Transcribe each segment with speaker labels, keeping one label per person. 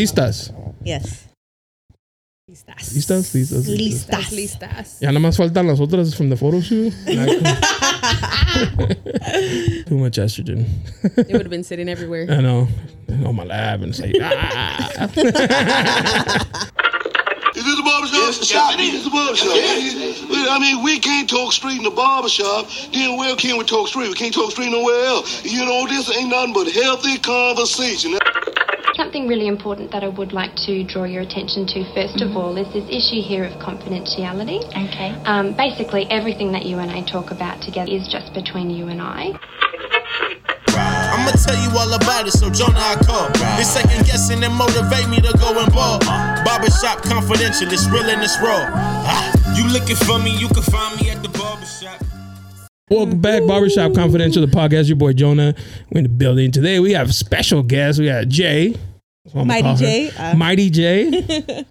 Speaker 1: Listas.
Speaker 2: Yes.
Speaker 3: Listas.
Speaker 1: Listas, listas. listas.
Speaker 2: Listas.
Speaker 3: Listas.
Speaker 1: Ya nada más faltan las otras from the photo shoot. Too much estrogen.
Speaker 3: It would have been sitting everywhere.
Speaker 1: I know. On my lab and say, ah.
Speaker 4: Is this a barbershop? Yes, shop. It is a barbershop. Well, I mean, we can't talk street in the barbershop. Then where can we talk street? We can't talk street nowhere else. You know, this ain't nothing but healthy conversation.
Speaker 5: Something really important that I would like to draw your attention to, 1st of all, is this issue here of confidentiality.
Speaker 6: Okay.
Speaker 5: Um, basically, everything that you and I talk about together is just between you and I.
Speaker 7: I'ma tell you all about it, so Jonah I call. This second guessing and motivate me to go and ball. Barbershop confidential, it's real and it's raw. Ah, you looking for me, you can find me at the barbershop.
Speaker 1: Welcome back, Barbershop Confidential, the podcast. Your boy Jonah. We're in the building today. We have special guests. We got Jay. That's what I'm gonna
Speaker 2: Mighty
Speaker 1: call her.
Speaker 2: J, uh.
Speaker 1: Mighty Jay.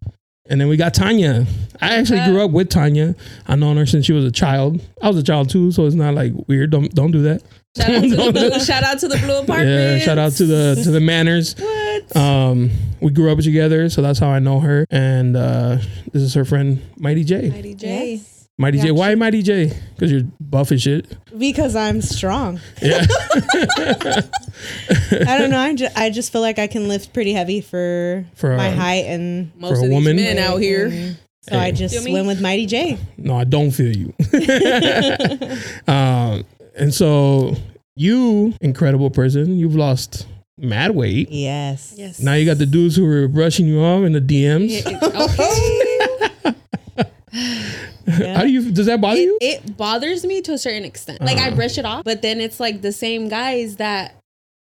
Speaker 1: and then we got Tanya. I actually grew up with Tanya. I known her since she was a child. I was a child too, so it's not like weird. Don't don't do that.
Speaker 3: Shout out to the
Speaker 1: Don't do
Speaker 3: blue,
Speaker 1: that.
Speaker 3: shout out to the blue apartment.
Speaker 1: Yeah, shout out to the to the manners.
Speaker 3: What?
Speaker 1: Um, we grew up together, so that's how I know her. And uh, this is her friend Mighty J.
Speaker 3: Mighty J.
Speaker 2: Yes.
Speaker 1: Mighty J. Why Mighty J? Because you're buff as shit.
Speaker 2: Because I'm strong.
Speaker 1: Yeah.
Speaker 2: I don't know. I just, I just feel like I can lift pretty heavy for,
Speaker 1: For,
Speaker 2: my
Speaker 1: um,
Speaker 2: height, and
Speaker 1: For
Speaker 3: Most
Speaker 1: a
Speaker 3: of
Speaker 1: woman.
Speaker 3: these men out here.
Speaker 2: so I just
Speaker 3: Feel me?
Speaker 2: went with Mighty J.
Speaker 1: No, I don't feel you. um, and so you, incredible person, you've lost mad weight.
Speaker 2: Yes.
Speaker 3: Yes.
Speaker 1: Now you got the dudes who were brushing you off in the DMs.
Speaker 3: okay.
Speaker 1: How do you? Does that bother you? Uh-huh.
Speaker 3: It, it bothers me to a certain extent. Like I brush it off, but then it's like the same guys that,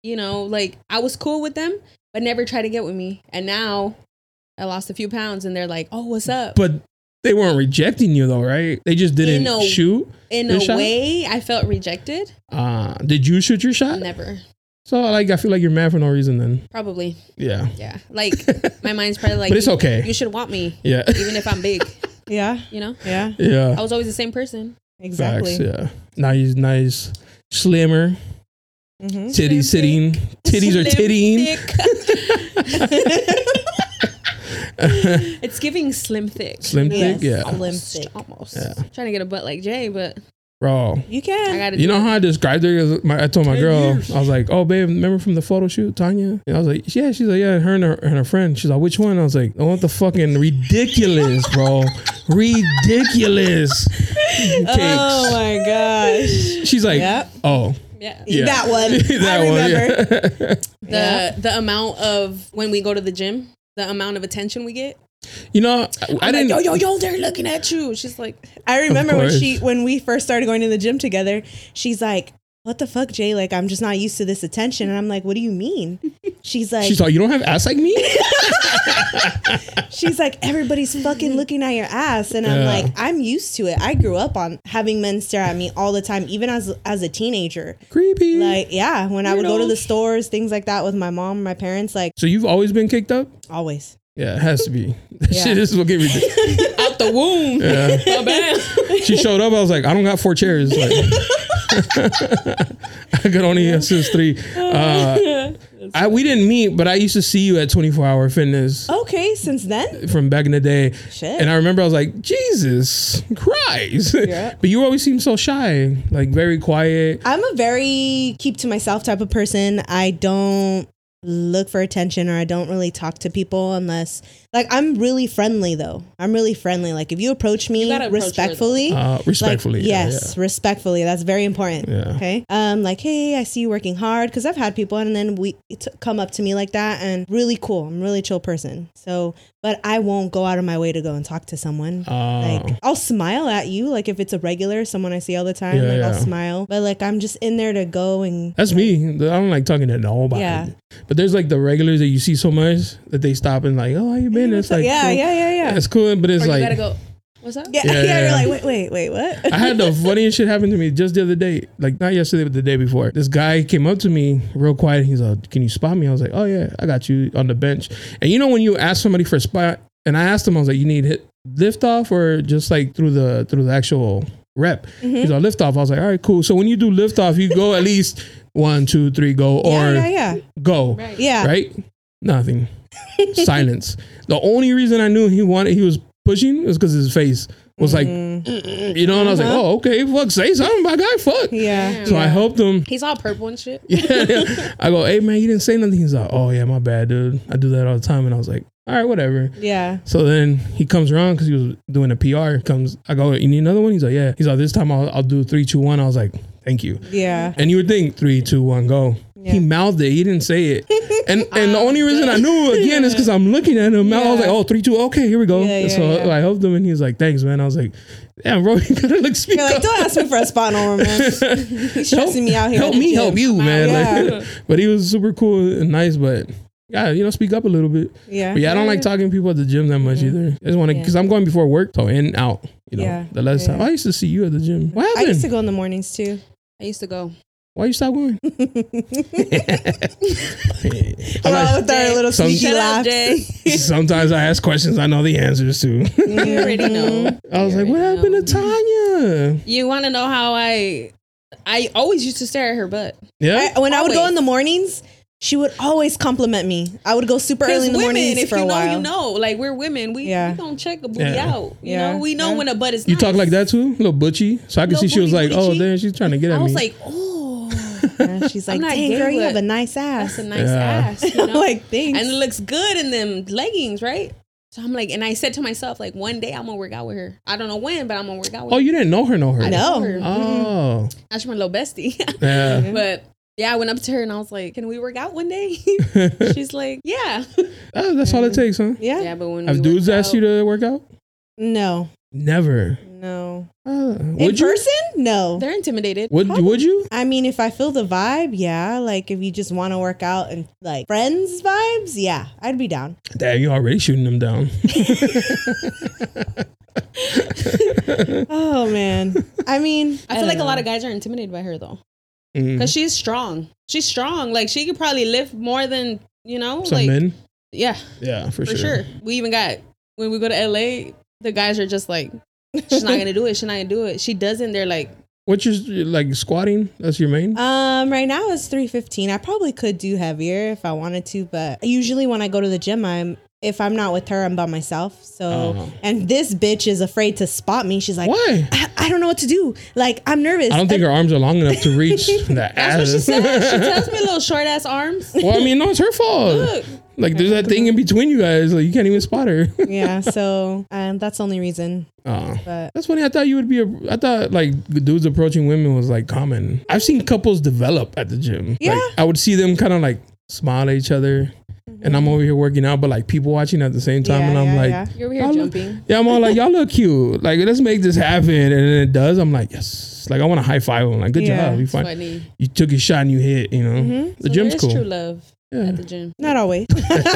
Speaker 3: you know, like I was cool with them, but never tried to get with me. And now I lost a few pounds and they're like, oh, what's up?
Speaker 1: But they weren't rejecting you though, right? They just didn't
Speaker 3: a-
Speaker 1: shoot.
Speaker 3: In
Speaker 1: Your
Speaker 3: a
Speaker 1: shot?
Speaker 3: way, I felt rejected.
Speaker 1: Uh, did you shoot your shot?
Speaker 3: Never.
Speaker 1: So like, I feel like you're mad for no reason. Then
Speaker 3: Probably.
Speaker 1: yeah,
Speaker 3: Yeah. Like my mind's probably like
Speaker 1: But it's
Speaker 3: "You-
Speaker 1: okay."
Speaker 3: You should want me.
Speaker 1: yeah,
Speaker 3: Even if I'm big. Oh,
Speaker 2: Yeah.
Speaker 3: You know?
Speaker 2: Yeah.
Speaker 1: yeah.
Speaker 3: I was always the same person.
Speaker 2: Exactly.
Speaker 1: Facts, yeah. Nice, nice, slimmer.
Speaker 2: Mhm.
Speaker 1: Titties sitting.
Speaker 3: Slim,
Speaker 1: Titties are
Speaker 3: Slim,
Speaker 1: tittying.
Speaker 3: thick. it's giving slim thick.
Speaker 1: Slim
Speaker 2: Yes.
Speaker 1: thick, yeah.
Speaker 2: Slim thick.
Speaker 3: Almost.
Speaker 1: Yeah.
Speaker 3: Trying to get a butt like Jay, but
Speaker 1: Bro,
Speaker 2: You
Speaker 3: I
Speaker 2: can.
Speaker 3: got to
Speaker 1: you know how I described her? 'Cause My, I told my
Speaker 3: Ten
Speaker 1: girl,
Speaker 3: years.
Speaker 1: I was like, "Oh, babe, remember from the photo shoot, Tanya?" And I was like, "Yeah." She's like, "Yeah." Her and her, and her friend. She's like, "Which one?" I was like, "I want the fucking ridiculous, bro, ridiculous cakes."
Speaker 2: Oh my gosh.
Speaker 1: she's like,
Speaker 2: Yep.
Speaker 1: "Oh,
Speaker 3: Yeah.
Speaker 1: yeah,
Speaker 2: That one.
Speaker 1: that
Speaker 2: I
Speaker 1: one." yeah.
Speaker 2: remember.
Speaker 3: The the amount of when we go to the gym, the amount of attention we get.
Speaker 1: You know, I, I
Speaker 3: Like,
Speaker 1: didn't.
Speaker 3: yo, yo, yo, they're looking at you. She's like,
Speaker 2: I remember when
Speaker 1: course.
Speaker 2: she when we first started going to the gym together, she's like, What the fuck, Jay? Like I'm just not used to this attention. And I'm like, What do you mean? She's like
Speaker 1: She's like, "You don't have ass like me."
Speaker 2: she's like, Everybody's fucking looking at your ass. And I'm
Speaker 1: Yeah.
Speaker 2: like, I'm used to it. I grew up on having men stare at me all the time, even as as a teenager.
Speaker 1: Creepy.
Speaker 2: Like, yeah, when I would go to
Speaker 3: Weirdos.
Speaker 2: the stores, things like that with my mom, my parents, like
Speaker 1: so you've always been kicked up?
Speaker 2: always.
Speaker 1: Yeah, it has to be. That
Speaker 2: Yeah.
Speaker 1: shit is what give me.
Speaker 3: out the womb.
Speaker 1: Yeah.
Speaker 3: Oh, bam.
Speaker 1: She showed up. I was like, I don't got four chairs. Like, I could only assist three. Uh, I, we didn't meet, but I used to see you at 24 Hour Fitness
Speaker 2: Okay, since then?
Speaker 1: from back in the day.
Speaker 2: Oh. Shit.
Speaker 1: And I remember I was like, Jesus Christ.
Speaker 2: Yeah.
Speaker 1: but you always seemed so shy, like very quiet.
Speaker 2: I'm a very keep to myself type of person. I don't look for attention or I don't really talk to people unless like I'm really friendly though. I'm really friendly. Like if you approach me
Speaker 3: gotta approach her, though.
Speaker 2: respectfully,
Speaker 1: Uh, respectfully.
Speaker 2: Like,
Speaker 1: yeah,
Speaker 2: yes, respectfully. That's very important.
Speaker 1: Yeah.
Speaker 2: Okay. Um, like, hey, I see you working hard because I've had people and then we t- come up to me like that and really cool. I'm a really chill person. So, but I won't go out of my way to go and talk to someone.
Speaker 1: yeah. Uh,
Speaker 2: Like I'll smile at you, like if it's a regular, someone I see all the time,
Speaker 1: Yeah,
Speaker 2: like I'll
Speaker 1: yeah.
Speaker 2: smile. But like I'm just in there to go and
Speaker 1: that's me. I don't like talking to nobody.
Speaker 2: Yeah.
Speaker 1: But there's like the regulars that you see so much that they stop and like, oh, how you been? It's like,
Speaker 2: yeah,
Speaker 1: cool.
Speaker 2: yeah, yeah, yeah,
Speaker 1: It's cool, but it's
Speaker 3: Or you
Speaker 1: like
Speaker 3: gotta go. What's up?
Speaker 2: yeah,
Speaker 1: Yeah,
Speaker 2: yeah,
Speaker 1: yeah, yeah.
Speaker 2: You're like, wait, wait, wait, what?
Speaker 1: I had the funniest shit happen to me just the other day. Like not yesterday, but the day before. This guy came up to me real quiet. He's like, "Can you spot me?" I was like, "Oh yeah, I got you on the bench." And you know when you ask somebody for a spot, and I asked him, I was like, "You need hit lift off or just like through the through the actual rep?" He's like, "Lift off." I was like, "All right, cool." So when you do lift off, you go at least one, two, three, go or
Speaker 2: yeah, yeah, yeah,
Speaker 1: go,
Speaker 3: Right.
Speaker 2: yeah.
Speaker 1: right? Nothing. Silence. The only reason I knew he wanted he was pushing was because his face was like, "Mm-mm," you know, and I was like, oh okay, fuck, say something, my guy, fuck.
Speaker 2: Yeah.
Speaker 1: So I helped him.
Speaker 3: He's all purple and shit.
Speaker 1: Yeah. I go, hey man, you didn't say nothing. He's like, oh yeah, my bad, dude. I do that all the time. And I was like, all right, whatever.
Speaker 2: Yeah.
Speaker 1: So then he comes around because he was doing a PR. Comes, I go, you need another one? He's like, yeah. He's like, this time I'll, I'll do three, two, one. I was like, thank you.
Speaker 2: Yeah.
Speaker 1: And you would think three, two, one, go. He mouthed it. He didn't say it. And and the only reason I knew again is because I'm looking at him. I was like, oh, three, two, okay, here we go.
Speaker 2: Yeah, yeah,
Speaker 1: so
Speaker 2: yeah.
Speaker 1: I helped him, and he was like, thanks, man. I was like, damn, bro, you gotta like speak
Speaker 2: You're like,
Speaker 1: up.
Speaker 2: don't ask me for a spot no more, man. He's stressing me out here.
Speaker 1: Help
Speaker 2: at the
Speaker 1: me,
Speaker 2: gym.
Speaker 1: help you, man. Like, but he was super cool and nice, but. Yeah, you know, speak up a little bit.
Speaker 2: Yeah.
Speaker 1: But yeah, I don't like talking to people at the gym that much either. I just want to, because I'm going before work, so in out. You know,
Speaker 2: Yeah.
Speaker 1: the last time I used to see you at the gym. What
Speaker 2: I
Speaker 1: happened?
Speaker 2: used to go in the mornings too.
Speaker 3: I used to go.
Speaker 1: Why you stop going? I'm
Speaker 2: Well,
Speaker 1: like-
Speaker 2: with our little
Speaker 1: Some-
Speaker 2: sneaky
Speaker 1: Shut
Speaker 2: laugh.
Speaker 3: Jay.
Speaker 1: sometimes I ask questions I know the answers to.
Speaker 3: You already
Speaker 2: Mm-hmm.
Speaker 3: know.
Speaker 1: I was
Speaker 3: You
Speaker 1: like, what
Speaker 3: already
Speaker 1: happened
Speaker 3: know.
Speaker 1: to Tanya?
Speaker 3: You want to know how I? I always used to stare at her butt.
Speaker 1: Yeah.
Speaker 2: I- when I would go
Speaker 3: Always.
Speaker 2: in the mornings, she would always compliment me. I would go super early in the
Speaker 3: women,
Speaker 2: mornings
Speaker 3: if
Speaker 2: for
Speaker 3: you
Speaker 2: a
Speaker 3: know,
Speaker 2: while.
Speaker 3: you know. Like we're women, we,
Speaker 2: Yeah.
Speaker 3: we don't check a booty
Speaker 1: Yeah.
Speaker 3: out. You
Speaker 2: Yeah.
Speaker 3: know, we know
Speaker 2: Yeah.
Speaker 3: when a butt is.
Speaker 1: You
Speaker 3: nice.
Speaker 1: talk like that too? Little butchy. So I could
Speaker 3: Little
Speaker 1: see she was like,
Speaker 3: booty,
Speaker 1: oh,
Speaker 3: booty.
Speaker 1: damn, she's trying to get at
Speaker 3: I
Speaker 1: me.
Speaker 3: was like, oh,
Speaker 2: And she's like,
Speaker 3: I'm not
Speaker 2: dang,
Speaker 3: gay,
Speaker 2: girl, you
Speaker 3: but
Speaker 2: have a nice ass.
Speaker 3: that's a nice
Speaker 1: Yeah.
Speaker 3: ass. You know?
Speaker 2: like, thanks.
Speaker 3: and it looks good in them leggings, right? So I'm like, and I said to myself, like, one day I'm gonna work out with her. I don't know when, but I'm gonna work out with
Speaker 1: oh,
Speaker 3: her.
Speaker 1: you didn't know her, know her.
Speaker 2: I know.
Speaker 3: Her.
Speaker 1: Oh,
Speaker 3: That's my little bestie.
Speaker 2: Mm-hmm.
Speaker 1: yeah.
Speaker 3: but yeah, I went up to her and I was like, "Can we work out one day?" She's like, "Yeah."
Speaker 1: Oh, that's all it takes, huh?
Speaker 2: Yeah.
Speaker 3: Yeah, but when
Speaker 1: Have
Speaker 3: we
Speaker 1: dudes
Speaker 3: worked
Speaker 1: asked you
Speaker 3: out-
Speaker 1: to work out?
Speaker 2: No.
Speaker 1: Never.
Speaker 2: No.
Speaker 1: Uh,
Speaker 2: In
Speaker 1: would you?
Speaker 2: person? No.
Speaker 3: they're intimidated.
Speaker 1: Would would you?
Speaker 2: I mean, if I feel the vibe, yeah. Like, if you just want to work out and like friends vibes, yeah, I'd be down.
Speaker 1: Damn, you already shooting them down.
Speaker 2: Oh, man. I mean,
Speaker 3: I feel
Speaker 2: don't
Speaker 3: like
Speaker 2: know.
Speaker 3: a lot of guys are intimidated by her though,
Speaker 1: Mm.
Speaker 3: because she's strong. She's strong. Like she could probably lift more than you know.
Speaker 1: Some
Speaker 3: like
Speaker 1: men.
Speaker 3: yeah,
Speaker 1: Yeah, for,
Speaker 3: for
Speaker 1: sure.
Speaker 3: sure. We even got when we go to LA, the guys are just like, "She's not gonna do it. She's not gonna do it." She doesn't. They're like,
Speaker 1: What's your like squatting? That's your main.
Speaker 2: Um, right now it's three fifteen. I probably could do heavier if I wanted to, but usually when I go to the gym, I'm if I'm not with her, I'm by myself. So,
Speaker 1: Oh.
Speaker 2: and this bitch is afraid to spot me. She's like,
Speaker 1: Why?
Speaker 2: I, I don't know what to do. Like, I'm nervous.
Speaker 1: I don't think her arms are long enough to reach the
Speaker 3: "That's what
Speaker 1: ass.
Speaker 3: she said." She tells me little short ass arms.
Speaker 1: well, I mean, no, it's her fault.
Speaker 3: Look.
Speaker 1: Like, there's that thing in between you guys. Like, you can't even spot her.
Speaker 2: yeah. So, um, that's the only reason.
Speaker 1: Aw.
Speaker 2: But
Speaker 1: That's funny. I thought you would be. A, I thought like dudes approaching women was like common. I've seen couples develop at the gym.
Speaker 2: Yeah.
Speaker 1: Like, I would see them kind of like smile at each other, and
Speaker 3: Mm-hmm.
Speaker 1: I'm over here working out, but like people watching at the same time,
Speaker 2: Yeah,
Speaker 1: and I'm
Speaker 2: yeah,
Speaker 1: like,
Speaker 2: yeah.
Speaker 3: You're over here
Speaker 1: "Y'all look-
Speaker 3: jumping.
Speaker 1: yeah, I'm all like, y'all look cute. Like, let's make this happen, and then it does. I'm like, yes. Like, I want to high five them. Like, good
Speaker 2: Yeah,
Speaker 1: job. You
Speaker 3: It's
Speaker 1: fine.
Speaker 3: funny. Mm-hmm.
Speaker 1: You took your shot and you hit. You know, the
Speaker 3: So
Speaker 1: gym's
Speaker 3: there is
Speaker 1: cool.
Speaker 3: True love
Speaker 1: Yeah.
Speaker 3: at the gym.
Speaker 2: not always, because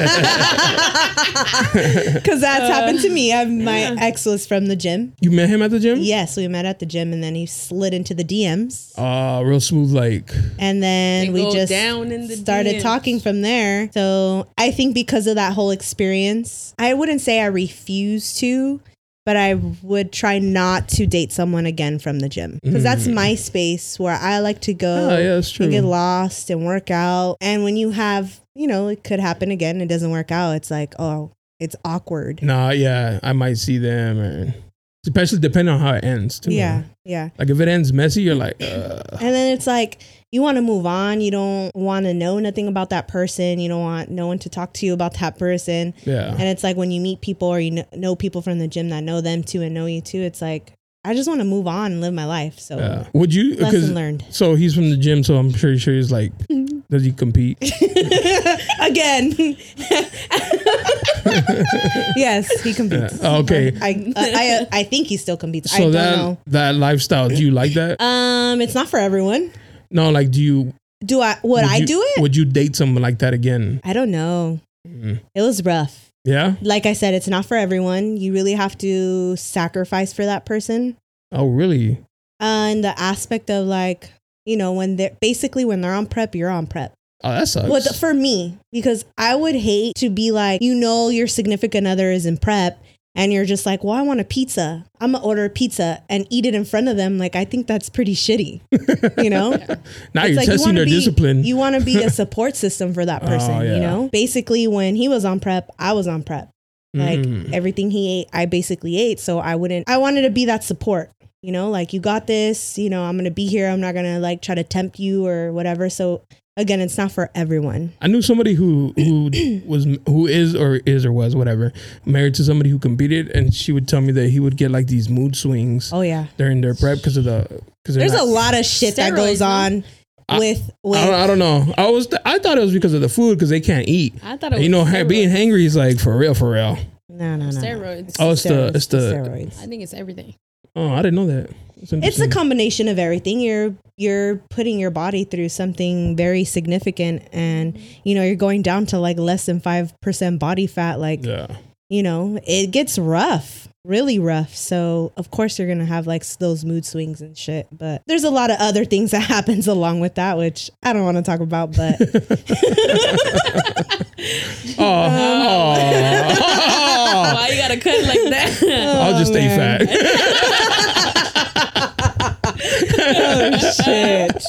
Speaker 2: that's
Speaker 3: Uh,
Speaker 2: happened to me. I, my ex was from the gym.
Speaker 1: You met him at the gym.
Speaker 2: Yes, we met at the gym, and then he slid into the DMs,
Speaker 1: Uh, real smooth. Like,
Speaker 2: and then
Speaker 3: They
Speaker 2: we
Speaker 3: go
Speaker 2: just
Speaker 3: down in the
Speaker 2: started
Speaker 3: DMs.
Speaker 2: talking from there. So I think because of that whole experience, I wouldn't say I refuse to, but I would try not to date someone again from the gym because that's my space where I like to go
Speaker 1: Oh, Mm. yeah, that's true.
Speaker 2: and get lost and work out. And when you have, you know, it could happen again. It doesn't work out. It's like, oh, it's awkward.
Speaker 1: nah, yeah, I might see them, or especially depending on how it ends. Too.
Speaker 2: Yeah, yeah.
Speaker 1: Like if it ends messy, you're like, uh,
Speaker 2: And then it's like you want to move on. You don't want to know nothing about that person. You don't want no one to talk to you about that person.
Speaker 1: yeah,
Speaker 2: And it's like when you meet people or you kn- know people from the gym that know them too and know you too, it's like, I just want to move on and live my life. So,
Speaker 1: yeah. Would you? Because
Speaker 2: lesson learned.
Speaker 1: so he's from the gym, so I'm pretty sure he's like, does he compete?
Speaker 2: Again. yes, he competes.
Speaker 1: Uh, okay,
Speaker 2: I, I, I, I think he still competes. I
Speaker 1: so
Speaker 2: don't
Speaker 1: that
Speaker 2: know.
Speaker 1: that lifestyle, do you like that?
Speaker 2: Um, it's not for everyone.
Speaker 1: no, like, do you? Would
Speaker 2: Do I, would, I
Speaker 1: you-
Speaker 2: do it?
Speaker 1: Would Mm. you date someone like that again?
Speaker 2: I don't know. It was rough.
Speaker 1: Yeah.
Speaker 2: Like I said, it's not for everyone. You really have to sacrifice for that person. Uh,
Speaker 1: Oh, really?
Speaker 2: and the aspect of like you know when they're basically when they're on prep you're on prep
Speaker 1: Oh, that sucks.
Speaker 2: well th- for me because i would hate to be like you know your significant other is in prep and you're just like, well, I want a pizza. I'm gonna order a pizza and eat it in front of them. Like, I think that's pretty shitty. You know,
Speaker 1: Now
Speaker 2: It's
Speaker 1: you're
Speaker 2: like you
Speaker 1: testing
Speaker 2: wanna
Speaker 1: their
Speaker 2: be,
Speaker 1: discipline. Oh,
Speaker 2: You want to be a support system for that person.
Speaker 1: yeah.
Speaker 2: You know, basically, when he was on prep, I was on prep. Like
Speaker 1: Mm.
Speaker 2: everything he ate, I basically ate. So I wouldn't. I wanted to be that support. You know, like you got this. You know, I'm gonna be here. I'm not gonna like try to tempt you or whatever. So again, it's not for everyone.
Speaker 1: I knew somebody who who was who is or is or was whatever married to somebody who competed, and she would tell me that he would get like these mood swings
Speaker 2: Oh yeah,
Speaker 1: during their prep because of the because
Speaker 2: there's a lot of shit that
Speaker 3: Steroids,
Speaker 2: goes
Speaker 3: no?
Speaker 2: on
Speaker 1: I-
Speaker 2: with with.
Speaker 1: I don't, I don't know. I was I thought it was because of the food because they can't eat.
Speaker 3: I thought it
Speaker 1: you
Speaker 3: was
Speaker 1: know, ha-
Speaker 3: steroids.
Speaker 1: being hangry is like for real, for real.
Speaker 2: no, no, no, no.
Speaker 3: steroids.
Speaker 1: Oh, it's the it's the
Speaker 2: steroids.
Speaker 3: I think it's everything.
Speaker 1: oh I didn't know that. That's
Speaker 2: it's a
Speaker 1: interesting.
Speaker 2: combination of everything you're you're putting your body through something very significant and
Speaker 3: Mm-hmm.
Speaker 2: you know you're going down to like less than 5% body fat like
Speaker 1: yeah.
Speaker 2: you know it gets rough really rough so of course you're gonna have like s- those mood swings and shit but there's a lot of other things that happens along with that which i don't want to talk about but
Speaker 1: Oh, oh.
Speaker 3: Why you gotta cut like that?
Speaker 1: I'll just stay
Speaker 2: Oh, man.
Speaker 1: fat.
Speaker 2: shit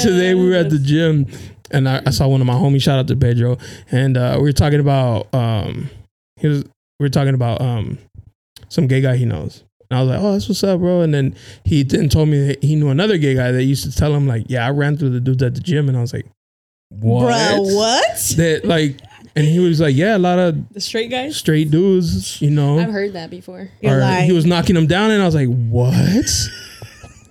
Speaker 1: Today we were at the gym, and I, I saw one of my homies. Shout out to Pedro, and uh, we were talking about um, he was we were talking about um, some gay guy he knows. And I was like, oh, that's what's up, bro. And then he then told me that he knew another gay guy that used to tell him like, yeah, I ran through the dudes at the gym, and I was like, what?
Speaker 2: bro what
Speaker 1: That like, and he was like, yeah, a lot of
Speaker 3: the straight guys.
Speaker 1: straight dudes, you know.
Speaker 3: I've heard that before.
Speaker 2: You're
Speaker 1: Or
Speaker 2: lying.
Speaker 1: he was knocking him down, and I was like, "What,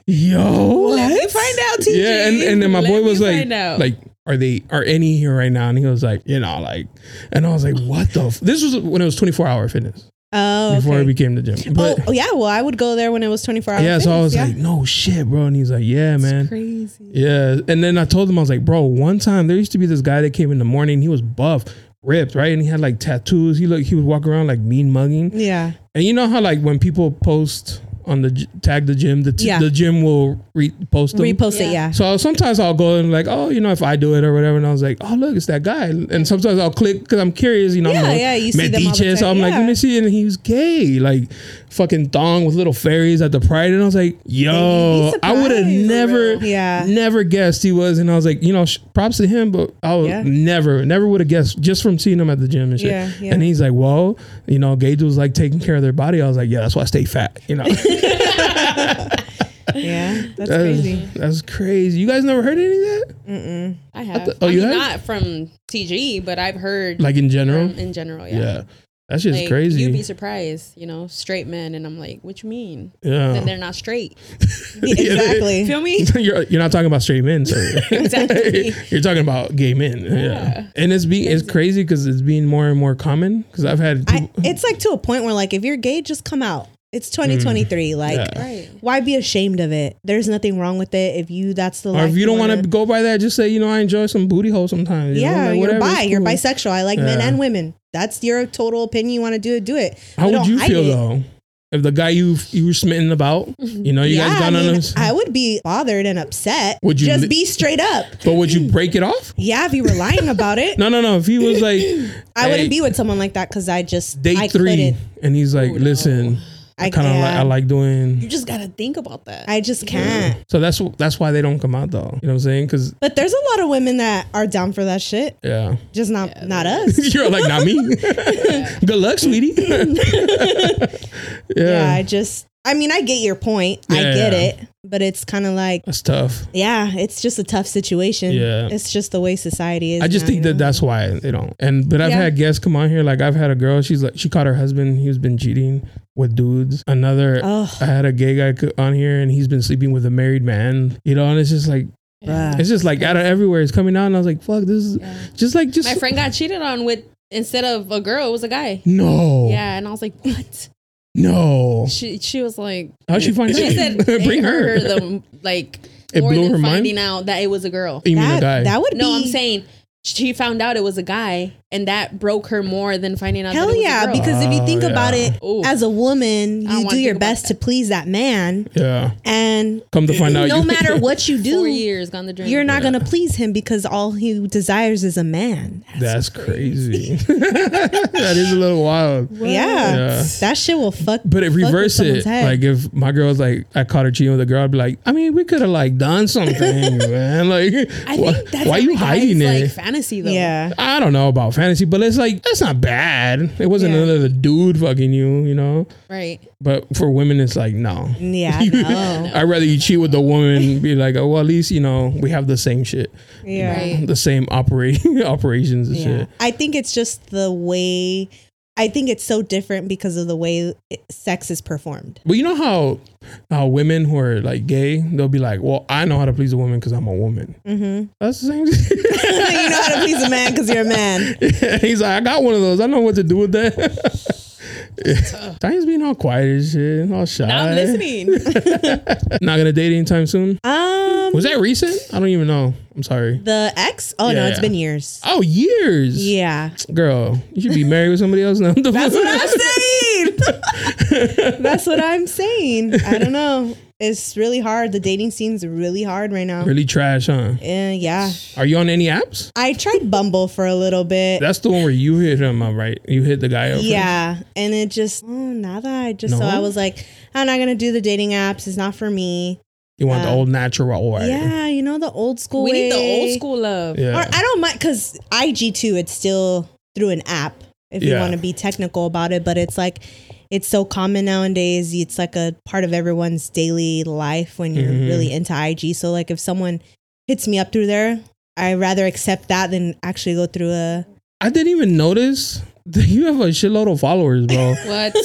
Speaker 1: yo?"
Speaker 3: me find out, TG.
Speaker 1: Yeah, and, and then my
Speaker 3: Let
Speaker 1: boy
Speaker 3: me
Speaker 1: was like,
Speaker 3: find out.
Speaker 1: "Like, are they are any here right now?" And he was like, "You know, like," and I was like, "What the?" F-? This was when it was twenty four hour fitness
Speaker 2: oh
Speaker 1: before I
Speaker 2: okay.
Speaker 1: became the gym, but
Speaker 2: oh, oh yeah well i would go there when it was
Speaker 3: Oh,
Speaker 2: 24 hours
Speaker 1: yeah, so I was like, "No shit, bro," and he's like, "Yeah, man."
Speaker 3: crazy.
Speaker 1: Yeah, and then I told him I was like, bro, one time there used to be this guy that came in the morning. He was buff, ripped, right, and he had like tattoos. He looked, he was walking around like mean mugging.
Speaker 2: yeah
Speaker 1: And you know how like when people post on the gy- tag the gym, the, t-
Speaker 2: Yeah.
Speaker 1: the gym will repost them.
Speaker 2: repost
Speaker 3: Yeah.
Speaker 2: it yeah
Speaker 1: So sometimes I'll go and like, oh, you know, if I do it or whatever, and I was like, oh, look, it's that guy. And sometimes I'll click because I'm curious, you know. I'm
Speaker 2: Yeah,
Speaker 1: like,
Speaker 2: yeah, you see them all the
Speaker 1: "Mediche," So
Speaker 2: time,
Speaker 1: I'm like,
Speaker 2: yeah.
Speaker 1: let me see, and he was gay, like fucking thong with little fairies at the pride, and I was like, yo,
Speaker 2: be
Speaker 1: I would have
Speaker 2: surprised.
Speaker 1: never,
Speaker 2: Yeah.
Speaker 1: never guessed he was, and I was like, you know, sh- props to him, but I would
Speaker 2: Yeah.
Speaker 1: never, never would have guessed just from seeing him at the gym and shit.
Speaker 2: Yeah, yeah.
Speaker 1: And he's like, well, you know, Gage was like taking care of their body. I was like, yeah, that's why I stay fat, you know.
Speaker 2: yeah that's
Speaker 1: That is-
Speaker 2: crazy
Speaker 1: That's crazy. You guys never heard any of that?
Speaker 3: I have.
Speaker 1: oh,
Speaker 3: I
Speaker 1: you
Speaker 3: mean,
Speaker 1: have?
Speaker 3: not from TG, but I've heard
Speaker 1: Like in general?
Speaker 3: from- in general. Yeah.
Speaker 1: yeah. That shit's
Speaker 3: Like,
Speaker 1: crazy.
Speaker 3: You'd be surprised, you know, straight men, and I'm like, what you mean? Then
Speaker 1: yeah.
Speaker 3: they're not straight.
Speaker 2: exactly
Speaker 3: Feel me?
Speaker 1: you're, you're not talking about straight men, so
Speaker 3: Exactly.
Speaker 1: you're talking about gay men. Yeah. And it's being it's crazy because it's being more and more common. Because I've had
Speaker 2: I,
Speaker 1: people, Hmm.
Speaker 2: it's like to a point where like if you're gay just come out it's 2023 like
Speaker 1: Yeah.
Speaker 3: right.
Speaker 2: why be ashamed of it there's nothing wrong with it if you that's the
Speaker 1: or
Speaker 2: life
Speaker 1: if you don't want to
Speaker 2: wanna-
Speaker 1: go by that, just say you know I enjoy some booty hole sometimes. you know,
Speaker 2: yeah
Speaker 1: like,
Speaker 2: you're
Speaker 1: whatever,
Speaker 2: bi
Speaker 1: it's
Speaker 2: you're
Speaker 1: cool.
Speaker 2: bisexual i like men
Speaker 1: Yeah.
Speaker 2: and women that's your total opinion you want to do it do it
Speaker 1: How
Speaker 2: But
Speaker 1: would
Speaker 2: don't
Speaker 1: you
Speaker 2: hide
Speaker 1: feel
Speaker 2: it.
Speaker 1: though? If the guy you you were smitten about, you know, you
Speaker 2: yeah,
Speaker 1: guys
Speaker 2: I,
Speaker 1: gone on
Speaker 2: mean,
Speaker 1: a-
Speaker 2: I would be bothered and upset.
Speaker 1: Would you
Speaker 2: just
Speaker 1: li-
Speaker 2: be straight up?
Speaker 1: but would you break it off?
Speaker 2: Yeah, if you were lying about it,
Speaker 1: No, no, no. If he was like,
Speaker 2: I
Speaker 1: hey,
Speaker 2: wouldn't be with someone like that because I just
Speaker 1: date
Speaker 2: I
Speaker 1: 3
Speaker 2: couldn't.
Speaker 1: and he's like, listen, I
Speaker 2: I
Speaker 1: kind of like I
Speaker 2: can't.
Speaker 1: like doing.
Speaker 3: You just gotta think about that.
Speaker 2: I just can't.
Speaker 1: So that's that's why they don't come out though. You know what I'm saying? Because
Speaker 2: But there's a lot of women that are down for that shit.
Speaker 1: yeah,
Speaker 2: Just not not us.
Speaker 1: you're like not me. Good luck, sweetie.
Speaker 2: yeah.
Speaker 1: yeah,
Speaker 2: I just I mean I get your point. I
Speaker 1: Yeah,
Speaker 2: get
Speaker 1: yeah.
Speaker 2: it. But it's kinda like
Speaker 1: that's tough.
Speaker 2: yeah, it's just a tough situation.
Speaker 1: Yeah.
Speaker 2: It's just the way society is.
Speaker 1: I just
Speaker 2: now,
Speaker 1: think
Speaker 2: you
Speaker 1: that
Speaker 2: know?
Speaker 1: that's why they don't. And but I've
Speaker 3: Yeah.
Speaker 1: had guests come on here. Like I've had a girl. She's like she caught her husband. He's been cheating with dudes. Another.
Speaker 3: Oh.
Speaker 2: Ugh.
Speaker 1: I had a gay guy co- on here, and he's been sleeping with a married man. You know, and it's just like
Speaker 2: Bruh.
Speaker 1: it's just like out of everywhere. It's coming out, and I was like, "Fuck, this is
Speaker 3: Yeah.
Speaker 1: just like just
Speaker 3: My friend got cheated on with instead of a girl, it was a guy.
Speaker 1: no,
Speaker 3: Yeah, and I was like, what?
Speaker 1: no."
Speaker 3: She she was like,
Speaker 1: How'd she find
Speaker 3: she said,
Speaker 1: out?
Speaker 3: it
Speaker 1: Bring
Speaker 3: hurt
Speaker 1: her.
Speaker 3: the, like
Speaker 1: It
Speaker 3: more
Speaker 1: blew
Speaker 3: than
Speaker 1: her mind?
Speaker 3: finding out that it was a girl.
Speaker 1: you mean
Speaker 2: that,
Speaker 1: the guy?
Speaker 2: that would be
Speaker 3: No, I'm saying she found out it was a guy, and that broke her more than finding out. that
Speaker 2: Hell
Speaker 3: it was
Speaker 2: yeah,
Speaker 3: a girl.
Speaker 2: because if you
Speaker 1: Oh,
Speaker 2: think about
Speaker 1: yeah.
Speaker 2: it,
Speaker 3: Ooh.
Speaker 2: as a woman,
Speaker 3: I don't
Speaker 2: you
Speaker 3: wanna
Speaker 2: do
Speaker 3: think
Speaker 2: your
Speaker 3: about
Speaker 2: best to please that man,
Speaker 1: Yeah.
Speaker 2: and
Speaker 1: Come to find out,
Speaker 2: no
Speaker 1: you-
Speaker 2: matter what you
Speaker 3: four
Speaker 2: do,
Speaker 3: years gone the drain.
Speaker 2: you're not gonna please him because all he desires is a man.
Speaker 1: That's crazy. that is a little wild.
Speaker 2: Yeah.
Speaker 1: Yeah.
Speaker 2: that shit will fuck.
Speaker 1: But
Speaker 2: fuck
Speaker 1: if
Speaker 2: with
Speaker 1: reverse
Speaker 2: someone's
Speaker 1: it,
Speaker 2: head.
Speaker 1: like if my girl's like, I caught her cheating with a girl, I'd be like, I mean, we could have like done something, man. Like,
Speaker 3: I
Speaker 1: why,
Speaker 3: think that's
Speaker 1: why you
Speaker 3: every guy's,
Speaker 1: hiding
Speaker 3: like,
Speaker 1: it?
Speaker 3: fantasy though.
Speaker 2: yeah,
Speaker 1: I don't know about fantasy, but it's like that's not bad. It wasn't
Speaker 2: Yeah.
Speaker 1: another dude fucking you, you know.
Speaker 3: Right.
Speaker 1: But for women, it's like no.
Speaker 2: yeah, I know.
Speaker 1: I'd rather you cheat with the woman, and be like, oh, well, at least you know we have the same shit,
Speaker 2: yeah.
Speaker 3: Right.
Speaker 1: the same operating operations and shit.
Speaker 2: I think it's just the way. I think it's so different because of the way it- sex is performed.
Speaker 1: But you know how how women who are like gay, they'll be like, well, I know how to please a woman because I'm a woman.
Speaker 2: Mm-hmm.
Speaker 1: That's the same.
Speaker 2: you know how to please a man because you're a man.
Speaker 1: He's like, I got one of those. I know what to do with that. Yeah. Diane's being all quiet and shit, all shy.
Speaker 3: Now I'm listening.
Speaker 1: Not gonna date anytime soon.
Speaker 2: Um,
Speaker 1: Was that recent? I don't even know. I'm sorry.
Speaker 2: the ex? Oh no,
Speaker 1: Yeah.
Speaker 2: it's been years.
Speaker 1: Oh, years.
Speaker 2: Yeah,
Speaker 1: Girl, you should be married with somebody else now.
Speaker 2: that's what I'm saying. that's what I'm saying. I don't know. It's really hard. The dating scene's really hard right now.
Speaker 1: Really trash, huh?
Speaker 2: Uh, yeah,
Speaker 1: Are you on any apps?
Speaker 2: I tried Bumble for a little bit.
Speaker 1: That's the one where you hit him up, right? You hit the guy up. first.
Speaker 2: Yeah, and it just oh, nada. I just so
Speaker 1: No?
Speaker 2: I was like, I'm not gonna do the dating apps. It's not for me.
Speaker 1: You want the
Speaker 2: Uh,
Speaker 1: old natural way.
Speaker 2: Yeah, you know the old school.
Speaker 3: we need the
Speaker 2: way.
Speaker 3: old school love.
Speaker 1: Yeah.
Speaker 2: Or I don't mind because IG too. It's still through an app if you
Speaker 1: Yeah.
Speaker 2: want to be technical about it. But it's like it's so common nowadays. It's like a part of everyone's daily life when you're
Speaker 1: Mhm.
Speaker 2: really into IG. So like if someone hits me up through there, I rather accept that than actually go through a.
Speaker 1: I didn't even notice that you have a shitload of followers, bro.
Speaker 3: What?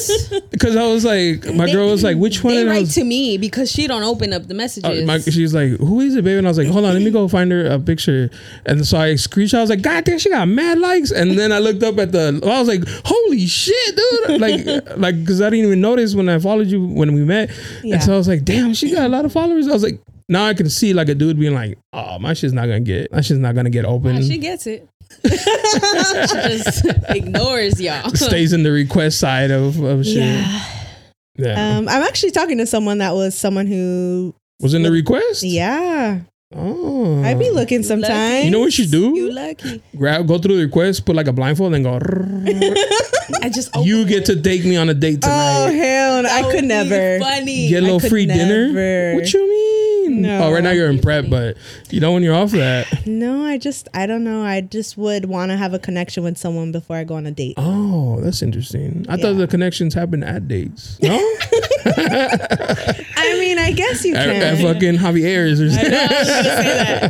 Speaker 1: Because I was like, my
Speaker 3: They-
Speaker 1: girl was like, which one?
Speaker 3: they
Speaker 1: And I
Speaker 3: write
Speaker 1: was,
Speaker 3: to me because she don't open up the messages.
Speaker 1: uh, my, she's like, who is it, baby? And I was like, hold on, let me go find her a picture. And so I screenshot. I was like, God damn, she got mad likes. And then I looked up at the. I was like, holy shit, dude! Like, like, because I didn't even notice when I followed you when we met.
Speaker 2: Yeah.
Speaker 1: And so I was like, damn, she got a lot of followers. I was like. Now I can see like a dude being like, "Oh, my shit's not gonna get, my shit's not gonna get open."
Speaker 3: Ah, she gets it. she just ignores y'all.
Speaker 1: stays in the request side of, of shit. Yeah.
Speaker 2: Um, I'm actually talking to someone that was someone who.
Speaker 1: was in the request?
Speaker 2: Yeah,
Speaker 1: Oh.
Speaker 2: I be looking sometimes.
Speaker 1: You know what you do?
Speaker 3: You lucky.
Speaker 1: Grab, go through the request, put like a blindfold, and go.
Speaker 3: I just
Speaker 1: you
Speaker 3: opened
Speaker 1: get to take me on a date
Speaker 2: Oh
Speaker 1: tonight.
Speaker 2: hell, no,
Speaker 3: it.
Speaker 2: I
Speaker 3: That
Speaker 2: could
Speaker 3: would be
Speaker 2: never.
Speaker 3: Funny.
Speaker 1: Get a little
Speaker 2: could
Speaker 1: free dinner.
Speaker 2: never.
Speaker 1: What you mean?
Speaker 2: No.
Speaker 1: Oh, right now you're in prep, but you know when you're off that.
Speaker 2: No, I just I don't know. I just would want to have a connection with someone before I go on a date.
Speaker 1: Oh, that's interesting. I thought the connections happen at dates. No,
Speaker 2: I mean, I guess you
Speaker 1: at, at
Speaker 2: can.
Speaker 1: fucking Javier's or something.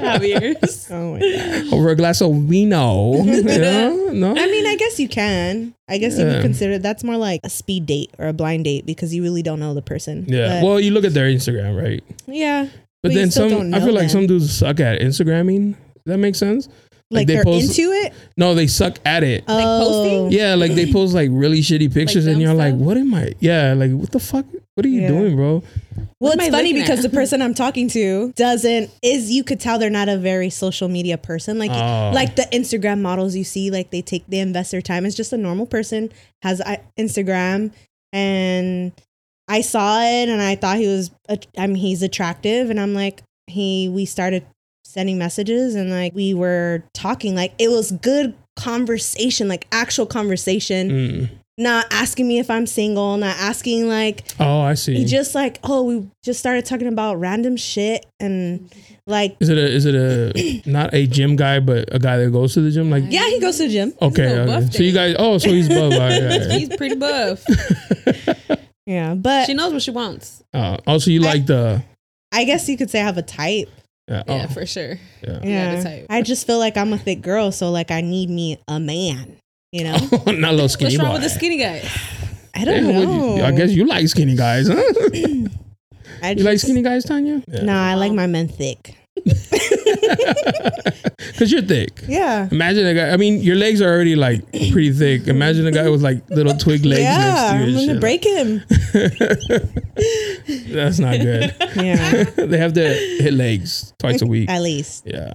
Speaker 2: Oh my god.
Speaker 1: over a glass of vino. you know? No,
Speaker 2: I mean, I guess you can. I guess you
Speaker 1: Yeah.
Speaker 2: would consider that's more like a speed date or a blind date because you really don't know the person.
Speaker 1: yeah.
Speaker 2: But,
Speaker 1: well, you look at their Instagram, right?
Speaker 2: yeah.
Speaker 1: But
Speaker 2: But you
Speaker 1: then
Speaker 2: still
Speaker 1: some,
Speaker 2: don't
Speaker 1: I
Speaker 2: know
Speaker 1: feel like
Speaker 2: them.
Speaker 1: some dudes suck at Instagramming. Does that make sense?
Speaker 2: Like,
Speaker 1: they
Speaker 2: they are
Speaker 1: post-
Speaker 2: into it.
Speaker 1: No, they suck at it.
Speaker 2: oh,
Speaker 3: posting?
Speaker 1: Yeah, like they post like really shitty pictures, and
Speaker 3: dumb
Speaker 1: you're like,
Speaker 3: stuff?
Speaker 1: "What am I? Yeah, like what the fuck? What are you
Speaker 2: Yeah.
Speaker 1: doing, bro?
Speaker 2: Well,
Speaker 3: am
Speaker 2: it's
Speaker 3: I
Speaker 2: funny
Speaker 3: looking
Speaker 2: because
Speaker 3: at?
Speaker 2: the person I'm talking to doesn't is you could tell they're not a very social media person. Like
Speaker 1: Oh.
Speaker 2: like the Instagram models you see, like they take they invest their time. It's just a normal person has I- Instagram, and I saw it and I thought he was a- I mean he's attractive, and I'm like he we started sending messages and like we were talking like it was good conversation like actual conversation
Speaker 1: Mm.
Speaker 2: not asking me if i'm single not asking like
Speaker 1: Oh, I see.
Speaker 2: he just like, oh, we just started talking about random shit and like,
Speaker 1: is it a is it a not a gym guy, but a guy that goes to the gym? Like,
Speaker 2: yeah, he goes to the gym.
Speaker 1: okay,
Speaker 3: little
Speaker 1: okay.
Speaker 3: buff
Speaker 1: So you guys, oh, so he's buff. All right, all right.
Speaker 3: He's pretty buff.
Speaker 2: Yeah, but
Speaker 3: She knows what she wants.
Speaker 1: Uh, also, you like the.
Speaker 2: I guess you could say I have a type.
Speaker 1: Yeah,
Speaker 3: Yeah,
Speaker 1: oh,
Speaker 3: for sure.
Speaker 1: yeah.
Speaker 3: Yeah,
Speaker 2: Yeah,
Speaker 3: the type.
Speaker 2: I just feel like I'm a thick girl, so like I need me a man. You know,
Speaker 1: not a little skinny
Speaker 3: What's wrong
Speaker 1: boy.
Speaker 3: with the skinny guy?
Speaker 2: I
Speaker 1: Yeah,
Speaker 2: don't
Speaker 1: well,
Speaker 2: know.
Speaker 1: you- I guess you like skinny guys, huh?
Speaker 2: I
Speaker 1: you like skinny guys, Tanya? Yeah.
Speaker 2: No, I like my men thick.
Speaker 1: Cause you're thick.
Speaker 2: Yeah.
Speaker 1: Imagine a guy. I mean, your legs are already like pretty thick. Imagine a guy with like little twig legs
Speaker 2: Yeah.
Speaker 1: next to you.
Speaker 2: I'm
Speaker 1: and
Speaker 2: going
Speaker 1: shit.
Speaker 2: to
Speaker 1: Like,
Speaker 2: break him.
Speaker 1: That's not good.
Speaker 2: Yeah.
Speaker 1: they have to hit legs twice a week.
Speaker 2: At least.
Speaker 1: Yeah.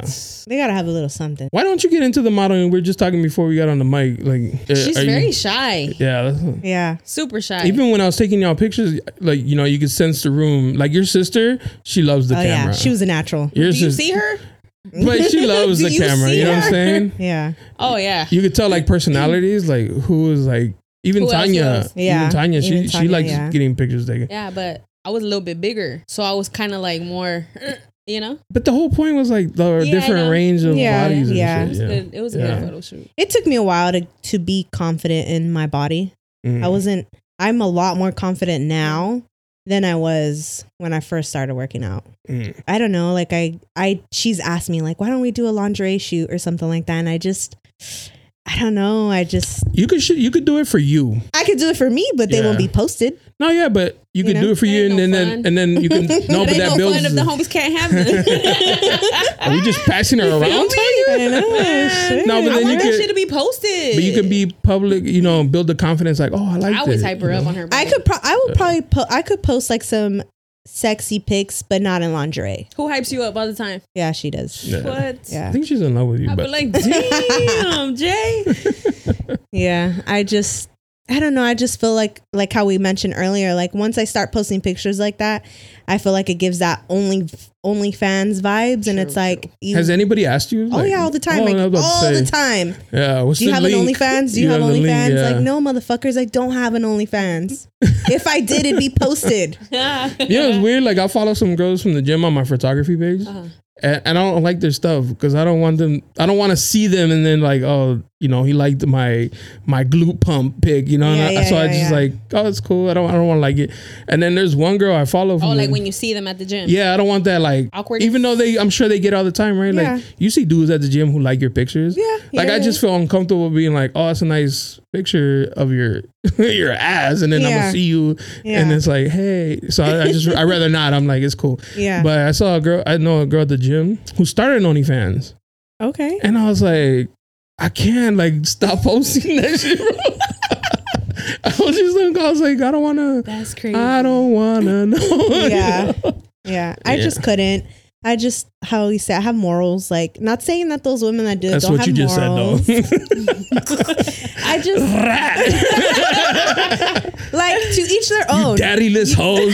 Speaker 2: They got to have a little something.
Speaker 1: Why don't you get into the modeling? We are just talking before we got on the mic. Like, uh,
Speaker 3: She's
Speaker 1: are you-
Speaker 3: very shy.
Speaker 1: yeah. that's-
Speaker 2: Yeah.
Speaker 3: Super shy.
Speaker 1: Even when I was taking y'all pictures, like you know, you could sense the room. Like your sister, she loves the
Speaker 2: Oh,
Speaker 1: camera.
Speaker 2: yeah. She was a natural.
Speaker 1: Your
Speaker 3: Do you
Speaker 1: sis-
Speaker 3: see her?
Speaker 1: but she loves
Speaker 3: Do
Speaker 1: the
Speaker 3: you
Speaker 1: camera.
Speaker 3: see
Speaker 1: You know what
Speaker 3: her?
Speaker 1: I'm saying?
Speaker 2: Yeah.
Speaker 3: Oh yeah.
Speaker 1: You could tell like personalities, like who is like even
Speaker 3: Who else
Speaker 1: Tanya,
Speaker 3: knows?
Speaker 2: Yeah,
Speaker 1: even Tanya, she
Speaker 2: even
Speaker 1: she
Speaker 2: Tanya,
Speaker 1: likes
Speaker 2: yeah.
Speaker 1: getting pictures taken.
Speaker 3: Yeah, but I was a little bit bigger, so I was kind of like more, you know.
Speaker 1: But the whole point was like the
Speaker 3: I
Speaker 1: different
Speaker 3: know.
Speaker 1: range of
Speaker 2: Yeah,
Speaker 1: bodies. And
Speaker 2: yeah.
Speaker 3: It
Speaker 1: Shit.
Speaker 3: was,
Speaker 1: yeah.
Speaker 3: Good. It was a
Speaker 1: Yeah.
Speaker 3: good photo shoot.
Speaker 2: It took me a while to, to be confident in my body.
Speaker 1: Mm.
Speaker 2: I wasn't, I'm a lot more confident now than I was when I first started working out.
Speaker 1: Mm.
Speaker 2: I don't know, like I, I, she's asked me like, why don't we do a lingerie shoot or something like that? And I just, I don't know. I just,
Speaker 1: You could shoot, you could do it for you.
Speaker 2: I could do it for me, but they
Speaker 1: Yeah.
Speaker 2: won't be posted.
Speaker 1: No, yeah, but you
Speaker 2: You
Speaker 1: could
Speaker 2: know?
Speaker 1: do it for
Speaker 3: That
Speaker 1: you,
Speaker 3: ain't
Speaker 1: and
Speaker 3: no
Speaker 1: then, then
Speaker 3: fun.
Speaker 1: and then you can. no,
Speaker 3: It
Speaker 1: but
Speaker 3: ain't
Speaker 1: that
Speaker 3: no
Speaker 1: builds.
Speaker 3: fun if the homies can't have them.
Speaker 1: Are we just passing her around?
Speaker 2: I don't know.
Speaker 1: No, but
Speaker 3: I
Speaker 1: then you
Speaker 3: want that
Speaker 1: could-
Speaker 3: shit to be posted.
Speaker 1: But you can be public, you know, build the confidence. Like, oh, I like.
Speaker 3: I always
Speaker 1: that,
Speaker 3: hype her
Speaker 1: you
Speaker 3: up
Speaker 1: know?
Speaker 3: on her.
Speaker 2: I
Speaker 3: body.
Speaker 2: could, pro- I would probably, po- I could post like some sexy pics, but not in lingerie.
Speaker 3: Who hypes you up all the time?
Speaker 2: Yeah, she does.
Speaker 1: Yeah.
Speaker 3: What?
Speaker 1: I
Speaker 2: Yeah.
Speaker 1: think she's in love with you,
Speaker 3: I'd be
Speaker 1: but
Speaker 3: like, damn, Jay.
Speaker 2: Yeah. I just, I don't know. I just feel like, like how we mentioned earlier, like once I start posting pictures like that, I feel like it gives that only, only fans vibes. and
Speaker 3: True,
Speaker 2: it's like, you,
Speaker 1: has anybody asked you?
Speaker 2: oh
Speaker 1: Like,
Speaker 2: yeah, all the time.
Speaker 1: oh,
Speaker 2: like,
Speaker 1: I was about to
Speaker 2: all the
Speaker 1: say.
Speaker 2: time.
Speaker 1: Yeah, what's
Speaker 2: Do you
Speaker 1: the
Speaker 2: have an
Speaker 1: link?
Speaker 2: OnlyFans? Do you, have
Speaker 1: the link?
Speaker 2: OnlyFans?
Speaker 1: Yeah.
Speaker 2: Like, no, motherfuckers, I don't have an OnlyFans. if I did, it'd be posted.
Speaker 1: Yeah, it's weird. Like I follow some girls from the gym on my photography page,
Speaker 3: Uh-huh.
Speaker 1: and, and I don't like their stuff because I don't want them. I don't want to see them and then like, oh, you know, he liked my my glute pump pic, you know.
Speaker 2: Yeah,
Speaker 1: and I,
Speaker 2: yeah,
Speaker 1: so I
Speaker 2: yeah,
Speaker 1: just
Speaker 2: yeah.
Speaker 1: like, oh, it's cool. I don't, I don't want to like it. And then there's one girl I follow. From
Speaker 3: Oh, like
Speaker 1: the-
Speaker 3: when you see them at the gym.
Speaker 1: Yeah, I don't want that like awkward.
Speaker 3: Awkward.
Speaker 1: Even though they, I'm sure they get all the time, right?
Speaker 2: Yeah.
Speaker 1: Like you see dudes at the gym who like your pictures.
Speaker 2: Yeah,
Speaker 1: Like
Speaker 2: yeah,
Speaker 1: I just feel uncomfortable being like, oh, that's a nice picture of your your ass, and then I'm gonna
Speaker 2: Yeah.
Speaker 1: see you, and
Speaker 2: Yeah.
Speaker 1: it's like, hey. So I, I just I rather not. I'm like, it's cool.
Speaker 2: Yeah.
Speaker 1: But I saw a girl. I know a girl at the gym who started an OnlyFans,
Speaker 2: Okay.
Speaker 1: and I was like, I can't like stop posting that shit. Bro. I was just like, I was like, I don't wanna.
Speaker 3: That's crazy.
Speaker 1: I don't wanna know.
Speaker 2: Yeah. Yeah. I
Speaker 1: Yeah.
Speaker 2: just couldn't. I just how you say I have morals. Like not saying that those women that do it
Speaker 1: That's
Speaker 2: don't
Speaker 1: what
Speaker 2: have
Speaker 1: you just
Speaker 2: morals.
Speaker 1: said, though.
Speaker 2: I just like to each their own.
Speaker 1: Daddyless hoes.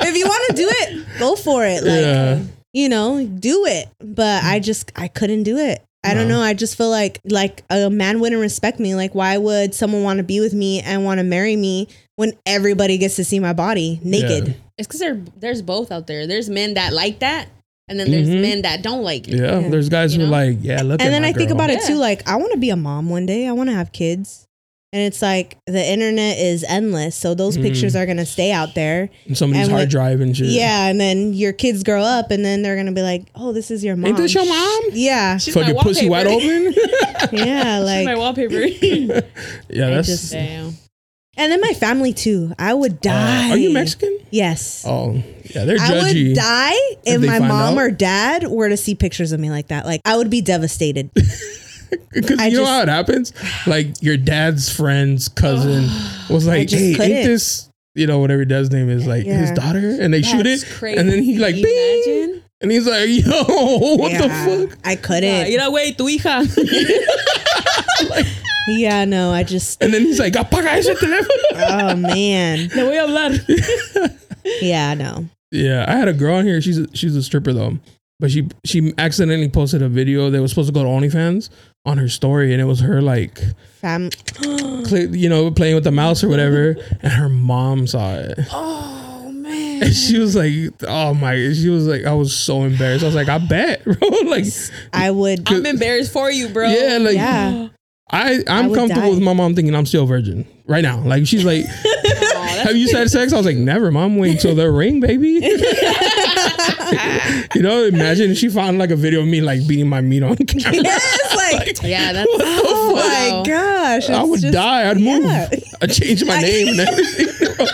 Speaker 2: If you want to do it, go for it. Like
Speaker 1: yeah.
Speaker 2: you know, do it. But I just I couldn't do it. I don't know. I just feel like like a man wouldn't respect me. Like why would someone want to be with me and want to marry me when everybody gets to see my body naked?
Speaker 3: It's because there, there's both out there. There's men that like that, and then there's
Speaker 1: Mhm.
Speaker 3: men that don't like it.
Speaker 1: Yeah.
Speaker 2: Yeah.
Speaker 1: There's guys
Speaker 3: You
Speaker 1: who
Speaker 3: know?
Speaker 1: are like, yeah, look at
Speaker 2: and then
Speaker 1: my
Speaker 2: I think
Speaker 1: girl.
Speaker 2: about it too.
Speaker 3: Yeah.
Speaker 2: Like, I want to be a mom one day. I want to have kids. And it's like the internet is endless. So those
Speaker 1: Mm.
Speaker 2: pictures are going to stay out there.
Speaker 1: And somebody's
Speaker 2: and
Speaker 1: hard
Speaker 2: what-
Speaker 1: drive and shit.
Speaker 2: Yeah. And then your kids grow up and then they're going to be like, oh, this is your mom.
Speaker 1: Ain't this your mom?
Speaker 2: Yeah.
Speaker 3: She's
Speaker 1: Fucking
Speaker 3: my
Speaker 1: pussy wide
Speaker 3: wallpaper.
Speaker 1: open.
Speaker 2: Yeah.
Speaker 3: She's my
Speaker 2: Like,
Speaker 3: wallpaper.
Speaker 1: yeah, that's.
Speaker 2: just-
Speaker 3: Damn.
Speaker 2: and then my family too. I would
Speaker 1: Uh,
Speaker 2: die.
Speaker 1: are you Mexican?
Speaker 2: Yes.
Speaker 1: Oh, yeah, they're
Speaker 2: I
Speaker 1: judgy.
Speaker 2: would die
Speaker 1: If
Speaker 2: if
Speaker 1: they
Speaker 2: my
Speaker 1: find
Speaker 2: mom
Speaker 1: out?
Speaker 2: or dad were to see pictures of me like that. Like, I would be devastated.
Speaker 1: Because you
Speaker 2: I
Speaker 1: know
Speaker 2: just-
Speaker 1: how it happens? Like your dad's friend's cousin was like,
Speaker 2: just
Speaker 1: hey, ain't
Speaker 2: couldn't.
Speaker 1: this, you know, whatever dad's name is, like his
Speaker 2: Yeah.
Speaker 1: daughter? And they shoot it.
Speaker 3: That's crazy.
Speaker 1: And then he like, Bing!
Speaker 3: Imagine.
Speaker 1: and he's like, yo, what
Speaker 2: Yeah.
Speaker 1: the fuck?
Speaker 2: I
Speaker 3: Yeah,
Speaker 2: couldn't.
Speaker 3: you know, wait, tu hija.
Speaker 2: yeah. No, I just,
Speaker 1: And then he's like, apaga ese teléfono.
Speaker 2: oh man.
Speaker 3: Le voy a hablar.
Speaker 2: Yeah. No.
Speaker 1: Yeah, I had a girl on here. She's a, she's a stripper though, but she she accidentally posted a video that was supposed to go to OnlyFans on her story, and it was her like,
Speaker 2: Fam-
Speaker 1: cl- you know, playing with the mouse or whatever, and her mom saw it.
Speaker 3: Oh, man.
Speaker 1: And she was like, "Oh my!" She was like, "I was so embarrassed." I was like, "I bet, bro." like,
Speaker 2: I would.
Speaker 3: I'm embarrassed for you, bro.
Speaker 1: yeah, like
Speaker 2: Yeah.
Speaker 1: I I'm
Speaker 2: would
Speaker 1: comfortable
Speaker 2: die.
Speaker 1: with my mom thinking I'm still a virgin right now. Like she's like, "Have you had sex?" I was like, "Never, mom. Wait till the ring, baby." you know, imagine if she found like a video of me like beating my meat on camera.
Speaker 2: It's like,
Speaker 3: Yeah, that's.
Speaker 2: oh
Speaker 3: Wow.
Speaker 2: my gosh.
Speaker 1: I
Speaker 2: it's
Speaker 1: would
Speaker 2: just-
Speaker 1: die. I'd move.
Speaker 2: yeah.
Speaker 1: I'd change my name and everything.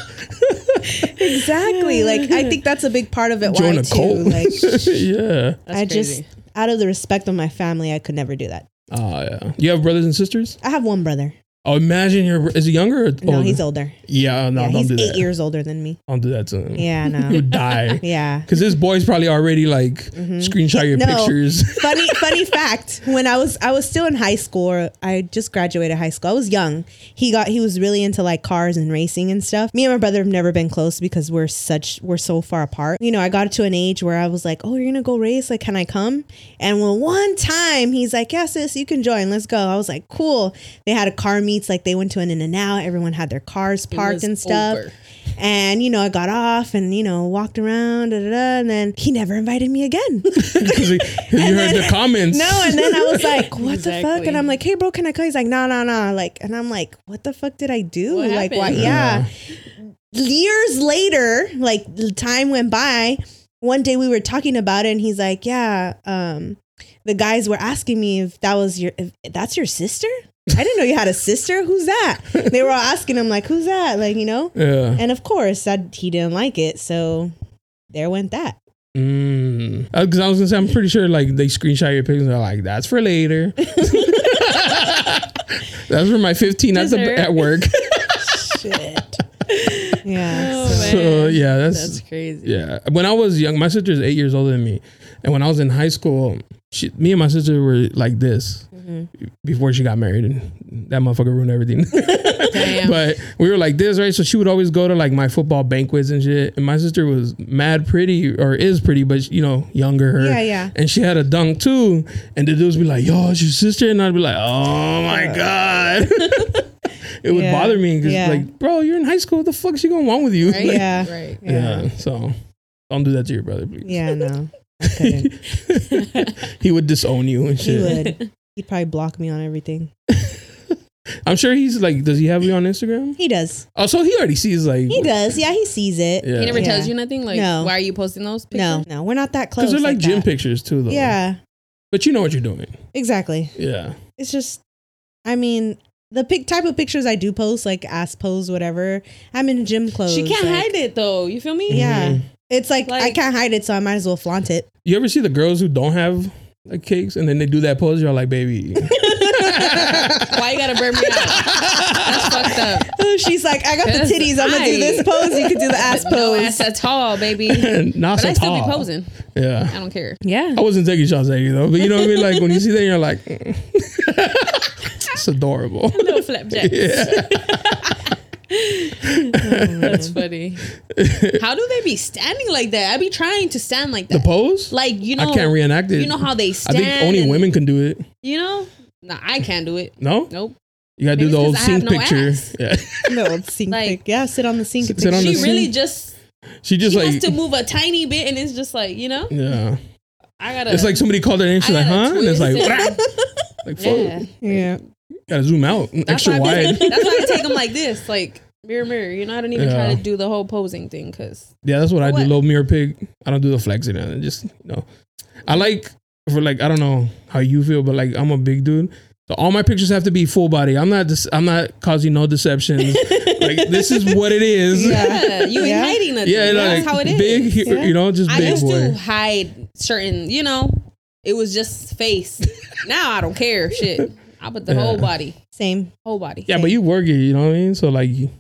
Speaker 2: exactly. Like I think that's a big part of it.
Speaker 1: Join
Speaker 2: why
Speaker 1: a
Speaker 2: too.
Speaker 1: cult.
Speaker 2: Like
Speaker 1: yeah.
Speaker 3: That's
Speaker 2: I
Speaker 3: crazy.
Speaker 2: just out of the respect of my family, I could never do that.
Speaker 1: Oh yeah. You have brothers and sisters?
Speaker 2: I have one brother.
Speaker 1: Oh, imagine your is he younger or older?
Speaker 2: No, he's older.
Speaker 1: Yeah, no,
Speaker 2: yeah,
Speaker 1: don't
Speaker 2: he's
Speaker 1: do
Speaker 2: eight
Speaker 1: that.
Speaker 2: years older than me.
Speaker 1: Don't do that to him.
Speaker 2: Yeah,
Speaker 1: You'll
Speaker 2: no.
Speaker 1: die.
Speaker 2: yeah.
Speaker 1: Because this boy's probably already like screenshot your
Speaker 2: Mm-hmm. No.
Speaker 1: pictures.
Speaker 2: funny funny fact when i was i was still in high school or i just graduated high school i was young he got he was really into like cars and racing and stuff me and my brother have never been close because we're such we're so far apart you know i got to an age where i was like oh you're gonna go race like can i come and well one time he's like yeah sis you can join let's go i was like cool they had a car meets like they went to an in and out everyone had their cars
Speaker 3: It
Speaker 2: parked
Speaker 3: was
Speaker 2: and stuff
Speaker 3: over.
Speaker 2: and you know i got off and you know walked around da, da, da, and then he never invited me again
Speaker 1: 'Cause he- you
Speaker 2: And
Speaker 1: heard
Speaker 2: then-
Speaker 1: the comments.
Speaker 2: no, and then I was like, what the fuck?
Speaker 3: Exactly.
Speaker 2: And I'm like, hey, bro, can I call? He's like, nah, nah, nah. Like, and I'm like, what the fuck did I do?
Speaker 3: What
Speaker 2: like,
Speaker 3: happened?
Speaker 2: Yeah. Years later, like the time went by. One day we were talking about it, and he's like, yeah, um, the guys were asking me if that was your, if that's your sister. I didn't know you had a sister. Who's that? They were all asking him like, who's that? Like, you know.
Speaker 1: Yeah.
Speaker 2: And of course, that he didn't like it, so there went that.
Speaker 1: Mm. Because I was gonna say, I'm pretty sure like they screenshot your pictures. And they're like, that's for later. that's for my 15 at, the,
Speaker 3: Dessert.
Speaker 1: at work.
Speaker 2: Shit. yeah.
Speaker 3: Oh,
Speaker 2: so-
Speaker 3: man.
Speaker 1: so yeah, that's,
Speaker 3: That's crazy.
Speaker 1: yeah. When I was young, my sister's eight years older than me, and when I was in high school, she, me and my sister were like this
Speaker 2: Mm-hmm.
Speaker 1: before she got married, and that motherfucker ruined everything.
Speaker 3: Damn.
Speaker 1: but we were like this, right? So she would always go to like my football banquets and shit. And my sister was mad pretty or is pretty, but you know, younger her.
Speaker 2: Yeah, yeah.
Speaker 1: And she had a dunk too. And the dudes be like, yo, it's your sister. And I'd be like, oh my God. it would
Speaker 2: Yeah,
Speaker 1: bother me because,
Speaker 2: yeah.
Speaker 1: like, bro, you're in high school. What the fuck is she going on with you?
Speaker 3: Right?
Speaker 1: Like,
Speaker 2: Yeah.
Speaker 3: Right.
Speaker 1: yeah.
Speaker 2: Yeah.
Speaker 1: So don't do that to your brother, please.
Speaker 2: Yeah, no. I couldn't.
Speaker 1: he would disown you and
Speaker 2: He
Speaker 1: shit.
Speaker 2: would. He'd probably block me on everything.
Speaker 1: I'm sure he's like, does he have you on Instagram?
Speaker 2: He does.
Speaker 1: Oh, so he already sees like
Speaker 2: He does. Yeah, he sees it.
Speaker 1: Yeah.
Speaker 3: He never
Speaker 2: Yeah.
Speaker 3: tells you nothing. Like,
Speaker 2: No.
Speaker 3: why are you posting those? Pictures?
Speaker 2: No, no, we're not that close.
Speaker 1: because they're like, gym
Speaker 2: that.
Speaker 1: pictures too, though.
Speaker 2: Yeah,
Speaker 1: but you know what you're doing.
Speaker 2: exactly.
Speaker 1: Yeah.
Speaker 2: It's just, I mean, the pic- type of pictures I do post, like ass pose, whatever. I'm in gym
Speaker 1: Oh,
Speaker 2: clothes.
Speaker 3: She can't
Speaker 2: like-
Speaker 3: hide it though. You feel me?
Speaker 2: Yeah.
Speaker 1: Mm-hmm.
Speaker 2: It's like, I
Speaker 3: Like-
Speaker 2: can't hide it, so I might as well flaunt it.
Speaker 1: You ever see the girls who don't have like cakes and then they do that pose? You're like, baby.
Speaker 3: Why you gotta burn me out? That's fucked up.
Speaker 2: She's like, I got the
Speaker 3: That's
Speaker 2: titties. I'm gonna do
Speaker 3: right.
Speaker 2: this pose. You can do the ass
Speaker 3: No ass
Speaker 2: pose.
Speaker 3: at all, baby. But
Speaker 1: Not so
Speaker 3: I still
Speaker 1: tall.
Speaker 3: be posing. I
Speaker 1: Yeah.
Speaker 3: don't care.
Speaker 1: I wasn't taking shots at you though, but you know what I mean? Like when you see that, you're like, mm. it's adorable.
Speaker 3: Little flapjacks.
Speaker 1: Yeah.
Speaker 3: That's funny. How do they be standing like that? I be trying to stand like
Speaker 1: The
Speaker 3: that.
Speaker 1: pose?
Speaker 3: like you know,
Speaker 1: I can't reenact it.
Speaker 3: You know how they
Speaker 1: I
Speaker 3: stand.
Speaker 1: think only
Speaker 3: and-
Speaker 1: women can do it.
Speaker 3: You know, no, I can't do it.
Speaker 1: No?
Speaker 3: Nope.
Speaker 1: You gotta do
Speaker 3: Maybe
Speaker 1: the
Speaker 3: it's
Speaker 1: old
Speaker 3: 'cause I have
Speaker 1: sink
Speaker 3: no
Speaker 1: picture.
Speaker 3: ass.
Speaker 1: Yeah.
Speaker 2: No, it's sink
Speaker 3: Like-
Speaker 2: pic. Yeah, sit on the sink.
Speaker 1: Sit
Speaker 2: pic.
Speaker 1: on the
Speaker 3: She
Speaker 1: sink.
Speaker 3: really just
Speaker 1: She just
Speaker 3: she
Speaker 1: like
Speaker 3: has to move a tiny bit, and it's just like you know,
Speaker 1: Yeah.
Speaker 3: I gotta.
Speaker 1: It's like somebody called her name, she's
Speaker 3: I
Speaker 1: like,
Speaker 3: gotta
Speaker 1: huh? And it's like,
Speaker 3: twist it.
Speaker 1: like fuck.
Speaker 3: yeah.
Speaker 2: Yeah.
Speaker 1: Gotta zoom out.
Speaker 3: That's
Speaker 1: Extra
Speaker 3: why I
Speaker 1: wide.
Speaker 3: be- that's why I take them like this, like mirror, mirror. You know, I don't even
Speaker 1: Yeah.
Speaker 3: try to do the whole posing thing because
Speaker 1: Yeah, that's what I do.
Speaker 3: What?
Speaker 1: Low mirror pig. I don't do the flexing. I just you know. I like for like I don't know how you feel, but like I'm a big dude. So all my pictures have to be full body. I'm not. Dis- I'm not causing no deceptions. like this is what it is. Yeah,
Speaker 2: Yeah.
Speaker 3: you ain't
Speaker 2: Yeah.
Speaker 3: hiding nothing. that's
Speaker 1: like
Speaker 3: how it is.
Speaker 1: big. he-
Speaker 2: Yeah.
Speaker 1: You know, just
Speaker 3: I
Speaker 1: big
Speaker 3: used
Speaker 1: boy.
Speaker 3: to hide certain, you know, it was just face. now I don't care. Shit, I put the whole
Speaker 1: Yeah.
Speaker 3: body,
Speaker 2: Same.
Speaker 3: whole body.
Speaker 1: Yeah, but you work it. You know what I mean. So like, you-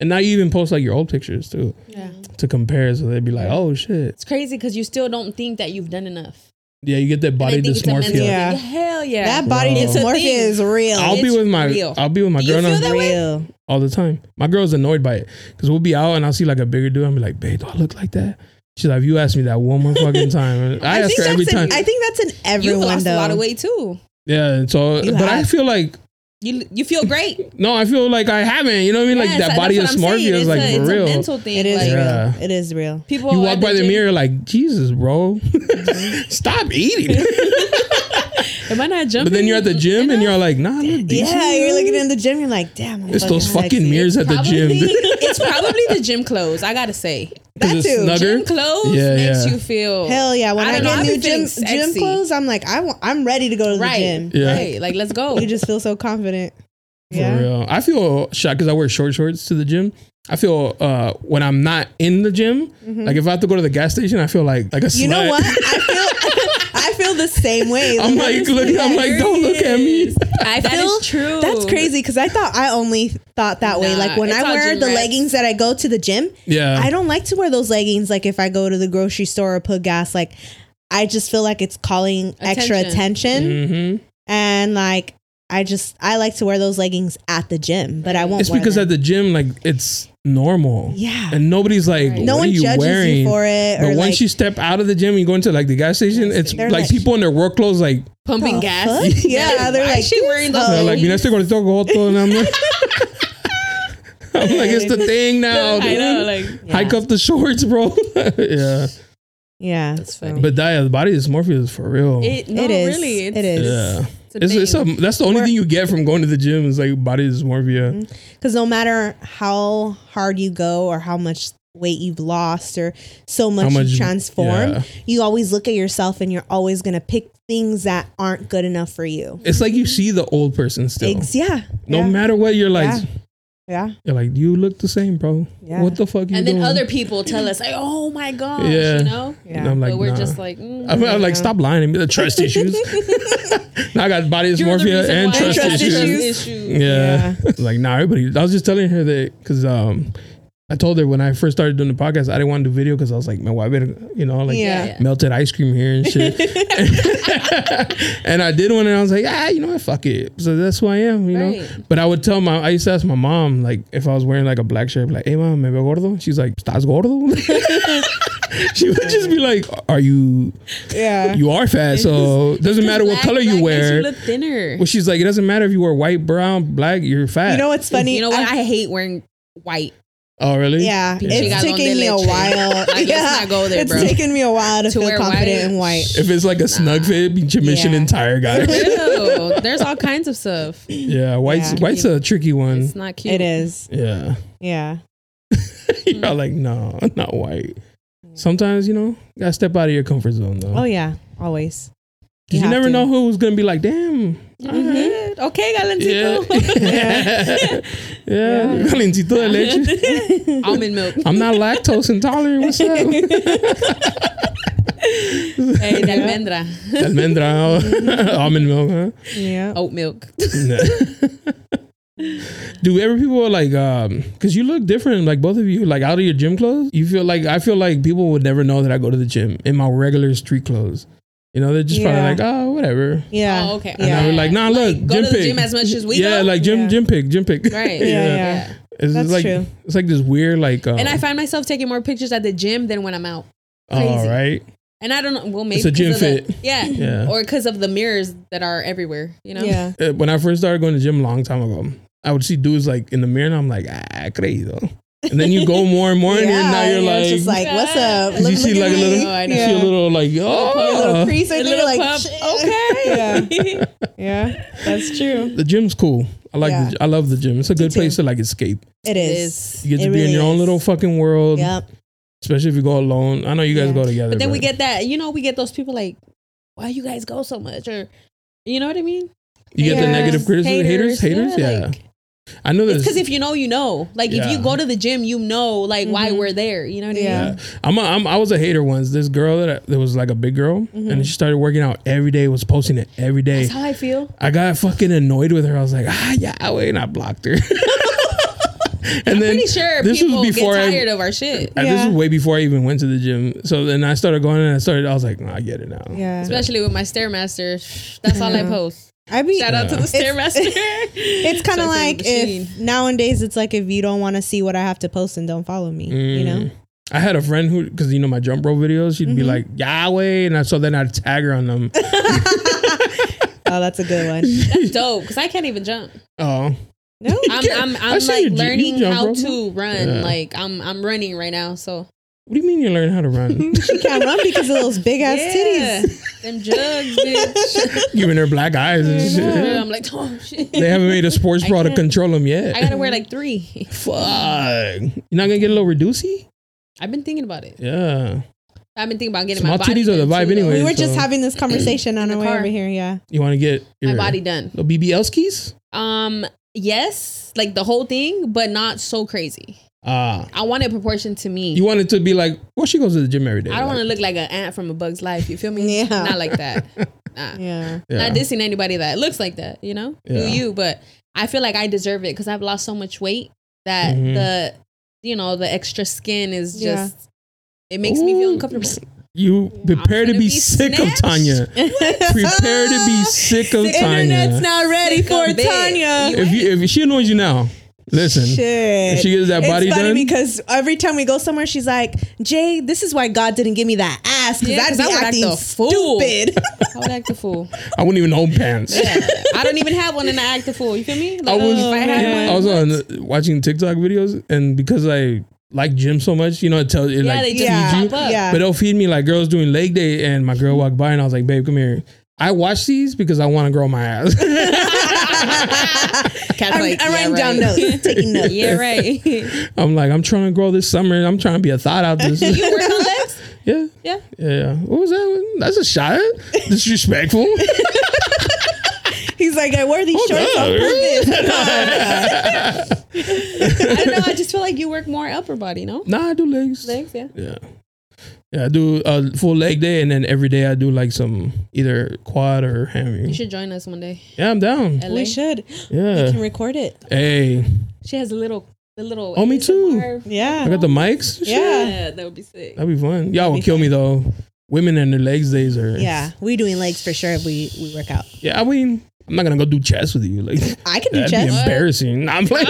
Speaker 1: and now you even post like your old pictures too
Speaker 3: Yeah.
Speaker 1: to compare. So they'd be like, oh shit.
Speaker 3: It's crazy because you still don't think that you've done enough.
Speaker 1: Yeah, you get that
Speaker 3: And I
Speaker 1: body
Speaker 3: think it's a mental
Speaker 1: dysmorphia.
Speaker 2: Yeah.
Speaker 3: thing. Hell yeah.
Speaker 2: That body
Speaker 1: Wow. It's a
Speaker 2: dysmorphia
Speaker 3: thing.
Speaker 2: is real.
Speaker 1: I'll be
Speaker 3: It's
Speaker 1: with my.
Speaker 3: real.
Speaker 1: I'll be with my
Speaker 3: Do you
Speaker 1: girl. now.
Speaker 3: feel that way?
Speaker 2: real.
Speaker 1: all the time. My girl's annoyed by it because we'll be out and I'll see like a bigger dude. I'm like, babe, do I look like that? She's like, you asked me that one more fucking time. I, ask
Speaker 2: think
Speaker 1: her
Speaker 2: that's
Speaker 1: every
Speaker 2: in,
Speaker 1: time.
Speaker 2: I think that's in
Speaker 3: You've
Speaker 2: everyone
Speaker 3: lost
Speaker 2: though.
Speaker 3: a lot of weight too.
Speaker 1: yeah, and so
Speaker 2: You
Speaker 1: but I
Speaker 2: have.
Speaker 1: feel like
Speaker 3: You you feel great.
Speaker 1: no, I feel like I haven't. You know what I mean?
Speaker 3: Yes,
Speaker 1: like that
Speaker 3: that's
Speaker 1: body
Speaker 3: what I'm saying.
Speaker 1: dysmorphia is
Speaker 3: It's
Speaker 1: like
Speaker 3: a,
Speaker 1: for
Speaker 3: it's
Speaker 1: real.
Speaker 3: A mental thing.
Speaker 2: It is
Speaker 3: Like,
Speaker 1: Yeah.
Speaker 2: real. It is real.
Speaker 3: People
Speaker 1: you
Speaker 3: at
Speaker 1: walk by the
Speaker 3: gym-
Speaker 1: mirror like Jesus, bro. Stop eating.
Speaker 3: Am I not jumping?
Speaker 1: but then you're at the gym and you're like, nah, I look decent.
Speaker 2: Yeah, you're looking in the gym. You're like, damn. I'm
Speaker 1: It's those fucking
Speaker 2: sexy.
Speaker 1: mirrors at the gym.
Speaker 3: Probably- it's probably the gym clothes. I gotta say,
Speaker 1: 'Cause
Speaker 2: That
Speaker 1: it's
Speaker 2: too.
Speaker 1: snugger.
Speaker 3: gym clothes
Speaker 1: Yeah,
Speaker 3: makes
Speaker 1: yeah.
Speaker 3: you feel
Speaker 2: Hell yeah! When I,
Speaker 3: don't know,
Speaker 2: get
Speaker 3: I've
Speaker 2: new
Speaker 3: been feeling
Speaker 2: gym gym
Speaker 3: sexy.
Speaker 2: clothes, I'm like, I want, I'm ready to go to the
Speaker 3: right?
Speaker 2: gym.
Speaker 1: Yeah.
Speaker 3: Right? Like let's go.
Speaker 2: You just feel so confident.
Speaker 1: For
Speaker 2: Yeah.
Speaker 1: real. I feel shot because I wear short shorts to the gym. I feel uh, when I'm not in the gym, like if I have to go to the gas station, I feel like like a
Speaker 2: Mm-hmm. You know
Speaker 1: slut.
Speaker 2: what? I feel I feel the same way.
Speaker 1: I'm like, look, I'm like, don't look at me.
Speaker 3: I
Speaker 2: That
Speaker 3: feel
Speaker 2: is
Speaker 3: true.
Speaker 2: That's crazy because I thought I only thought that way.
Speaker 3: Nah,
Speaker 2: Like when
Speaker 3: it's
Speaker 2: I
Speaker 3: all
Speaker 2: wear
Speaker 3: gym
Speaker 2: the
Speaker 3: rats.
Speaker 2: leggings that I go to the gym,
Speaker 1: Yeah.
Speaker 2: I don't like to wear those leggings. Like if I go to the grocery store or put gas, like I just feel like it's calling extra
Speaker 3: Attention.
Speaker 2: attention.
Speaker 1: hmm
Speaker 2: And like I just I like to wear those leggings at the gym, but I won't.
Speaker 1: It's
Speaker 2: wear
Speaker 1: because
Speaker 2: them.
Speaker 1: at the gym, like it's normal.
Speaker 2: Yeah.
Speaker 1: And nobody's like,
Speaker 3: Right.
Speaker 1: what
Speaker 2: no
Speaker 1: are
Speaker 2: one
Speaker 1: you
Speaker 2: judges
Speaker 1: wearing?
Speaker 2: you for it.
Speaker 1: But
Speaker 2: Or
Speaker 1: once
Speaker 2: like,
Speaker 1: you step out of the gym and go into like the gas station, it's
Speaker 2: They're
Speaker 1: like,
Speaker 2: like-
Speaker 1: people in their work clothes like
Speaker 3: Pumping
Speaker 2: The
Speaker 3: gas.
Speaker 2: fuck? Yeah, they're
Speaker 3: Why
Speaker 2: like,
Speaker 3: is she wearing those?
Speaker 2: Oh,
Speaker 1: they're like,
Speaker 3: leggings?
Speaker 1: "Mira, estoy con esto gordo," and I'm like, I'm like, it's the thing now.
Speaker 3: I
Speaker 1: dude.
Speaker 3: know, like
Speaker 1: Hike up the shorts, bro. yeah.
Speaker 2: yeah,
Speaker 3: That's
Speaker 2: so-
Speaker 3: funny.
Speaker 1: But that, the body dysmorphia is for real.
Speaker 3: it. No,
Speaker 2: It is.
Speaker 3: really,
Speaker 2: It
Speaker 3: it's,
Speaker 2: is.
Speaker 1: yeah.
Speaker 3: It's a
Speaker 1: It's, it's a,
Speaker 3: thing.
Speaker 1: that's the only
Speaker 2: We're-
Speaker 1: thing you get from going to the gym is like body dysmorphia.
Speaker 2: Because no matter how hard you go or how much weight you've lost or so much,
Speaker 1: much-
Speaker 2: you transform,
Speaker 1: yeah.
Speaker 2: you always look at yourself and you're always going to pick things that aren't good enough for you.
Speaker 1: It's like you see the old person still.
Speaker 2: Ex- yeah.
Speaker 1: No
Speaker 2: yeah,
Speaker 1: matter what, you're like,
Speaker 2: Yeah. Yeah.
Speaker 1: you're like, you look the same, bro.
Speaker 2: Yeah.
Speaker 1: What the fuck? You
Speaker 3: And then
Speaker 1: doing?"
Speaker 3: other people tell us, like, "Oh my gosh,"
Speaker 1: Yeah.
Speaker 3: you know.
Speaker 2: Yeah.
Speaker 1: And I'm like,
Speaker 3: but we're
Speaker 1: nah.
Speaker 3: just like, mm,
Speaker 1: I'm, I'm like,
Speaker 2: Yeah.
Speaker 1: stop lying to me. The trust issues. now I got body
Speaker 3: you're the
Speaker 1: dysmorphia
Speaker 3: reason
Speaker 1: and
Speaker 3: why
Speaker 1: trust,
Speaker 3: I have
Speaker 2: Trust
Speaker 1: issues.
Speaker 2: issues.
Speaker 3: issues.
Speaker 1: Yeah.
Speaker 2: Yeah.
Speaker 1: like, nah, everybody. I was just telling her that because um, I told her when I first started doing the podcast, I didn't want to do video because I was like, man, why better, you know, like
Speaker 2: Yeah.
Speaker 3: Yeah.
Speaker 1: melted ice cream here and shit. and I did one and I was like, ah, you know what? Fuck it. So that's who I am, you know?
Speaker 3: Right.
Speaker 1: But I would tell my, I used to ask my mom, like, if I was wearing like a black shirt, like, hey, mom, me veo gordo? She's like, estás gordo? she would just be like, are you,
Speaker 2: Yeah.
Speaker 1: you are fat, so doesn't matter what
Speaker 3: Black-
Speaker 1: color you
Speaker 3: black makes
Speaker 1: wear.
Speaker 3: You look thinner.
Speaker 1: Well, she's like, it doesn't matter if you wear white, brown, black, you're fat.
Speaker 2: You know what's funny?
Speaker 3: You know what?
Speaker 2: I-
Speaker 3: I, hate wearing white.
Speaker 1: Oh, really?
Speaker 2: yeah,
Speaker 3: She
Speaker 2: it's
Speaker 3: got on
Speaker 2: taking
Speaker 3: the
Speaker 2: me a
Speaker 3: leche.
Speaker 2: while.
Speaker 3: Like, let's
Speaker 2: yeah,
Speaker 3: not go there,
Speaker 2: it's
Speaker 3: bro.
Speaker 2: taking me a while to,
Speaker 3: To
Speaker 2: feel
Speaker 3: wear
Speaker 2: confident
Speaker 3: white?
Speaker 2: in white.
Speaker 1: If it's like a snug fit, be Mission
Speaker 2: Yeah.
Speaker 1: entire guy.
Speaker 3: Ew, there's all kinds of stuff.
Speaker 1: yeah, white's
Speaker 2: Yeah.
Speaker 1: white's a tricky one.
Speaker 3: It's not cute.
Speaker 2: It is,
Speaker 1: Yeah,
Speaker 2: yeah.
Speaker 1: you're
Speaker 2: Mm-hmm.
Speaker 1: like, no, not white. Sometimes you know, you gotta step out of your comfort zone though.
Speaker 2: Oh yeah, always.
Speaker 1: 'Cause you
Speaker 2: have
Speaker 1: never
Speaker 2: to.
Speaker 1: know who was gonna be like, damn. alright,
Speaker 3: Mhm. Okay,
Speaker 1: Yeah.
Speaker 3: Galencito.
Speaker 1: yeah. Calientito de leche.
Speaker 3: Almond milk.
Speaker 1: I'm not lactose intolerant. What's up?
Speaker 3: Hey, Eh, de almendra.
Speaker 1: Almendra, almond milk, huh?
Speaker 2: Yeah,
Speaker 3: Oat milk.
Speaker 1: Nah. Do ever people like um cuz you look different like both of you like out of your gym clothes? You feel like I feel like people would never know that I go to the gym in my regular street clothes. You know, they're just
Speaker 2: Yeah.
Speaker 1: probably like, "Oh, whatever."
Speaker 2: yeah.
Speaker 3: Oh, okay.
Speaker 1: And
Speaker 2: Yeah.
Speaker 1: I was like, "Nah,
Speaker 3: Like,
Speaker 1: look,
Speaker 3: go
Speaker 1: gym
Speaker 3: to the
Speaker 1: pick."
Speaker 3: gym as much as we
Speaker 1: Yeah,
Speaker 3: go?
Speaker 1: like gym
Speaker 2: Yeah.
Speaker 1: gym pick, gym pick.
Speaker 3: Right.
Speaker 2: Yeah, yeah.
Speaker 1: It's just
Speaker 2: That's
Speaker 1: like
Speaker 2: true.
Speaker 1: it's like this weird like um,
Speaker 3: And I find myself taking more pictures at the gym than when I'm out.
Speaker 1: all
Speaker 3: crazy.
Speaker 1: right.
Speaker 3: And I don't know. Well, maybe
Speaker 1: It's a gym
Speaker 3: 'cause of the-
Speaker 1: fit.
Speaker 3: yeah.
Speaker 1: Yeah.
Speaker 3: Or because of the mirrors that are everywhere. You know.
Speaker 2: yeah.
Speaker 1: Uh, When I first started going to the gym a long time ago, I would see dudes like in the mirror and I'm like, "Ah, crazy." And then you go more and more and then now you're
Speaker 2: and
Speaker 1: like,
Speaker 2: it's just like, what's up?
Speaker 1: Cause you see
Speaker 2: at
Speaker 1: like a
Speaker 2: me.
Speaker 1: little,
Speaker 3: Oh, I know.
Speaker 1: you see a
Speaker 2: Yeah.
Speaker 1: little like, oh,
Speaker 2: little crease right
Speaker 3: The
Speaker 2: there,
Speaker 3: little
Speaker 2: like,
Speaker 3: pup.
Speaker 2: okay, yeah, yeah, that's true.
Speaker 1: the gym's cool. I like,
Speaker 2: Yeah.
Speaker 1: the, I love the gym. It's a good
Speaker 2: too.
Speaker 1: place to like escape.
Speaker 2: It
Speaker 3: It
Speaker 2: is.
Speaker 3: is.
Speaker 1: You get to
Speaker 2: It
Speaker 1: be in
Speaker 2: really
Speaker 1: your own
Speaker 2: is.
Speaker 1: little fucking world,
Speaker 2: Yep.
Speaker 1: especially if you go alone. I know you guys
Speaker 2: Yeah.
Speaker 1: go together,
Speaker 3: But then we get that. You know, we get those people like, why you guys go so much? Or, you know what I mean?
Speaker 1: you get the
Speaker 2: haters,
Speaker 1: negative criticism, haters, haters. Yeah,
Speaker 3: like,
Speaker 1: I know
Speaker 3: it's
Speaker 1: this.
Speaker 3: because if you know, you know. Like if
Speaker 1: Yeah.
Speaker 3: you go to the gym, you know, like why
Speaker 2: Mhm.
Speaker 3: we're there. You know what I
Speaker 2: Yeah.
Speaker 3: mean?
Speaker 1: Yeah. I'm, a, I'm I was a hater once. This girl that, I, that was like a big girl, and she started working out every day. Was posting it every day.
Speaker 3: That's how I feel.
Speaker 1: I got fucking annoyed with her. I was like, ah, yeah, wait, and I blocked her. and then
Speaker 3: Pretty sure people get tired of our shit.
Speaker 1: And this
Speaker 2: Yeah.
Speaker 1: is way before I even went to the gym. So then I started going and I started, I was like, "Nah, I get it now.
Speaker 2: Yeah.
Speaker 3: Especially with my Stairmaster. That's all I post.
Speaker 2: I mean,
Speaker 3: Shout out to the
Speaker 1: It's-
Speaker 3: Stairmaster.
Speaker 2: it's kind of
Speaker 3: Shout out to the
Speaker 2: like
Speaker 3: machine.
Speaker 2: if nowadays it's like if you don't want to see what I have to post and don't follow me, you know?
Speaker 1: Mm. I had a friend who, because you know my jump rope videos, she'd be
Speaker 3: Mm-hmm.
Speaker 1: like, Yahweh. And I, so then I'd tag her on them.
Speaker 2: Oh, that's a good one.
Speaker 3: That's dope because I can't even jump.
Speaker 1: oh,
Speaker 2: No,
Speaker 3: I'm
Speaker 1: can't-
Speaker 3: I'm,
Speaker 1: I
Speaker 3: I'm
Speaker 1: see you ju- you
Speaker 3: like learning
Speaker 1: jump
Speaker 3: how
Speaker 1: rope.
Speaker 3: to run.
Speaker 1: E Yeah.
Speaker 3: Like I'm I'm running right now. So
Speaker 1: what do you mean you learn how to run?
Speaker 2: she can't run because of those big ass
Speaker 3: Yeah.
Speaker 2: titties.
Speaker 3: Them jugs, bitch.
Speaker 1: Giving her black eyes and shit.
Speaker 3: I'm like, oh shit.
Speaker 1: They haven't made a sports bra to
Speaker 3: can't-
Speaker 1: control them yet.
Speaker 3: I gotta wear like three.
Speaker 1: Fuck. You're not going to get a little reducey?
Speaker 3: I've been thinking about it.
Speaker 1: Yeah.
Speaker 3: I've been thinking about getting
Speaker 1: Small
Speaker 3: my body
Speaker 1: titties are the
Speaker 3: done,
Speaker 1: vibe
Speaker 3: too, though.
Speaker 1: anyway.
Speaker 2: We were
Speaker 1: So-
Speaker 2: just having this conversation on
Speaker 3: In
Speaker 2: our
Speaker 3: the
Speaker 2: way
Speaker 3: car.
Speaker 2: over here. Yeah.
Speaker 1: You want to get your
Speaker 3: My body done.
Speaker 1: little BBL skis?
Speaker 3: Um, yes, like the whole thing, but not so crazy.
Speaker 1: Ah,
Speaker 3: I want it proportioned to me.
Speaker 1: you want it to be like, well, she goes to the gym every day.
Speaker 3: I don't want to
Speaker 1: like,
Speaker 3: look like an ant from a bug's life. You feel me?
Speaker 2: Yeah.
Speaker 3: Not like that. Nah.
Speaker 2: Yeah.
Speaker 1: yeah.
Speaker 3: Not dissing anybody that looks like that, you know?
Speaker 1: Yeah.
Speaker 3: Do you, but I feel like I deserve it because I've lost so much weight that
Speaker 1: Mhm.
Speaker 3: the you know, the extra skin is
Speaker 2: Yeah.
Speaker 3: just it makes me feel
Speaker 1: Ooh.
Speaker 3: uncomfortable.
Speaker 1: You prepare to
Speaker 3: gonna
Speaker 1: be,
Speaker 3: be
Speaker 1: sick
Speaker 3: snatched.
Speaker 1: of Tanya. prepare to be sick of
Speaker 2: The
Speaker 1: Tanya.
Speaker 2: internet's not ready
Speaker 3: Sick
Speaker 2: for
Speaker 3: of it.
Speaker 2: Tanya.
Speaker 1: if you if she annoys you now, listen.
Speaker 2: Shit.
Speaker 1: If she gets that
Speaker 2: it's
Speaker 1: body
Speaker 2: funny
Speaker 1: done-
Speaker 2: because every time we go somewhere, she's like, "Jay, this is why God didn't give me that ass because
Speaker 3: Yeah, 'cause
Speaker 2: I'd be
Speaker 3: I would act
Speaker 2: acting
Speaker 3: a fool."
Speaker 2: stupid."
Speaker 3: I would act a fool.
Speaker 1: I wouldn't even own pants.
Speaker 3: Yeah. I don't even have one and I act a fool. You feel me?
Speaker 1: I
Speaker 3: Like oh,
Speaker 1: was
Speaker 3: if I had
Speaker 1: yeah,
Speaker 3: one.
Speaker 1: I was on the- watching TikTok videos, and because I like gym so much, you know, it tells it
Speaker 3: Yeah,
Speaker 1: like
Speaker 3: they
Speaker 1: feeds
Speaker 3: just
Speaker 2: Yeah.
Speaker 1: you.
Speaker 3: pop up.
Speaker 2: Yeah.
Speaker 1: But it'll feed me like girls doing leg day, and my girl walked by, and I was like, "Babe, come here." I watch these because I want to grow my ass.
Speaker 3: Cat's
Speaker 2: I'm,
Speaker 3: like,
Speaker 2: I'm
Speaker 3: yeah,
Speaker 2: writing down
Speaker 3: right.
Speaker 2: notes, taking notes.
Speaker 3: Yeah, right. you
Speaker 1: I'm like, I'm trying to grow this summer. and I'm trying to be a thought out this.
Speaker 3: work on legs?
Speaker 1: yeah,
Speaker 3: Yeah.
Speaker 1: yeah. What was that? That's a shot. Disrespectful.
Speaker 2: He's like, "I wore
Speaker 1: Oh,
Speaker 2: these shorts on purpose."
Speaker 3: I don't know. I just feel like you work more upper body, no?
Speaker 1: nah, I do legs.
Speaker 3: Legs, yeah.
Speaker 1: Yeah. Yeah, I do a full leg day, and then every day I do like some either quad or
Speaker 3: You
Speaker 1: hammy.
Speaker 3: should join us one day.
Speaker 1: Yeah, I'm down.
Speaker 3: LA.
Speaker 2: we should.
Speaker 1: Yeah.
Speaker 2: We can record it.
Speaker 1: Hey,
Speaker 3: She has a little, the little.
Speaker 1: Oh, me too.
Speaker 3: ASMR.
Speaker 1: I
Speaker 2: Yeah.
Speaker 1: got the mics. and shit.
Speaker 2: Yeah.
Speaker 3: that would be sick.
Speaker 1: that'd be fun. Y'all will
Speaker 2: be
Speaker 1: kill me though. Women and their legs days are.
Speaker 2: Yeah, we doing legs for sure. If we we work out.
Speaker 1: Yeah, I mean, I'm not gonna go do chest with you. Like
Speaker 2: I can do
Speaker 1: that'd be
Speaker 2: chest.
Speaker 1: embarrassing. Nah, I'm playing.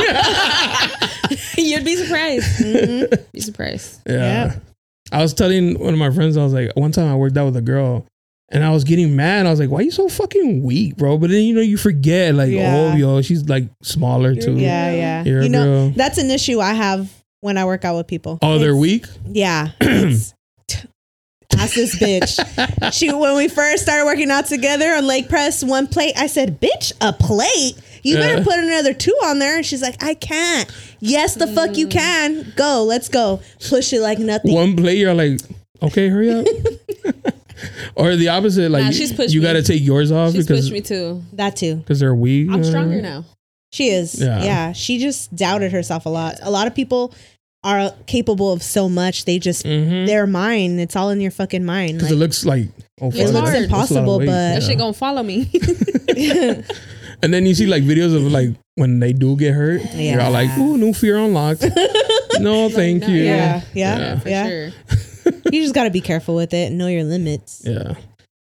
Speaker 3: You'd be surprised.
Speaker 2: Mhm.
Speaker 3: be surprised.
Speaker 1: Yeah.
Speaker 2: Yeah.
Speaker 1: I was telling one of my friends, I was like, one time I worked out with a girl and I was getting mad. I was like, why you so fucking weak, bro? But then, you know, you forget, like,
Speaker 2: Yeah.
Speaker 1: oh, yo, she's like smaller too.
Speaker 2: Yeah, yeah.
Speaker 1: You're a
Speaker 2: you know,
Speaker 1: girl.
Speaker 2: that's an issue I have when I work out with people.
Speaker 1: Oh, they're
Speaker 2: It's-
Speaker 1: weak?
Speaker 2: Yeah. it's- Ask this bitch. She when we first started working out together on leg press, one plate. I said, "Bitch, a plate? You better
Speaker 1: Yeah.
Speaker 2: put another two on there." And she's like, "I can't." Yes, the fuck
Speaker 3: Mm.
Speaker 2: you can. Go, let's go. Push it like nothing.
Speaker 1: One play, you're like, okay, hurry up. or the opposite, like,
Speaker 3: Nah, she's pushed
Speaker 1: you
Speaker 3: me.
Speaker 1: got to take yours off
Speaker 3: She's
Speaker 1: because
Speaker 3: pushed me too.
Speaker 2: That too.
Speaker 1: because they're weak.
Speaker 3: I'm
Speaker 1: you know what I
Speaker 3: stronger
Speaker 1: mean?
Speaker 3: now.
Speaker 2: She is.
Speaker 1: Yeah.
Speaker 2: Yeah. She just doubted herself a lot. A lot of people are capable of so much. They just
Speaker 1: Mhm.
Speaker 2: their mind. It's all in your fucking mind.
Speaker 1: Because
Speaker 2: Like,
Speaker 1: it looks like, oh, fuck,
Speaker 3: looks
Speaker 1: that's- that's a lot of
Speaker 2: impossible,
Speaker 1: weight.
Speaker 2: but-
Speaker 3: That
Speaker 1: Yeah.
Speaker 3: shit gonna follow me.
Speaker 1: And then you see like videos of like when they do get hurt, you're all like, "Ooh, new fear unlocked." no, thank
Speaker 3: no,
Speaker 1: you.
Speaker 2: yeah, yeah,
Speaker 1: Yeah,
Speaker 2: yeah.
Speaker 3: for sure.
Speaker 2: You just got to be careful with it. and Know your limits.
Speaker 1: Yeah.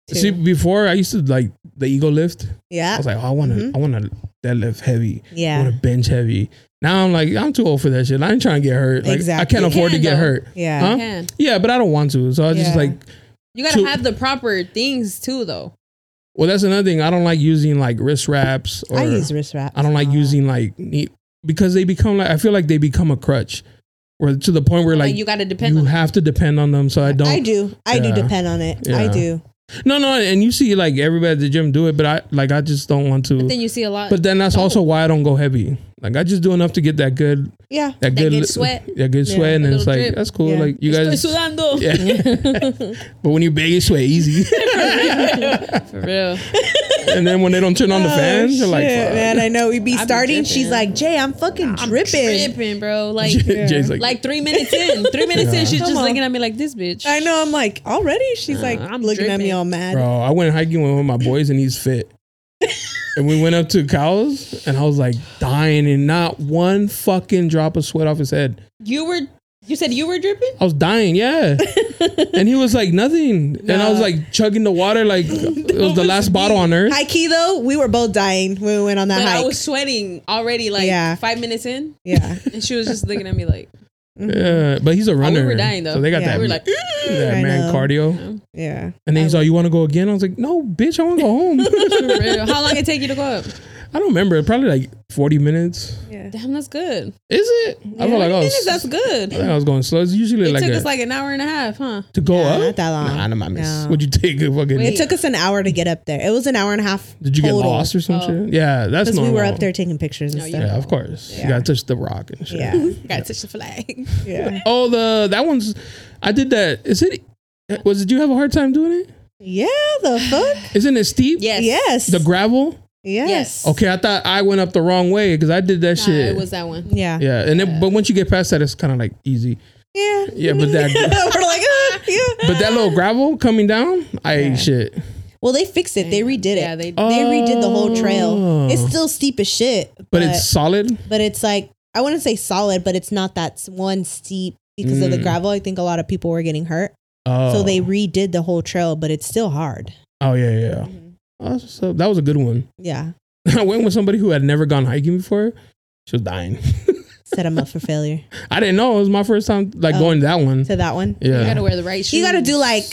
Speaker 2: Too.
Speaker 1: See, before I used to like the ego lift. I
Speaker 2: Yeah.
Speaker 1: was like, "Oh, I want to, I want to deadlift heavy.
Speaker 2: Yeah.
Speaker 1: I want to bench heavy." Now I'm like, I'm too old for that shit. I ain't trying to get hurt. Like, I
Speaker 2: Exactly.
Speaker 1: can't
Speaker 2: You
Speaker 1: afford
Speaker 3: can,
Speaker 1: to get
Speaker 3: though.
Speaker 1: hurt.
Speaker 2: Yeah.
Speaker 1: Huh?
Speaker 3: You can.
Speaker 1: Yeah, but I don't want to. So I just
Speaker 2: Yeah.
Speaker 1: like,
Speaker 3: You gotta
Speaker 1: So-
Speaker 3: have the proper things too, though.
Speaker 1: well, that's another thing. I don't like using like wrist wraps. Or,
Speaker 2: I use wrist wraps.
Speaker 1: I don't like
Speaker 2: now.
Speaker 1: using like knee because they become like I feel like they become a crutch, or to the point where
Speaker 3: Like,
Speaker 1: like
Speaker 3: you gotta depend
Speaker 1: you
Speaker 3: on.
Speaker 1: have to depend on them. So I don't.
Speaker 2: I do. I
Speaker 1: Yeah.
Speaker 2: do depend on it. I
Speaker 1: Yeah.
Speaker 2: do.
Speaker 1: No, no, and you see like everybody at the gym do it, but I like I just don't want to. But
Speaker 3: But then
Speaker 1: then,
Speaker 3: you see a lot.
Speaker 1: that's also why I don't go heavy. Like I just do enough to get that good,
Speaker 2: Yeah.
Speaker 1: that,
Speaker 3: That
Speaker 1: good,
Speaker 3: good
Speaker 1: li-
Speaker 3: sweat.
Speaker 1: Yeah, good
Speaker 2: Yeah.
Speaker 1: sweat, and
Speaker 3: That
Speaker 1: then it's
Speaker 3: little
Speaker 1: like
Speaker 3: drip.
Speaker 1: that's cool.
Speaker 2: Yeah.
Speaker 1: Like you
Speaker 3: Estoy
Speaker 1: guys,
Speaker 3: sudando.
Speaker 1: but when you beg, you sweat easy,
Speaker 3: For real.
Speaker 1: and then when they don't turn on the
Speaker 3: Oh,
Speaker 1: fans, you're like,
Speaker 2: Oh, Shit,
Speaker 1: fuck.
Speaker 2: man, I know we be
Speaker 3: be
Speaker 2: starting. She's
Speaker 3: dripping.
Speaker 2: like, Jay, I'm fucking dripping.
Speaker 3: Tripping, bro. Like,
Speaker 1: Jay's like,
Speaker 3: like three minutes in. Three minutes in, she's
Speaker 2: Come
Speaker 3: just
Speaker 2: on.
Speaker 3: looking at me like this, bitch.
Speaker 2: I know. I'm like, already? She's like,
Speaker 3: I'm
Speaker 2: looking at me
Speaker 3: dripping.
Speaker 2: all mad.
Speaker 1: bro, I went hiking with one of my boys, and he's fit. and we went up to cows, and I was like dying, and not one fucking drop of sweat off his head.
Speaker 3: You were. You said you were dripping.
Speaker 1: I was dying, yeah. and he was like nothing, and I was like chugging the water like it was the last bottle on earth.
Speaker 2: High key, though, we were both dying when we went on that
Speaker 3: But I
Speaker 2: hike.
Speaker 3: was sweating already, like
Speaker 2: Yeah.
Speaker 3: five minutes in,
Speaker 2: yeah.
Speaker 3: and she was just looking at me like,
Speaker 1: Yeah, but he's a runner.
Speaker 3: were dying, though.
Speaker 1: So they got
Speaker 2: Yeah.
Speaker 1: that.
Speaker 3: we were like,
Speaker 1: that
Speaker 2: I
Speaker 1: man
Speaker 2: know.
Speaker 1: cardio.
Speaker 2: Yeah.
Speaker 1: And then he's like, "You want to go again?" I was like, "No, bitch, I want to go home." I
Speaker 3: "For real? how long it take you to go up?
Speaker 1: don't remember. Probably like forty minutes.
Speaker 3: Damn, that's good.
Speaker 1: Is it? I feel like I
Speaker 3: Minutes,
Speaker 1: was.
Speaker 3: that's good.
Speaker 1: I think I was going slow. It's usually
Speaker 3: It
Speaker 1: like,
Speaker 3: took
Speaker 1: a,
Speaker 3: us like an hour and a half, huh?
Speaker 1: to go
Speaker 2: Nah,
Speaker 1: up.
Speaker 2: not that long.
Speaker 1: Nah, no, my miss.
Speaker 2: No.
Speaker 1: Would you take a fucking?
Speaker 2: It took us an hour to get up there. It was an hour and a half.
Speaker 1: did you get lost or some shit? Yeah, that's
Speaker 2: Because
Speaker 1: normal.
Speaker 2: Oh. we were up there taking pictures and
Speaker 3: No, you-
Speaker 1: Yeah,
Speaker 2: stuff.
Speaker 1: of course. You
Speaker 2: Yeah.
Speaker 1: gotta touch the rock and shit.
Speaker 2: Yeah.
Speaker 3: Gotta touch the flag.
Speaker 2: Yeah.
Speaker 1: Oh, the that one's. I did that. Is it? Was it? Do you have a hard time doing it?
Speaker 2: Yeah. The fuck?
Speaker 1: Isn't it steep?
Speaker 3: Yes.
Speaker 2: Yes.
Speaker 1: The gravel.
Speaker 2: Yes.
Speaker 1: Okay, I thought I went up the wrong way because I did that
Speaker 3: Nah,
Speaker 1: shit.
Speaker 3: it was that one.
Speaker 2: Yeah. Yeah.
Speaker 1: yeah, and then but once you get past that, it's kind of like easy.
Speaker 2: Yeah.
Speaker 1: Yeah, but that
Speaker 2: We're like, ah, yeah.
Speaker 1: but that little gravel coming down, I ate shit.
Speaker 2: Well, they fixed it. They redid it.
Speaker 3: Yeah, they-
Speaker 1: Oh,
Speaker 2: they redid the whole trail. It's still steep as shit, but,
Speaker 1: But it's solid.
Speaker 2: but it's like I wouldn't say solid, but it's not that s- one steep because of the
Speaker 1: Mm.
Speaker 2: gravel. I think a lot of people were getting hurt,
Speaker 1: Oh,
Speaker 2: so they redid the whole trail, but it's still hard.
Speaker 1: Oh yeah, yeah. Oh, so that was a good one.
Speaker 2: Yeah,
Speaker 1: I went with somebody who had never gone hiking before. She was dying.
Speaker 2: set them up for failure.
Speaker 1: I didn't know it was my first time like
Speaker 2: Oh.
Speaker 1: going to that one.
Speaker 2: To that one,
Speaker 3: You gotta
Speaker 1: Yeah.
Speaker 3: wear the right shoes.
Speaker 2: you got to do like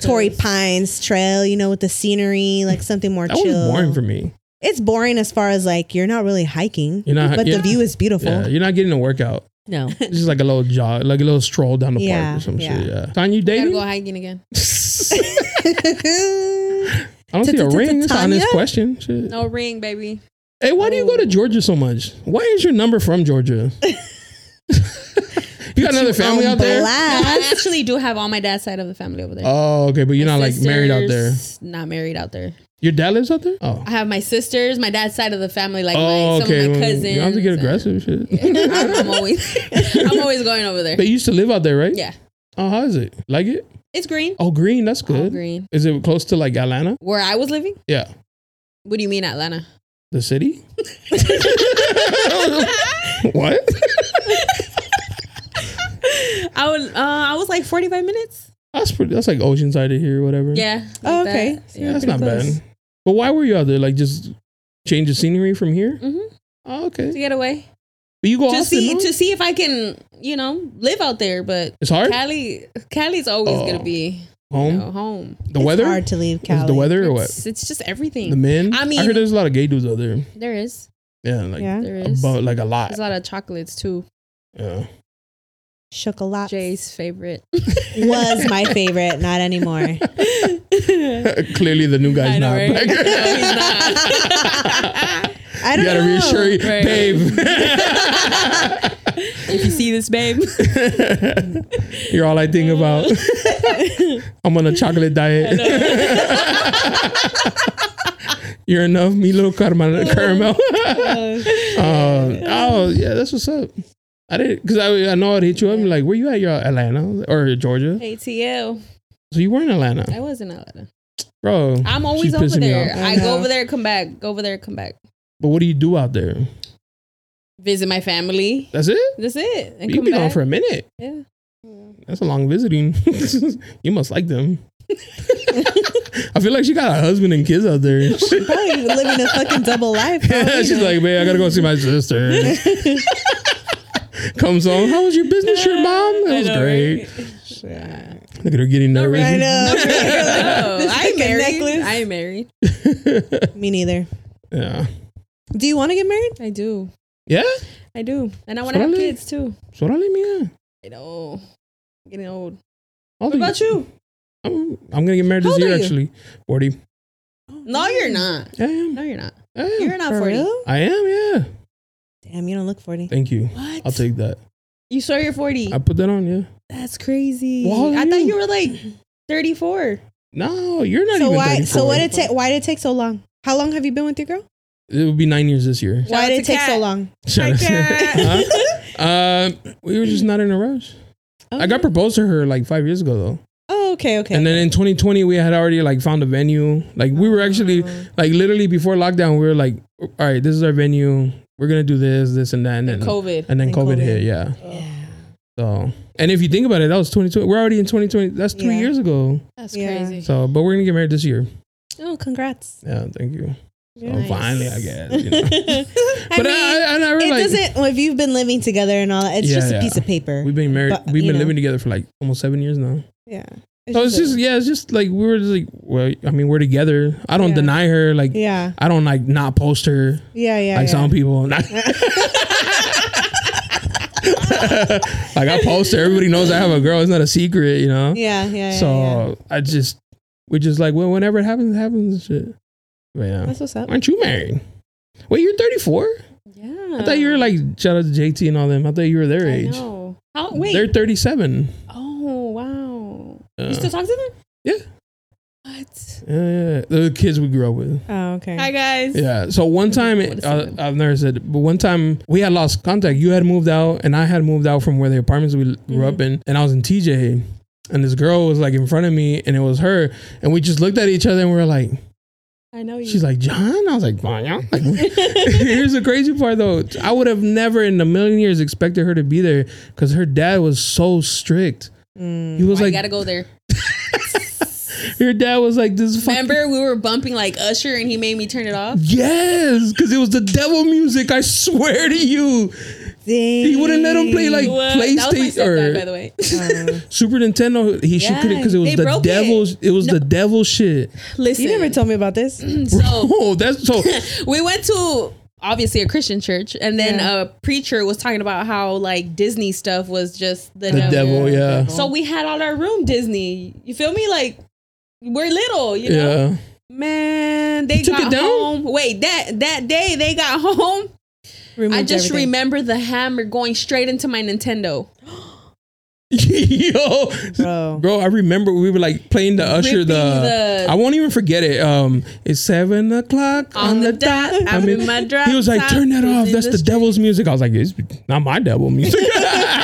Speaker 2: Torrey Pines Trail, you know, with the scenery, like something more
Speaker 1: That
Speaker 2: chill.
Speaker 1: was boring for me.
Speaker 2: It's boring as far as like you're not really hiking,
Speaker 1: You're not-
Speaker 2: but
Speaker 1: yeah.
Speaker 2: the view is beautiful.
Speaker 1: Yeah, you're not getting a workout.
Speaker 2: No,
Speaker 1: It's just like a little jog, like a little stroll down the
Speaker 2: Yeah,
Speaker 1: park or some
Speaker 2: yeah.
Speaker 1: shit. Yeah. Tanya, you
Speaker 3: Gotta
Speaker 1: dating?
Speaker 3: go hiking again.
Speaker 1: I
Speaker 2: I
Speaker 1: don't see a ring. It's an honest
Speaker 2: Tanya?
Speaker 1: question. Shit.
Speaker 3: No ring, baby.
Speaker 1: Hey, why do you
Speaker 3: Oh.
Speaker 1: go to Georgia so much? Why is your number from Georgia? you got another family out there?
Speaker 3: No, I actually do have all my dad's side of the family over there.
Speaker 1: Oh, okay, but you're
Speaker 3: My
Speaker 1: not like married out there.
Speaker 3: sisters, Not married out there.
Speaker 1: Your dad lives out there? Oh.
Speaker 3: I have my sisters, my dad's side of the family, like
Speaker 1: Oh,
Speaker 3: my, some
Speaker 1: okay.
Speaker 3: of my
Speaker 1: well,
Speaker 3: cousins.
Speaker 1: You don't have to get
Speaker 3: and-
Speaker 1: aggressive shit.
Speaker 3: I'm, I'm always, I'm always going over there.
Speaker 1: They used to live out there, right?
Speaker 3: Yeah,
Speaker 1: Oh, how is it? Like it?
Speaker 3: it's green.
Speaker 1: Oh, green. That's
Speaker 3: All
Speaker 1: good.
Speaker 3: green.
Speaker 1: Is it close to like Atlanta?
Speaker 3: Where I was living?
Speaker 1: Yeah.
Speaker 3: What do you mean, Atlanta?
Speaker 1: The city? what?
Speaker 3: I would. Uh, I was like 45 minutes.
Speaker 1: That's pretty, that's like Oceanside to here, whatever.
Speaker 3: Yeah. like
Speaker 2: Oh,
Speaker 3: that.
Speaker 2: okay. So
Speaker 3: Yeah.
Speaker 1: that's
Speaker 2: pretty
Speaker 1: not
Speaker 2: close.
Speaker 1: bad. But why were you out there? Like just change the scenery from here?
Speaker 3: Mhm.
Speaker 1: Oh, okay.
Speaker 3: To get away,
Speaker 1: But you go
Speaker 3: to
Speaker 1: Austin.
Speaker 3: see
Speaker 1: no?
Speaker 3: to see if I can, you know, live out there. But
Speaker 1: it's hard.
Speaker 3: Cali, Cali's always
Speaker 1: Oh.
Speaker 3: gonna be you
Speaker 1: Home.
Speaker 3: know, home.
Speaker 1: The weather.
Speaker 2: It's hard to leave
Speaker 1: Is
Speaker 2: Cali.
Speaker 1: the weather or what?
Speaker 3: It's, it's just everything.
Speaker 1: The men.
Speaker 3: I
Speaker 1: I
Speaker 3: mean-
Speaker 1: heard there's a lot of gay dudes out there.
Speaker 3: there is,
Speaker 1: Yeah, like
Speaker 2: Yeah.
Speaker 3: there is.
Speaker 1: about like a lot.
Speaker 3: There's a lot of chocolates too.
Speaker 1: Yeah.
Speaker 2: Chocolate
Speaker 3: Jay's favorite.
Speaker 2: was my favorite, not anymore.
Speaker 1: Clearly, the new guy's
Speaker 3: I know,
Speaker 1: not.
Speaker 3: right?
Speaker 1: back.
Speaker 3: No, he's not.
Speaker 2: I
Speaker 1: you
Speaker 2: don't
Speaker 1: gotta
Speaker 2: know.
Speaker 1: reassure you,
Speaker 3: Right.
Speaker 1: babe.
Speaker 3: if you see this, babe.
Speaker 1: You're all I think about. I'm on a chocolate diet. You're enough, me little caramel. caramel. Um, oh yeah, that's what's up. I did because I, I know I'd hit you up. and be like, where you at? You're at Atlanta or Georgia?
Speaker 3: ATL.
Speaker 1: So you were in Atlanta,
Speaker 3: I was in Atlanta.
Speaker 1: bro.
Speaker 3: I'm
Speaker 1: she's
Speaker 3: always over
Speaker 1: pissing me
Speaker 3: there.
Speaker 1: off.
Speaker 2: I
Speaker 3: I, go
Speaker 2: know.
Speaker 3: over there, come back. Go over there, come back.
Speaker 1: But what do you do out there?
Speaker 3: Visit my family.
Speaker 1: That's it.
Speaker 3: That's it. And
Speaker 1: You
Speaker 3: come
Speaker 1: be gone
Speaker 3: back.
Speaker 1: for a minute.
Speaker 3: yeah.
Speaker 1: That's a long visiting. you must like them. I feel like she got a husband and kids out there.
Speaker 2: Probably living a fucking double life. bro.
Speaker 1: Yeah,
Speaker 2: You
Speaker 1: she's
Speaker 2: know.
Speaker 1: like, man, I gotta go see my sister. Comes home. How was your business trip, mom? It was great. Look at her getting nervous.
Speaker 2: I know.
Speaker 3: No, I ain't
Speaker 2: This fucking
Speaker 3: married.
Speaker 2: necklace.
Speaker 3: I ain't married. uh,
Speaker 2: Me neither.
Speaker 1: Yeah.
Speaker 2: Do you want to get married?
Speaker 3: I do.
Speaker 1: Yeah.
Speaker 3: I do. And I want to have
Speaker 1: Really?
Speaker 3: kids too.
Speaker 1: So don't leave me out.
Speaker 3: I know. I'm getting old.
Speaker 1: What
Speaker 3: about you?
Speaker 1: I'm, I'm gonna get married this
Speaker 3: old
Speaker 1: year,
Speaker 3: are you?
Speaker 1: actually. 40.
Speaker 3: No, you're not.
Speaker 1: I am.
Speaker 3: No, you're not.
Speaker 1: I am.
Speaker 3: You're not
Speaker 2: For
Speaker 3: 40.
Speaker 2: real?
Speaker 1: I am, yeah.
Speaker 2: Damn, you don't look 40.
Speaker 1: Thank you.
Speaker 3: What?
Speaker 1: I'll take that.
Speaker 3: You saw your 40.
Speaker 1: I put that on, yeah.
Speaker 3: That's crazy.
Speaker 1: Well, how old
Speaker 3: I
Speaker 1: are
Speaker 3: thought
Speaker 1: you?
Speaker 3: you were like 34.
Speaker 1: No, you're not
Speaker 2: So
Speaker 1: even
Speaker 2: why
Speaker 1: 34.
Speaker 2: so what it take why did it take so long? How long have you been with your girl?
Speaker 1: It would be nine years this year.
Speaker 2: why
Speaker 3: out
Speaker 2: did it
Speaker 3: to
Speaker 2: take so
Speaker 3: Kat.
Speaker 2: long?
Speaker 1: Shut up. Huh? Um, we were just not in a rush. I got proposed to her like five years ago though.
Speaker 2: Oh, okay, okay.
Speaker 1: And then in 2020, we had already like found a venue. Like we were actually like literally before lockdown, we were like, all right, this is our venue. We're gonna do this, this, and that, and then
Speaker 3: COVID.
Speaker 1: and then
Speaker 2: And
Speaker 1: COVID,
Speaker 2: COVID.
Speaker 1: hit. Yeah.
Speaker 2: yeah.
Speaker 1: So and if you think about it, that was 2020. We're already in 2020. That's three
Speaker 2: Yeah.
Speaker 1: years ago.
Speaker 3: That's
Speaker 2: Yeah.
Speaker 3: crazy.
Speaker 1: So, but we're gonna get married this year.
Speaker 2: Oh, congrats.
Speaker 1: Yeah. Thank you. So
Speaker 3: Nice.
Speaker 1: Oh, finally, I guess. You know.
Speaker 2: I
Speaker 1: but
Speaker 2: mean,
Speaker 1: I, I, and I
Speaker 2: it
Speaker 1: realized
Speaker 2: doesn't well, if you've been living together and all that, it's
Speaker 1: Yeah,
Speaker 2: just
Speaker 1: yeah.
Speaker 2: a piece of paper.
Speaker 1: we've been married.
Speaker 2: but,
Speaker 1: we've
Speaker 2: you
Speaker 1: been
Speaker 2: know.
Speaker 1: living together for like almost seven years now.
Speaker 2: yeah.
Speaker 1: So Oh, it's
Speaker 2: a-
Speaker 1: just yeah, it's just like we were just like well, I mean we're together. I don't
Speaker 2: Yeah.
Speaker 1: deny her. Like
Speaker 2: Yeah.
Speaker 1: I don't like not post her
Speaker 2: Yeah, yeah.
Speaker 1: like
Speaker 2: yeah.
Speaker 1: some people. like I post her. Everybody knows I have a girl. It's not a secret, you know.
Speaker 2: Yeah, yeah, yeah.
Speaker 1: so
Speaker 2: yeah.
Speaker 1: I just we just like well whenever it happens it happens and shit. But yeah,
Speaker 2: That's what's up.
Speaker 1: aren't you married? Wait, you're 34.
Speaker 3: Yeah.
Speaker 1: I thought you were like shout out to JT and all them. I thought you were their
Speaker 3: I
Speaker 1: age.
Speaker 3: know. How, wait.
Speaker 1: They're 37.
Speaker 3: oh, wow.
Speaker 1: Uh,
Speaker 3: You still talk to them?
Speaker 1: Yeah.
Speaker 3: What?
Speaker 1: Yeah, yeah, the kids we grew up with.
Speaker 2: Oh, okay.
Speaker 3: Hi guys.
Speaker 1: Yeah. So one time, uh, I've never said, it, but one time we had lost contact. You had moved out, and I had moved out from where the apartments we grew
Speaker 2: Mm-hmm.
Speaker 1: up in, and I was in TJ, and this girl was like in front of me, and it was her, and we just looked at each other, and we were like,
Speaker 3: I know you.
Speaker 1: she's like John. I was like, "Bon, yeah." Like, here's the crazy part though. I would have never in a million years expected her to be there because her dad was so strict. he was
Speaker 3: I
Speaker 1: like,
Speaker 3: Mm, gotta go there.
Speaker 1: your dad was like this. fucking-
Speaker 3: Remember, we were bumping like Usher, and he made me turn it off.
Speaker 1: Yes, because it was the devil music. I swear to you.
Speaker 2: Dang.
Speaker 1: He wouldn't let him play like
Speaker 3: Well, that was my
Speaker 1: PlayStation
Speaker 3: stepdad, by the
Speaker 1: or
Speaker 3: way.
Speaker 1: Super Nintendo. He she
Speaker 3: Yeah,
Speaker 1: couldn't because it was
Speaker 3: they
Speaker 1: the
Speaker 3: broke
Speaker 1: devil's. It, was the devil shit.
Speaker 3: Listen,
Speaker 2: You never told me about this.
Speaker 3: so
Speaker 1: Oh, that's so.
Speaker 3: we went to obviously a Christian church, and then a preacher was talking about how like Disney stuff was just the,
Speaker 1: The devil, yeah,
Speaker 3: So we had all our room Disney. You feel me? Like we're little, you know.
Speaker 1: yeah.
Speaker 3: Man, they
Speaker 1: took
Speaker 3: got
Speaker 1: it down?
Speaker 3: home. Wait, that that day they got home. I
Speaker 2: Removed
Speaker 3: just
Speaker 2: everything.
Speaker 3: remember the hammer going straight into my Nintendo.
Speaker 1: Yo,
Speaker 2: Bro.
Speaker 1: bro, I remember we were like playing the Usher.
Speaker 3: Ripping
Speaker 1: The,
Speaker 3: the-
Speaker 1: I won't even forget it. Um, it's seven o'clock on, the, dot.
Speaker 3: I'm in my drop
Speaker 1: he was like,
Speaker 3: top,
Speaker 1: "Turn that off.
Speaker 3: in
Speaker 1: That's
Speaker 3: the
Speaker 1: the
Speaker 3: street."
Speaker 1: devil's music." I was like, "It's not my devil music."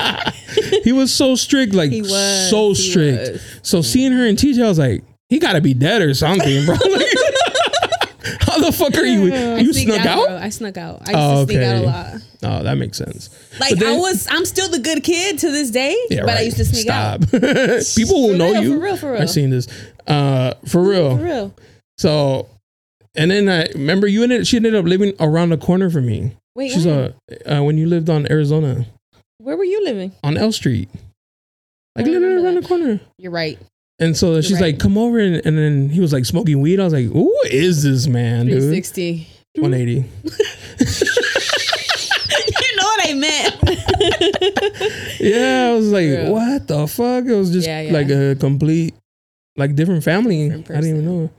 Speaker 1: he was so strict, like
Speaker 3: He was,
Speaker 1: so
Speaker 3: he
Speaker 1: strict.
Speaker 3: was.
Speaker 1: So seeing her in TJ, I was like, "He got to be dead or something, bro." Like, How the fuck are you? You
Speaker 3: Sneak
Speaker 1: snuck out?
Speaker 3: bro. I snuck out. I used
Speaker 1: Oh,
Speaker 3: to sneak out a
Speaker 1: okay.
Speaker 3: lot.
Speaker 1: Oh, that makes sense.
Speaker 3: Like
Speaker 1: But then-
Speaker 3: I was, I'm still the good kid to this day.
Speaker 1: Yeah,
Speaker 3: but I
Speaker 1: right.
Speaker 3: used to sneak out.
Speaker 1: Stop. People will
Speaker 3: For
Speaker 1: know
Speaker 3: real,
Speaker 1: you.
Speaker 3: for real, for real.
Speaker 1: I've seen this. Uh, for real.
Speaker 3: For real.
Speaker 1: So, and then I remember you ended. She ended up living around the corner from me.
Speaker 3: Wait,
Speaker 1: She's
Speaker 3: when?
Speaker 1: uh, uh when you lived on Arizona
Speaker 3: where were you living?
Speaker 1: on L Street, like
Speaker 3: I remember
Speaker 1: literally around
Speaker 3: that.
Speaker 1: the corner.
Speaker 3: You're right.
Speaker 1: And so she's
Speaker 3: right.
Speaker 1: like, "Come over," and, and then he was like smoking weed. I was like, "Who is this man, dude?"
Speaker 3: 360.
Speaker 1: One eighty.
Speaker 3: you know what I meant.
Speaker 1: Yeah, I was like,
Speaker 3: Yeah.
Speaker 1: "What the fuck?" It was just
Speaker 3: Yeah, yeah.
Speaker 1: like a complete, like different family.
Speaker 3: Different
Speaker 1: I didn't even know.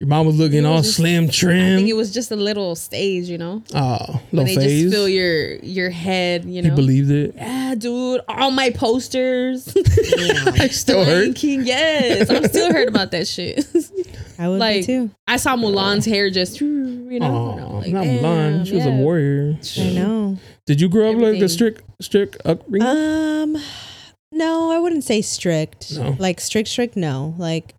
Speaker 1: Your mom was
Speaker 3: It
Speaker 1: looking
Speaker 3: was
Speaker 1: all
Speaker 3: just-
Speaker 1: slim,
Speaker 3: I
Speaker 1: trim.
Speaker 3: think it was just a little stage, you know.
Speaker 1: Oh, low
Speaker 3: When they
Speaker 1: phase.
Speaker 3: just fill your your head, you
Speaker 1: He
Speaker 3: know.
Speaker 1: believed it.
Speaker 3: yeah, dude, all my posters.
Speaker 1: I still
Speaker 3: Lion
Speaker 1: heard.
Speaker 3: King, yes, I'm still hurt about that shit.
Speaker 2: I would
Speaker 3: like-
Speaker 2: be too.
Speaker 3: I saw Mulan's hair just, you know, and I'm
Speaker 1: Oh,
Speaker 3: like,
Speaker 1: not
Speaker 3: damn,
Speaker 1: Mulan. She was a
Speaker 3: yeah.
Speaker 1: warrior.
Speaker 2: I know.
Speaker 1: Did you grow up like a
Speaker 3: Everything.
Speaker 1: strict, strict upbringing?
Speaker 2: Um, no, I wouldn't say strict.
Speaker 1: No.
Speaker 2: Like strict, strict. No, like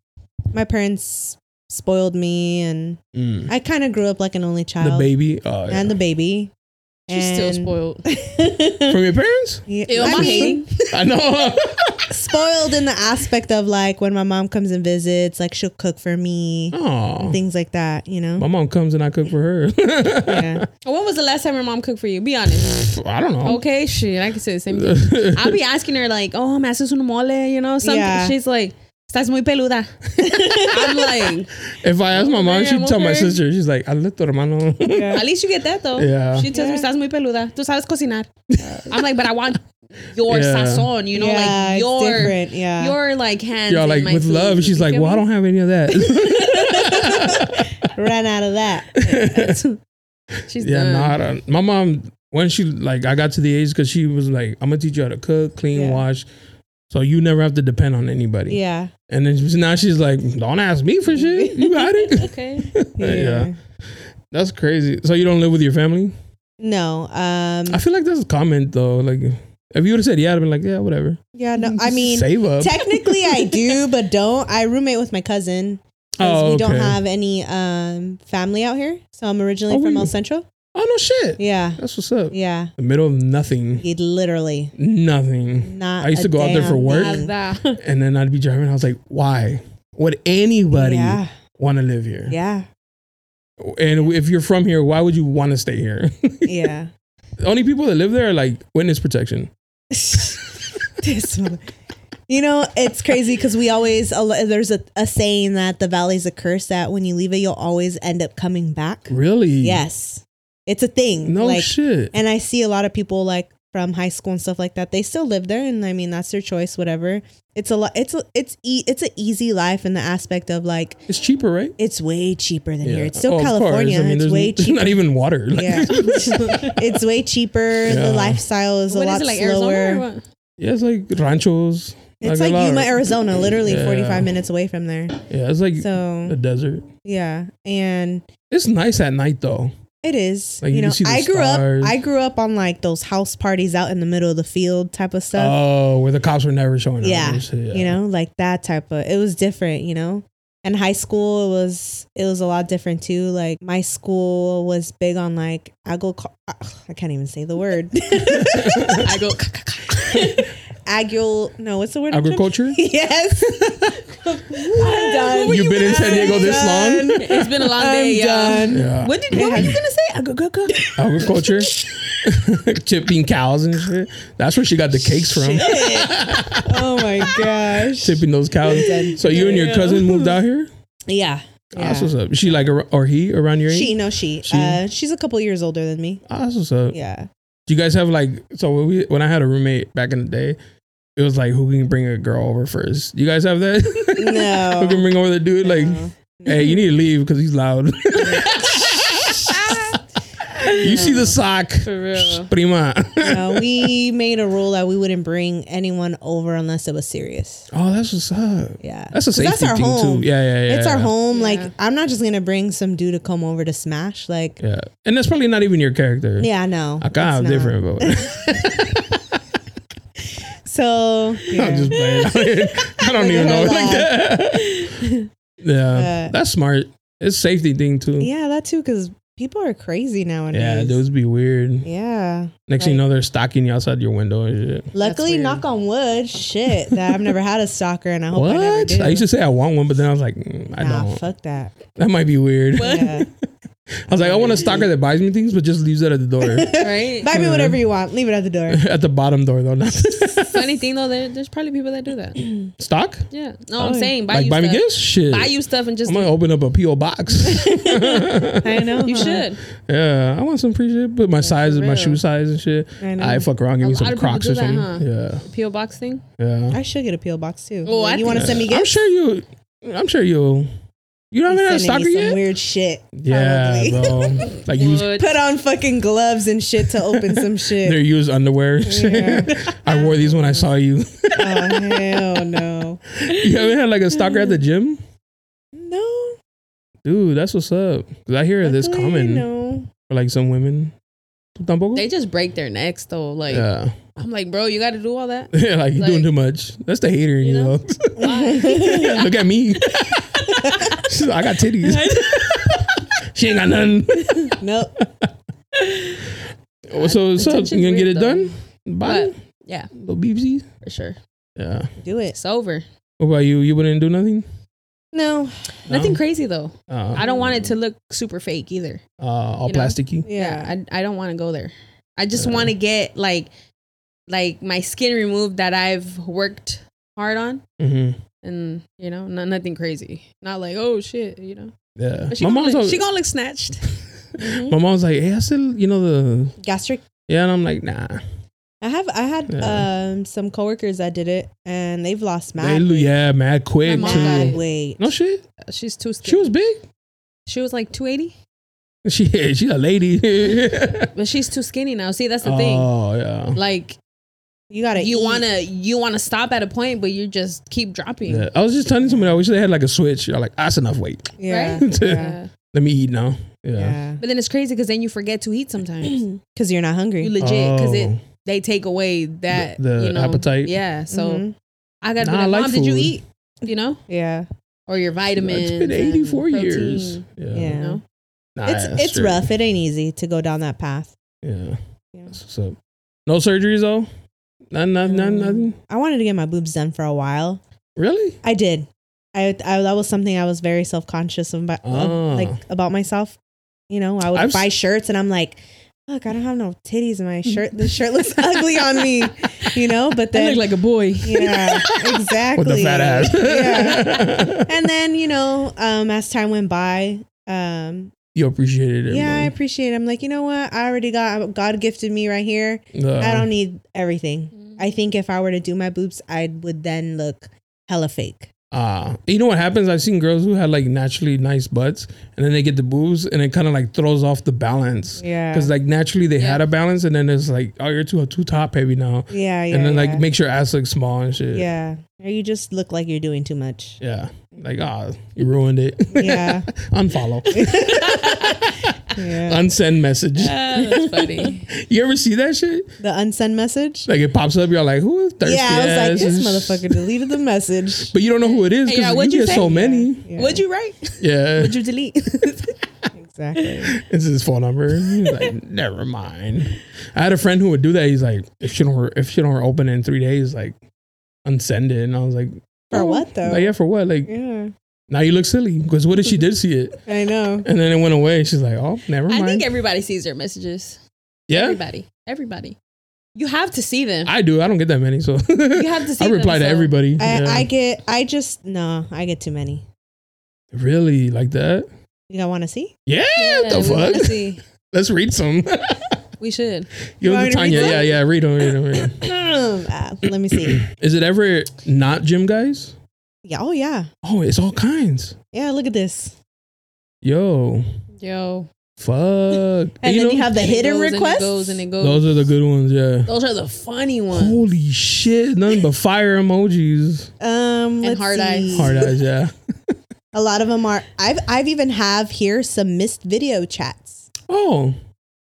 Speaker 2: my parents spoiled me, and
Speaker 3: Uh,
Speaker 1: Mm.
Speaker 2: I kind of grew up like an only child
Speaker 1: The baby. Oh, yeah.
Speaker 2: and the baby.
Speaker 3: She's still
Speaker 2: And-
Speaker 3: spoiled.
Speaker 1: From your parents?
Speaker 2: Yeah,
Speaker 3: Ew,
Speaker 2: I
Speaker 3: am I
Speaker 2: mean,
Speaker 3: hating?
Speaker 1: I know.
Speaker 2: spoiled in the aspect of like when my mom comes and visits, like she'll cook for me,
Speaker 1: oh,
Speaker 2: things like that. You know.
Speaker 1: my mom comes and I cook for her.
Speaker 2: Yeah.
Speaker 3: When was the last time your mom cooked for you? Be honest.
Speaker 1: I don't know.
Speaker 3: Okay, shit, I can say the same thing. I'll be asking her like, "Oh, me haces un mole," you know, something.
Speaker 2: Yeah.
Speaker 3: She's like, "Estás muy peluda." I'm like,
Speaker 1: if I ask my mom,
Speaker 3: Okay,
Speaker 1: she'd
Speaker 3: I'm
Speaker 1: tell my
Speaker 3: okay.
Speaker 1: sister. She's like, "I left hermano."
Speaker 3: at least you get that though.
Speaker 1: Yeah.
Speaker 3: She tells me, "Estás muy peluda." Tú sabes cocinar. I'm like, but I want your
Speaker 1: Yeah.
Speaker 3: sazon, you know,
Speaker 2: Yeah,
Speaker 3: like
Speaker 2: it's
Speaker 3: your
Speaker 2: different. Yeah.
Speaker 3: your like hands.
Speaker 1: Y'all
Speaker 3: in
Speaker 1: like
Speaker 3: my
Speaker 1: with
Speaker 3: food.
Speaker 1: love. She's
Speaker 3: You
Speaker 1: like,
Speaker 3: feel
Speaker 1: "Well, I
Speaker 3: me?
Speaker 1: don't have any of that."
Speaker 2: Ran out of that.
Speaker 3: She's
Speaker 1: yeah,
Speaker 3: done.
Speaker 1: no. I don't. My mom, when she like, I got to the age because she was like, "I'm gonna teach you how to cook, clean,
Speaker 2: Yeah.
Speaker 1: wash." So you never have to depend on anybody.
Speaker 2: Yeah.
Speaker 1: And then she's- now she's like, "Don't ask me for shit. You got it."
Speaker 3: Okay.
Speaker 1: yeah. that's crazy. So you don't live with your family?
Speaker 2: No. Um.
Speaker 1: I feel like that's a comment though. Like, if you would have said yeah, I'd have been like, "Yeah, whatever."
Speaker 2: Yeah. No. I mean,
Speaker 1: save up.
Speaker 2: technically I do, but don't. I roommate with my cousin. 'cause
Speaker 1: Oh,
Speaker 2: we don't
Speaker 1: okay.
Speaker 2: have any um family out here. So I'm originally
Speaker 1: Oh,
Speaker 2: from
Speaker 1: we-
Speaker 2: El Centro.
Speaker 1: oh no, shit.
Speaker 2: Yeah.
Speaker 1: That's what's up.
Speaker 2: Yeah.
Speaker 1: The middle of nothing,
Speaker 2: He literally
Speaker 1: nothing.
Speaker 2: not.
Speaker 1: I used
Speaker 2: a
Speaker 1: to go out there for
Speaker 2: damn
Speaker 1: work.
Speaker 2: thing.
Speaker 3: Nada.
Speaker 1: And then I'd be driving. I was like, "Why would anybody
Speaker 2: Yeah.
Speaker 1: want to live here?"
Speaker 2: Yeah.
Speaker 1: And if you're from here, why would you want to stay here?
Speaker 2: Yeah.
Speaker 1: The Only people that live there are like witness protection.
Speaker 2: this one. You know, it's crazy because we always, a lo- there's a, a saying that the valley's a curse that when you leave it, you'll always end up coming back.
Speaker 1: Really?
Speaker 2: Yes. It's a thing.
Speaker 1: No
Speaker 2: like,
Speaker 1: shit.
Speaker 2: And I see a lot of people like from high school and stuff like that. They still live there, and I mean that's their choice, whatever. It's a lot. It's a, it's e- it's an easy life in the aspect of like
Speaker 1: It's cheaper, right?
Speaker 2: it's way cheaper than here. It's still
Speaker 1: Oh, of course.
Speaker 2: California. it's
Speaker 1: there's
Speaker 2: way
Speaker 1: n-
Speaker 2: cheaper.
Speaker 1: Not even water. Like,
Speaker 2: yeah,
Speaker 1: yeah.
Speaker 2: it's way cheaper.
Speaker 1: Yeah.
Speaker 2: The lifestyle is a
Speaker 3: What
Speaker 2: lot
Speaker 3: is it like
Speaker 2: slower.
Speaker 3: Arizona or what?
Speaker 1: it's like ranchos.
Speaker 2: It's
Speaker 1: Like
Speaker 2: like
Speaker 1: a lot.
Speaker 2: Yuma, Arizona, literally
Speaker 1: Yeah. uh,
Speaker 2: 45 minutes away from there.
Speaker 1: Yeah, it's like the
Speaker 2: So,
Speaker 1: desert.
Speaker 2: yeah. And
Speaker 1: It's nice at night though.
Speaker 2: it is.
Speaker 1: Like, you
Speaker 2: you
Speaker 1: can
Speaker 2: know,
Speaker 1: see the
Speaker 2: I grew
Speaker 1: stars.
Speaker 2: up I grew up on like those house parties out in the middle of the field type of stuff.
Speaker 1: Oh, where the cops were never showing up.
Speaker 2: Uh, yeah,
Speaker 1: It's- yeah.
Speaker 2: You know, like that type of it was different, you know. And high school it was it was a lot different too. Like my school was big on like agriculture. I can't even say the word.
Speaker 3: I go.
Speaker 2: Agul no, what's the word? I'm trying to-
Speaker 1: Agriculture.
Speaker 2: Yes. I'm done.
Speaker 1: You've been in San Diego this long.
Speaker 3: It's been a long day,
Speaker 2: I'm
Speaker 3: y'all.
Speaker 2: done.
Speaker 1: Yeah.
Speaker 3: What did what were you gonna say? I go go go.
Speaker 1: Agriculture. Chipping cows and shit. That's where she got the cakes from.
Speaker 2: Oh my gosh.
Speaker 1: Chipping those cows. So you and your cousin moved out here.
Speaker 2: Yeah.
Speaker 1: Ah, That's what's up. She like ar- or he around your age.
Speaker 2: She, no, she.
Speaker 1: She?
Speaker 2: Uh, she's a couple years older than me.
Speaker 1: Ah, that's what's up.
Speaker 2: Yeah.
Speaker 1: Do you guys have like so when we when I had a roommate back in the day, it was like who can bring a girl over first? You guys have that?
Speaker 2: No.
Speaker 1: who can bring over the dude? Like,
Speaker 2: No.
Speaker 1: hey, you need to leave because he's loud. you see the sock,
Speaker 3: For real.
Speaker 1: prima.
Speaker 2: No, Uh, we made a rule that we wouldn't bring anyone over unless it was serious.
Speaker 1: oh, that's what's up.
Speaker 2: Yeah.
Speaker 1: That's a
Speaker 2: 'Cause
Speaker 1: safety thing
Speaker 2: home.
Speaker 1: too. Yeah, yeah, yeah.
Speaker 2: It's our
Speaker 1: yeah.
Speaker 2: home. Like,
Speaker 3: Yeah.
Speaker 2: I'm not just going to bring some dude to come over to smash. Like,
Speaker 1: Yeah, and that's probably not even your character.
Speaker 2: yeah, no.
Speaker 1: I kind
Speaker 2: it's
Speaker 1: of
Speaker 2: not.
Speaker 1: different, but
Speaker 2: So,
Speaker 1: I'm
Speaker 2: yeah.
Speaker 1: just playing. I don't even know it like that. yeah,
Speaker 2: But-
Speaker 1: that's smart. It's a safety thing too.
Speaker 2: yeah, that too, because people are crazy nowadays.
Speaker 1: Yeah, those be weird.
Speaker 2: yeah.
Speaker 1: Next thing you know, they're stalking you outside your window and shit.
Speaker 2: Luckily,
Speaker 3: weird.
Speaker 2: knock on wood, shit, that I've never had a stalker, and I hope I never
Speaker 1: What?
Speaker 2: do.
Speaker 1: I, used to say I want one, but then I was like, mm, I
Speaker 2: nah,
Speaker 1: don't.
Speaker 2: fuck that.
Speaker 1: That might be weird.
Speaker 2: Yeah.
Speaker 1: I was like, I want a stalker that buys me things, but just leaves it at the door,
Speaker 3: Right.
Speaker 2: Buy me whatever you want. Leave it at the door.
Speaker 1: at the bottom door though. Not
Speaker 3: Funny thing though, there, there's probably people that do that.
Speaker 1: stock.
Speaker 3: Yeah. No, I'm saying buy
Speaker 1: like
Speaker 3: you
Speaker 1: buy
Speaker 3: stuff.
Speaker 1: me gifts. Shit.
Speaker 3: Buy you stuff and just
Speaker 1: I'm gonna open up a PO box.
Speaker 2: I know.
Speaker 3: you should.
Speaker 1: yeah, I want some free shit. Put my size and my
Speaker 3: real.
Speaker 1: shoe size and shit.
Speaker 2: I know.
Speaker 1: I fuck around, give
Speaker 3: A
Speaker 1: me
Speaker 3: lot
Speaker 1: some
Speaker 3: of people
Speaker 1: Crocs
Speaker 3: do
Speaker 1: or
Speaker 3: that,
Speaker 1: something.
Speaker 3: PO box thing.
Speaker 1: Yeah, yeah.
Speaker 2: I should get a peel box too.
Speaker 3: Oh,
Speaker 2: Like,
Speaker 3: I
Speaker 2: you want to
Speaker 3: think-
Speaker 2: send me
Speaker 1: I'm
Speaker 2: gifts?
Speaker 1: sure you. I'm sure you. You don't even have a stalker
Speaker 2: Sending me some
Speaker 1: yet.
Speaker 2: weird shit.
Speaker 1: Yeah,
Speaker 2: probably.
Speaker 1: bro. Like you was
Speaker 3: Would-
Speaker 2: Put on fucking gloves and shit to open some
Speaker 1: their
Speaker 2: shit.
Speaker 1: used underwear. I wore these when I saw you.
Speaker 2: oh hell no.
Speaker 1: you ever had like a stalker at the gym?
Speaker 2: No.
Speaker 1: Dude, that's what's up. 'Cause I hear this
Speaker 2: luckily,
Speaker 1: common
Speaker 2: No.
Speaker 1: for like some women. Tu Tampoco?
Speaker 3: they just break their necks though. Like
Speaker 1: yeah.
Speaker 3: I'm like, bro, you got to do all that.
Speaker 1: Yeah, like you're doing
Speaker 3: Like-
Speaker 1: too much. That's the hater, you,
Speaker 3: You
Speaker 1: know.
Speaker 3: know?
Speaker 1: Look at me. She's like, I got titties. she ain't got none.
Speaker 2: Nope.
Speaker 1: Oh, so, so you
Speaker 3: attention's
Speaker 1: gonna get it done?
Speaker 3: weird,
Speaker 1: Bye.
Speaker 3: But yeah,
Speaker 1: Little beepsy.
Speaker 3: for sure.
Speaker 1: Yeah.
Speaker 2: Do it.
Speaker 3: It's over.
Speaker 1: What about you? You wouldn't do nothing?
Speaker 2: No.
Speaker 1: No?
Speaker 3: Nothing crazy though.
Speaker 1: Uh,
Speaker 3: I don't want it to look super fake either.
Speaker 1: Uh, all
Speaker 3: you know?
Speaker 1: plasticky.
Speaker 2: Yeah.
Speaker 3: I, I don't want to go there. I just want to get like like my skin removed that I've worked hard on.
Speaker 1: Mm-hmm.
Speaker 3: And you know, not nothing crazy. Not like oh shit, you know.
Speaker 1: Yeah.
Speaker 3: But she,
Speaker 1: My
Speaker 3: gonna
Speaker 1: mom's
Speaker 3: look,
Speaker 1: al-
Speaker 3: she gonna look snatched. Mhm.
Speaker 1: My mom's like, hey, I still, you know the
Speaker 2: Gastric.
Speaker 1: yeah, and I'm like, nah.
Speaker 2: I have I had
Speaker 1: Yeah.
Speaker 2: um some coworkers that did it and they've lost mad
Speaker 1: They, lo-
Speaker 2: weight.
Speaker 1: yeah, mad quick
Speaker 3: My mom
Speaker 1: too.
Speaker 2: Mad
Speaker 3: got it.
Speaker 2: weight.
Speaker 1: No shit.
Speaker 3: She's too skinny.
Speaker 1: She was big.
Speaker 3: she was like 280,
Speaker 1: She she's a lady.
Speaker 3: but she's too skinny now. See, that's the thing.
Speaker 1: oh yeah.
Speaker 3: Like
Speaker 2: You gotta
Speaker 3: you
Speaker 2: eat.
Speaker 3: want to you want to stop at a point but you just keep dropping
Speaker 1: Yeah. I was just telling somebody I wish they had like a switch. I'm like, that's enough weight.
Speaker 2: yeah.
Speaker 3: right?
Speaker 2: Yeah.
Speaker 1: Let me eat now. Yeah.
Speaker 2: Yeah.
Speaker 3: but then it's crazy because then you forget to eat sometimes
Speaker 2: Cause you're not
Speaker 3: you
Speaker 2: hungry.
Speaker 3: legit because
Speaker 1: Oh.
Speaker 3: it they take away that
Speaker 1: The- the
Speaker 3: you know,
Speaker 1: appetite.
Speaker 3: yeah so
Speaker 2: Mhm.
Speaker 3: i gotta
Speaker 1: Nah, I
Speaker 3: be
Speaker 1: like
Speaker 3: like, mom did you
Speaker 1: food."
Speaker 3: eat you know
Speaker 2: yeah.
Speaker 3: or your vitamins
Speaker 1: It's been
Speaker 3: and
Speaker 1: 84
Speaker 3: protein,
Speaker 1: years. Yeah.
Speaker 2: Yeah.
Speaker 3: you know
Speaker 1: Nah,
Speaker 2: it's
Speaker 1: that's
Speaker 2: it's
Speaker 1: true.
Speaker 2: rough. It ain't easy to go down that path.
Speaker 1: Yeah.
Speaker 2: Yeah.
Speaker 1: That's what's up. No surgeries though. None, none, none,
Speaker 2: Um,
Speaker 1: nothing.
Speaker 2: I wanted to get my boobs done for a while.
Speaker 1: Really?
Speaker 2: I did. I, I that was something I was very self conscious about,
Speaker 1: Ah.
Speaker 2: like about myself. You know, I would
Speaker 1: I've
Speaker 2: buy
Speaker 1: s-
Speaker 2: shirts, and I'm like, look, I don't have no titties in my shirt. This shirt looks ugly on me.
Speaker 3: Oh,
Speaker 2: You know, but
Speaker 3: i
Speaker 2: then
Speaker 3: look like a boy
Speaker 2: yeah, exactly.
Speaker 1: With the fat ass.
Speaker 2: yeah. And then you know, um, as time went by, um,
Speaker 1: you appreciated it.
Speaker 2: yeah, I
Speaker 1: man.
Speaker 2: appreciate. it. I'm like, you know what? I already got uh, God gifted me right here.
Speaker 1: Nah.
Speaker 2: I Mm-hmm. don't need everything. I think if I were to do my boobs, I would then look hella fake.
Speaker 1: uh you know what happens i've seen girls who had like naturally nice butts and then they get the boobs and it kind of like throws off the balance
Speaker 2: Yeah.
Speaker 1: because like naturally they had a balance and then it's like oh you're too too top heavy now
Speaker 2: Yeah, yeah.
Speaker 1: and then
Speaker 2: yeah.
Speaker 1: like makes your ass look small and shit
Speaker 2: Yeah. Or you just look like you're doing too much.
Speaker 1: yeah like ah you ruined it
Speaker 2: Yeah.
Speaker 1: unfollow
Speaker 2: yeah.
Speaker 1: unsend message
Speaker 3: Ah, that's funny.
Speaker 1: you ever see that shit
Speaker 2: The unsend message?
Speaker 1: like it pops up you're like who is thirsty
Speaker 2: Yeah, I was like,
Speaker 1: ass?
Speaker 2: this motherfucker deleted the message.
Speaker 1: but you don't know who it is
Speaker 3: Hey,
Speaker 1: because
Speaker 3: yeah,
Speaker 1: you
Speaker 3: what'd you
Speaker 1: get
Speaker 3: say?
Speaker 1: so many
Speaker 2: Yeah.
Speaker 3: Would you write?
Speaker 1: yeah,
Speaker 3: Would you delete?
Speaker 2: Exactly.
Speaker 1: It's his phone number. He's like, never mind. I had a friend who would do that. He's like, if she don't, re- if she don't open it in three days, like, unsend it. And I was like, "Oh,
Speaker 2: For what, though?
Speaker 1: Like, yeah, for what? Like,
Speaker 2: Yeah.
Speaker 1: now you look silly because what if she did see it
Speaker 2: I know.
Speaker 1: and then it went away? She's like, oh, never mind.
Speaker 3: I think everybody sees their messages.
Speaker 1: yeah,
Speaker 3: Everybody. Everybody. You have to see them.
Speaker 1: I do. I don't get that many, so you
Speaker 3: have to see
Speaker 1: I reply to
Speaker 3: them, so-
Speaker 1: everybody.
Speaker 2: I,
Speaker 1: Yeah.
Speaker 2: I get, I just, no, I get too many.
Speaker 1: really like that.
Speaker 2: You guys want to see?
Speaker 1: Yeah, what the
Speaker 3: we wanna
Speaker 1: fuck.
Speaker 3: see.
Speaker 1: Let's read some.
Speaker 3: We should.
Speaker 1: Yo,
Speaker 2: want me to read
Speaker 1: Tanya.
Speaker 2: some?
Speaker 1: Yeah, yeah. Read them. Read them. Read 'em.
Speaker 2: Ah, let me see.
Speaker 1: Is it ever not gym guys?
Speaker 2: Yeah. Oh, yeah.
Speaker 1: Oh, it's all kinds.
Speaker 2: Yeah, look at this.
Speaker 1: Yo,
Speaker 3: Yo.
Speaker 1: Fuck. And,
Speaker 2: And
Speaker 1: you
Speaker 2: then
Speaker 1: know,
Speaker 2: you have the
Speaker 3: And it
Speaker 2: hidden
Speaker 3: goes and it
Speaker 2: requests.
Speaker 3: goes and it goes.
Speaker 1: those are the good ones, yeah.
Speaker 3: Those are the funny ones.
Speaker 1: Holy shit, nothing but fire emojis.
Speaker 2: um, let's
Speaker 3: hard
Speaker 2: see.
Speaker 3: eyes.
Speaker 1: Hard eyes, yeah.
Speaker 2: A lot of them are. I've I've even have here some missed video chats.
Speaker 1: Oh.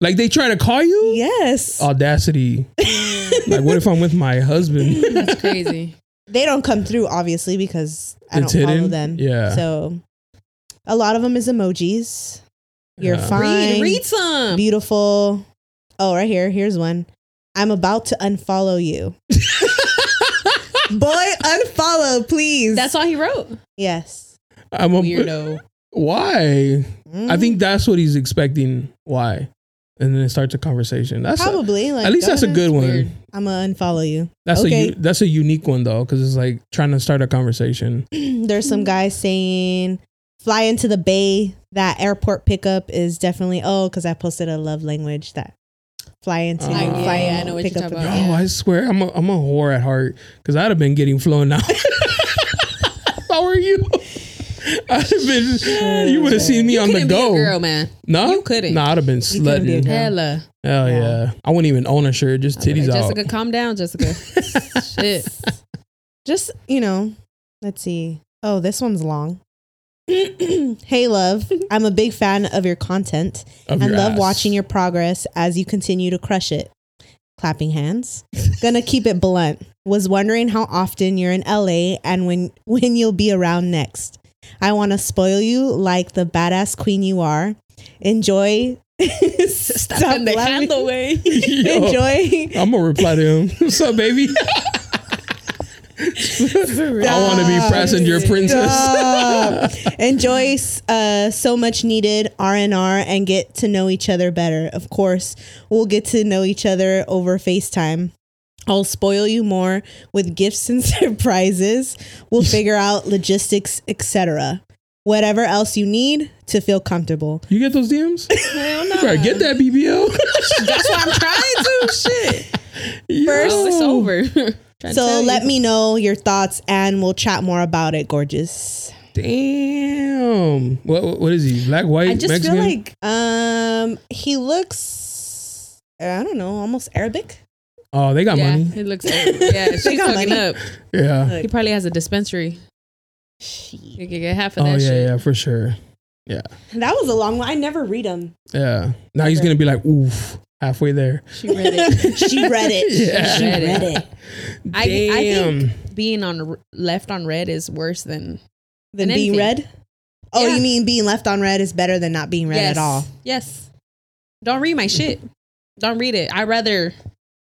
Speaker 1: Like they try to call you?
Speaker 2: Yes,
Speaker 1: Uh, Audacity. like what if I'm with my husband?
Speaker 3: That's crazy.
Speaker 2: they don't come through obviously because I
Speaker 1: It's
Speaker 2: don't follow
Speaker 1: hidden?
Speaker 2: them.
Speaker 1: Yeah.
Speaker 2: So a lot of them is emojis. You're
Speaker 1: Yeah.
Speaker 2: fine.
Speaker 3: Read, read some.
Speaker 2: Beautiful. Oh, right here. Here's one. I'm about to unfollow you. Boy, unfollow, please.
Speaker 3: That's all he wrote.
Speaker 2: yes.
Speaker 1: I'm a
Speaker 3: Weirdo.
Speaker 1: Why? I
Speaker 2: Mm,
Speaker 1: think that's what he's expecting. Why? And then it starts a conversation. That's a,
Speaker 2: probably. like,
Speaker 1: at least that's a good one.
Speaker 3: weird.
Speaker 2: I'm gonna unfollow you.
Speaker 1: That's a
Speaker 2: Okay.
Speaker 1: u- that's a unique one though, because it's like trying to start a conversation.
Speaker 2: There's some guys saying fly into the bay. That airport pickup is definitely oh, because I posted a love language that fly into
Speaker 1: Oh, yeah,
Speaker 2: fly
Speaker 1: yeah, I
Speaker 2: in,
Speaker 3: know what
Speaker 2: pick
Speaker 3: you're
Speaker 2: up
Speaker 3: talking
Speaker 2: and-
Speaker 3: about.
Speaker 1: Oh, I swear, I'm a, I'm a whore at heart because I'd have been getting flown out. How are you? I'd have been. you would have seen me on the
Speaker 3: Couldn't be a
Speaker 1: go.
Speaker 3: girl, man.
Speaker 1: No,
Speaker 3: You couldn't.
Speaker 1: No, I'd have been
Speaker 2: You couldn't be a
Speaker 1: slutting.
Speaker 2: girl.
Speaker 3: Hella.
Speaker 1: Hell yeah. I wouldn't even own a shirt, just
Speaker 3: Like,
Speaker 1: titties out.
Speaker 3: Jessica, calm down, Jessica. Shit.
Speaker 2: Just you know, let's see. Oh, this one's long. hey, love. I'm a big fan of your content
Speaker 1: Of
Speaker 2: and
Speaker 1: your
Speaker 2: love
Speaker 1: ass.
Speaker 2: watching your progress as you continue to crush it. Clapping hands. Gonna keep it blunt. Was wondering how often you're in LA and when when you'll be around next. I want to spoil you like the badass queen you are. Enjoy. Stop
Speaker 3: Stop the
Speaker 2: laughing.
Speaker 3: handle way.
Speaker 1: Yo,
Speaker 2: Enjoy.
Speaker 1: I'm gonna reply to him. What's up, baby? I want to be passenger princess.
Speaker 2: Stop. Enjoy uh, so much needed R and R and get to know each other better. Of course, we'll get to know each other over FaceTime. I'll spoil you more with gifts and surprises. We'll figure out logistics, etc. Whatever else you need to feel comfortable.
Speaker 1: You get those DMs?
Speaker 3: Hell
Speaker 1: You better get that BBL.
Speaker 3: That's why I'm trying to. Shit.
Speaker 1: Yo.
Speaker 3: Oh, it's over. Trying to
Speaker 2: So
Speaker 3: tell
Speaker 2: let
Speaker 3: you.
Speaker 2: me know your thoughts and we'll chat more about it, gorgeous.
Speaker 1: Damn. What what- what is he? Black, white,
Speaker 3: I just
Speaker 1: Mexican?
Speaker 3: feel like
Speaker 2: Um he looks I don't know, almost Arabic.
Speaker 1: oh, they got
Speaker 3: yeah,
Speaker 1: money.
Speaker 3: it looks. Yeah, she's
Speaker 2: They got
Speaker 3: fucking
Speaker 2: money.
Speaker 3: up.
Speaker 1: Yeah.
Speaker 3: He probably has a dispensary. You
Speaker 2: Shit.
Speaker 3: could get half of
Speaker 1: Oh yeah,
Speaker 3: that shit.
Speaker 1: yeah, for sure.
Speaker 2: That was a long one. I never read them.
Speaker 1: Yeah. Now he's gonna be like, oof, halfway there.
Speaker 3: She read it.
Speaker 2: She read it.
Speaker 1: Yeah.
Speaker 2: She read it.
Speaker 3: I, I
Speaker 1: Damn.
Speaker 3: think being on r- left on red is worse than
Speaker 2: Than
Speaker 3: And
Speaker 2: being
Speaker 3: anything.
Speaker 2: read? Oh,
Speaker 3: Yeah.
Speaker 2: you mean being left on red is better than not being read
Speaker 3: yes.
Speaker 2: at all?
Speaker 3: Yes. Don't read my shit. Don't read it. I'd rather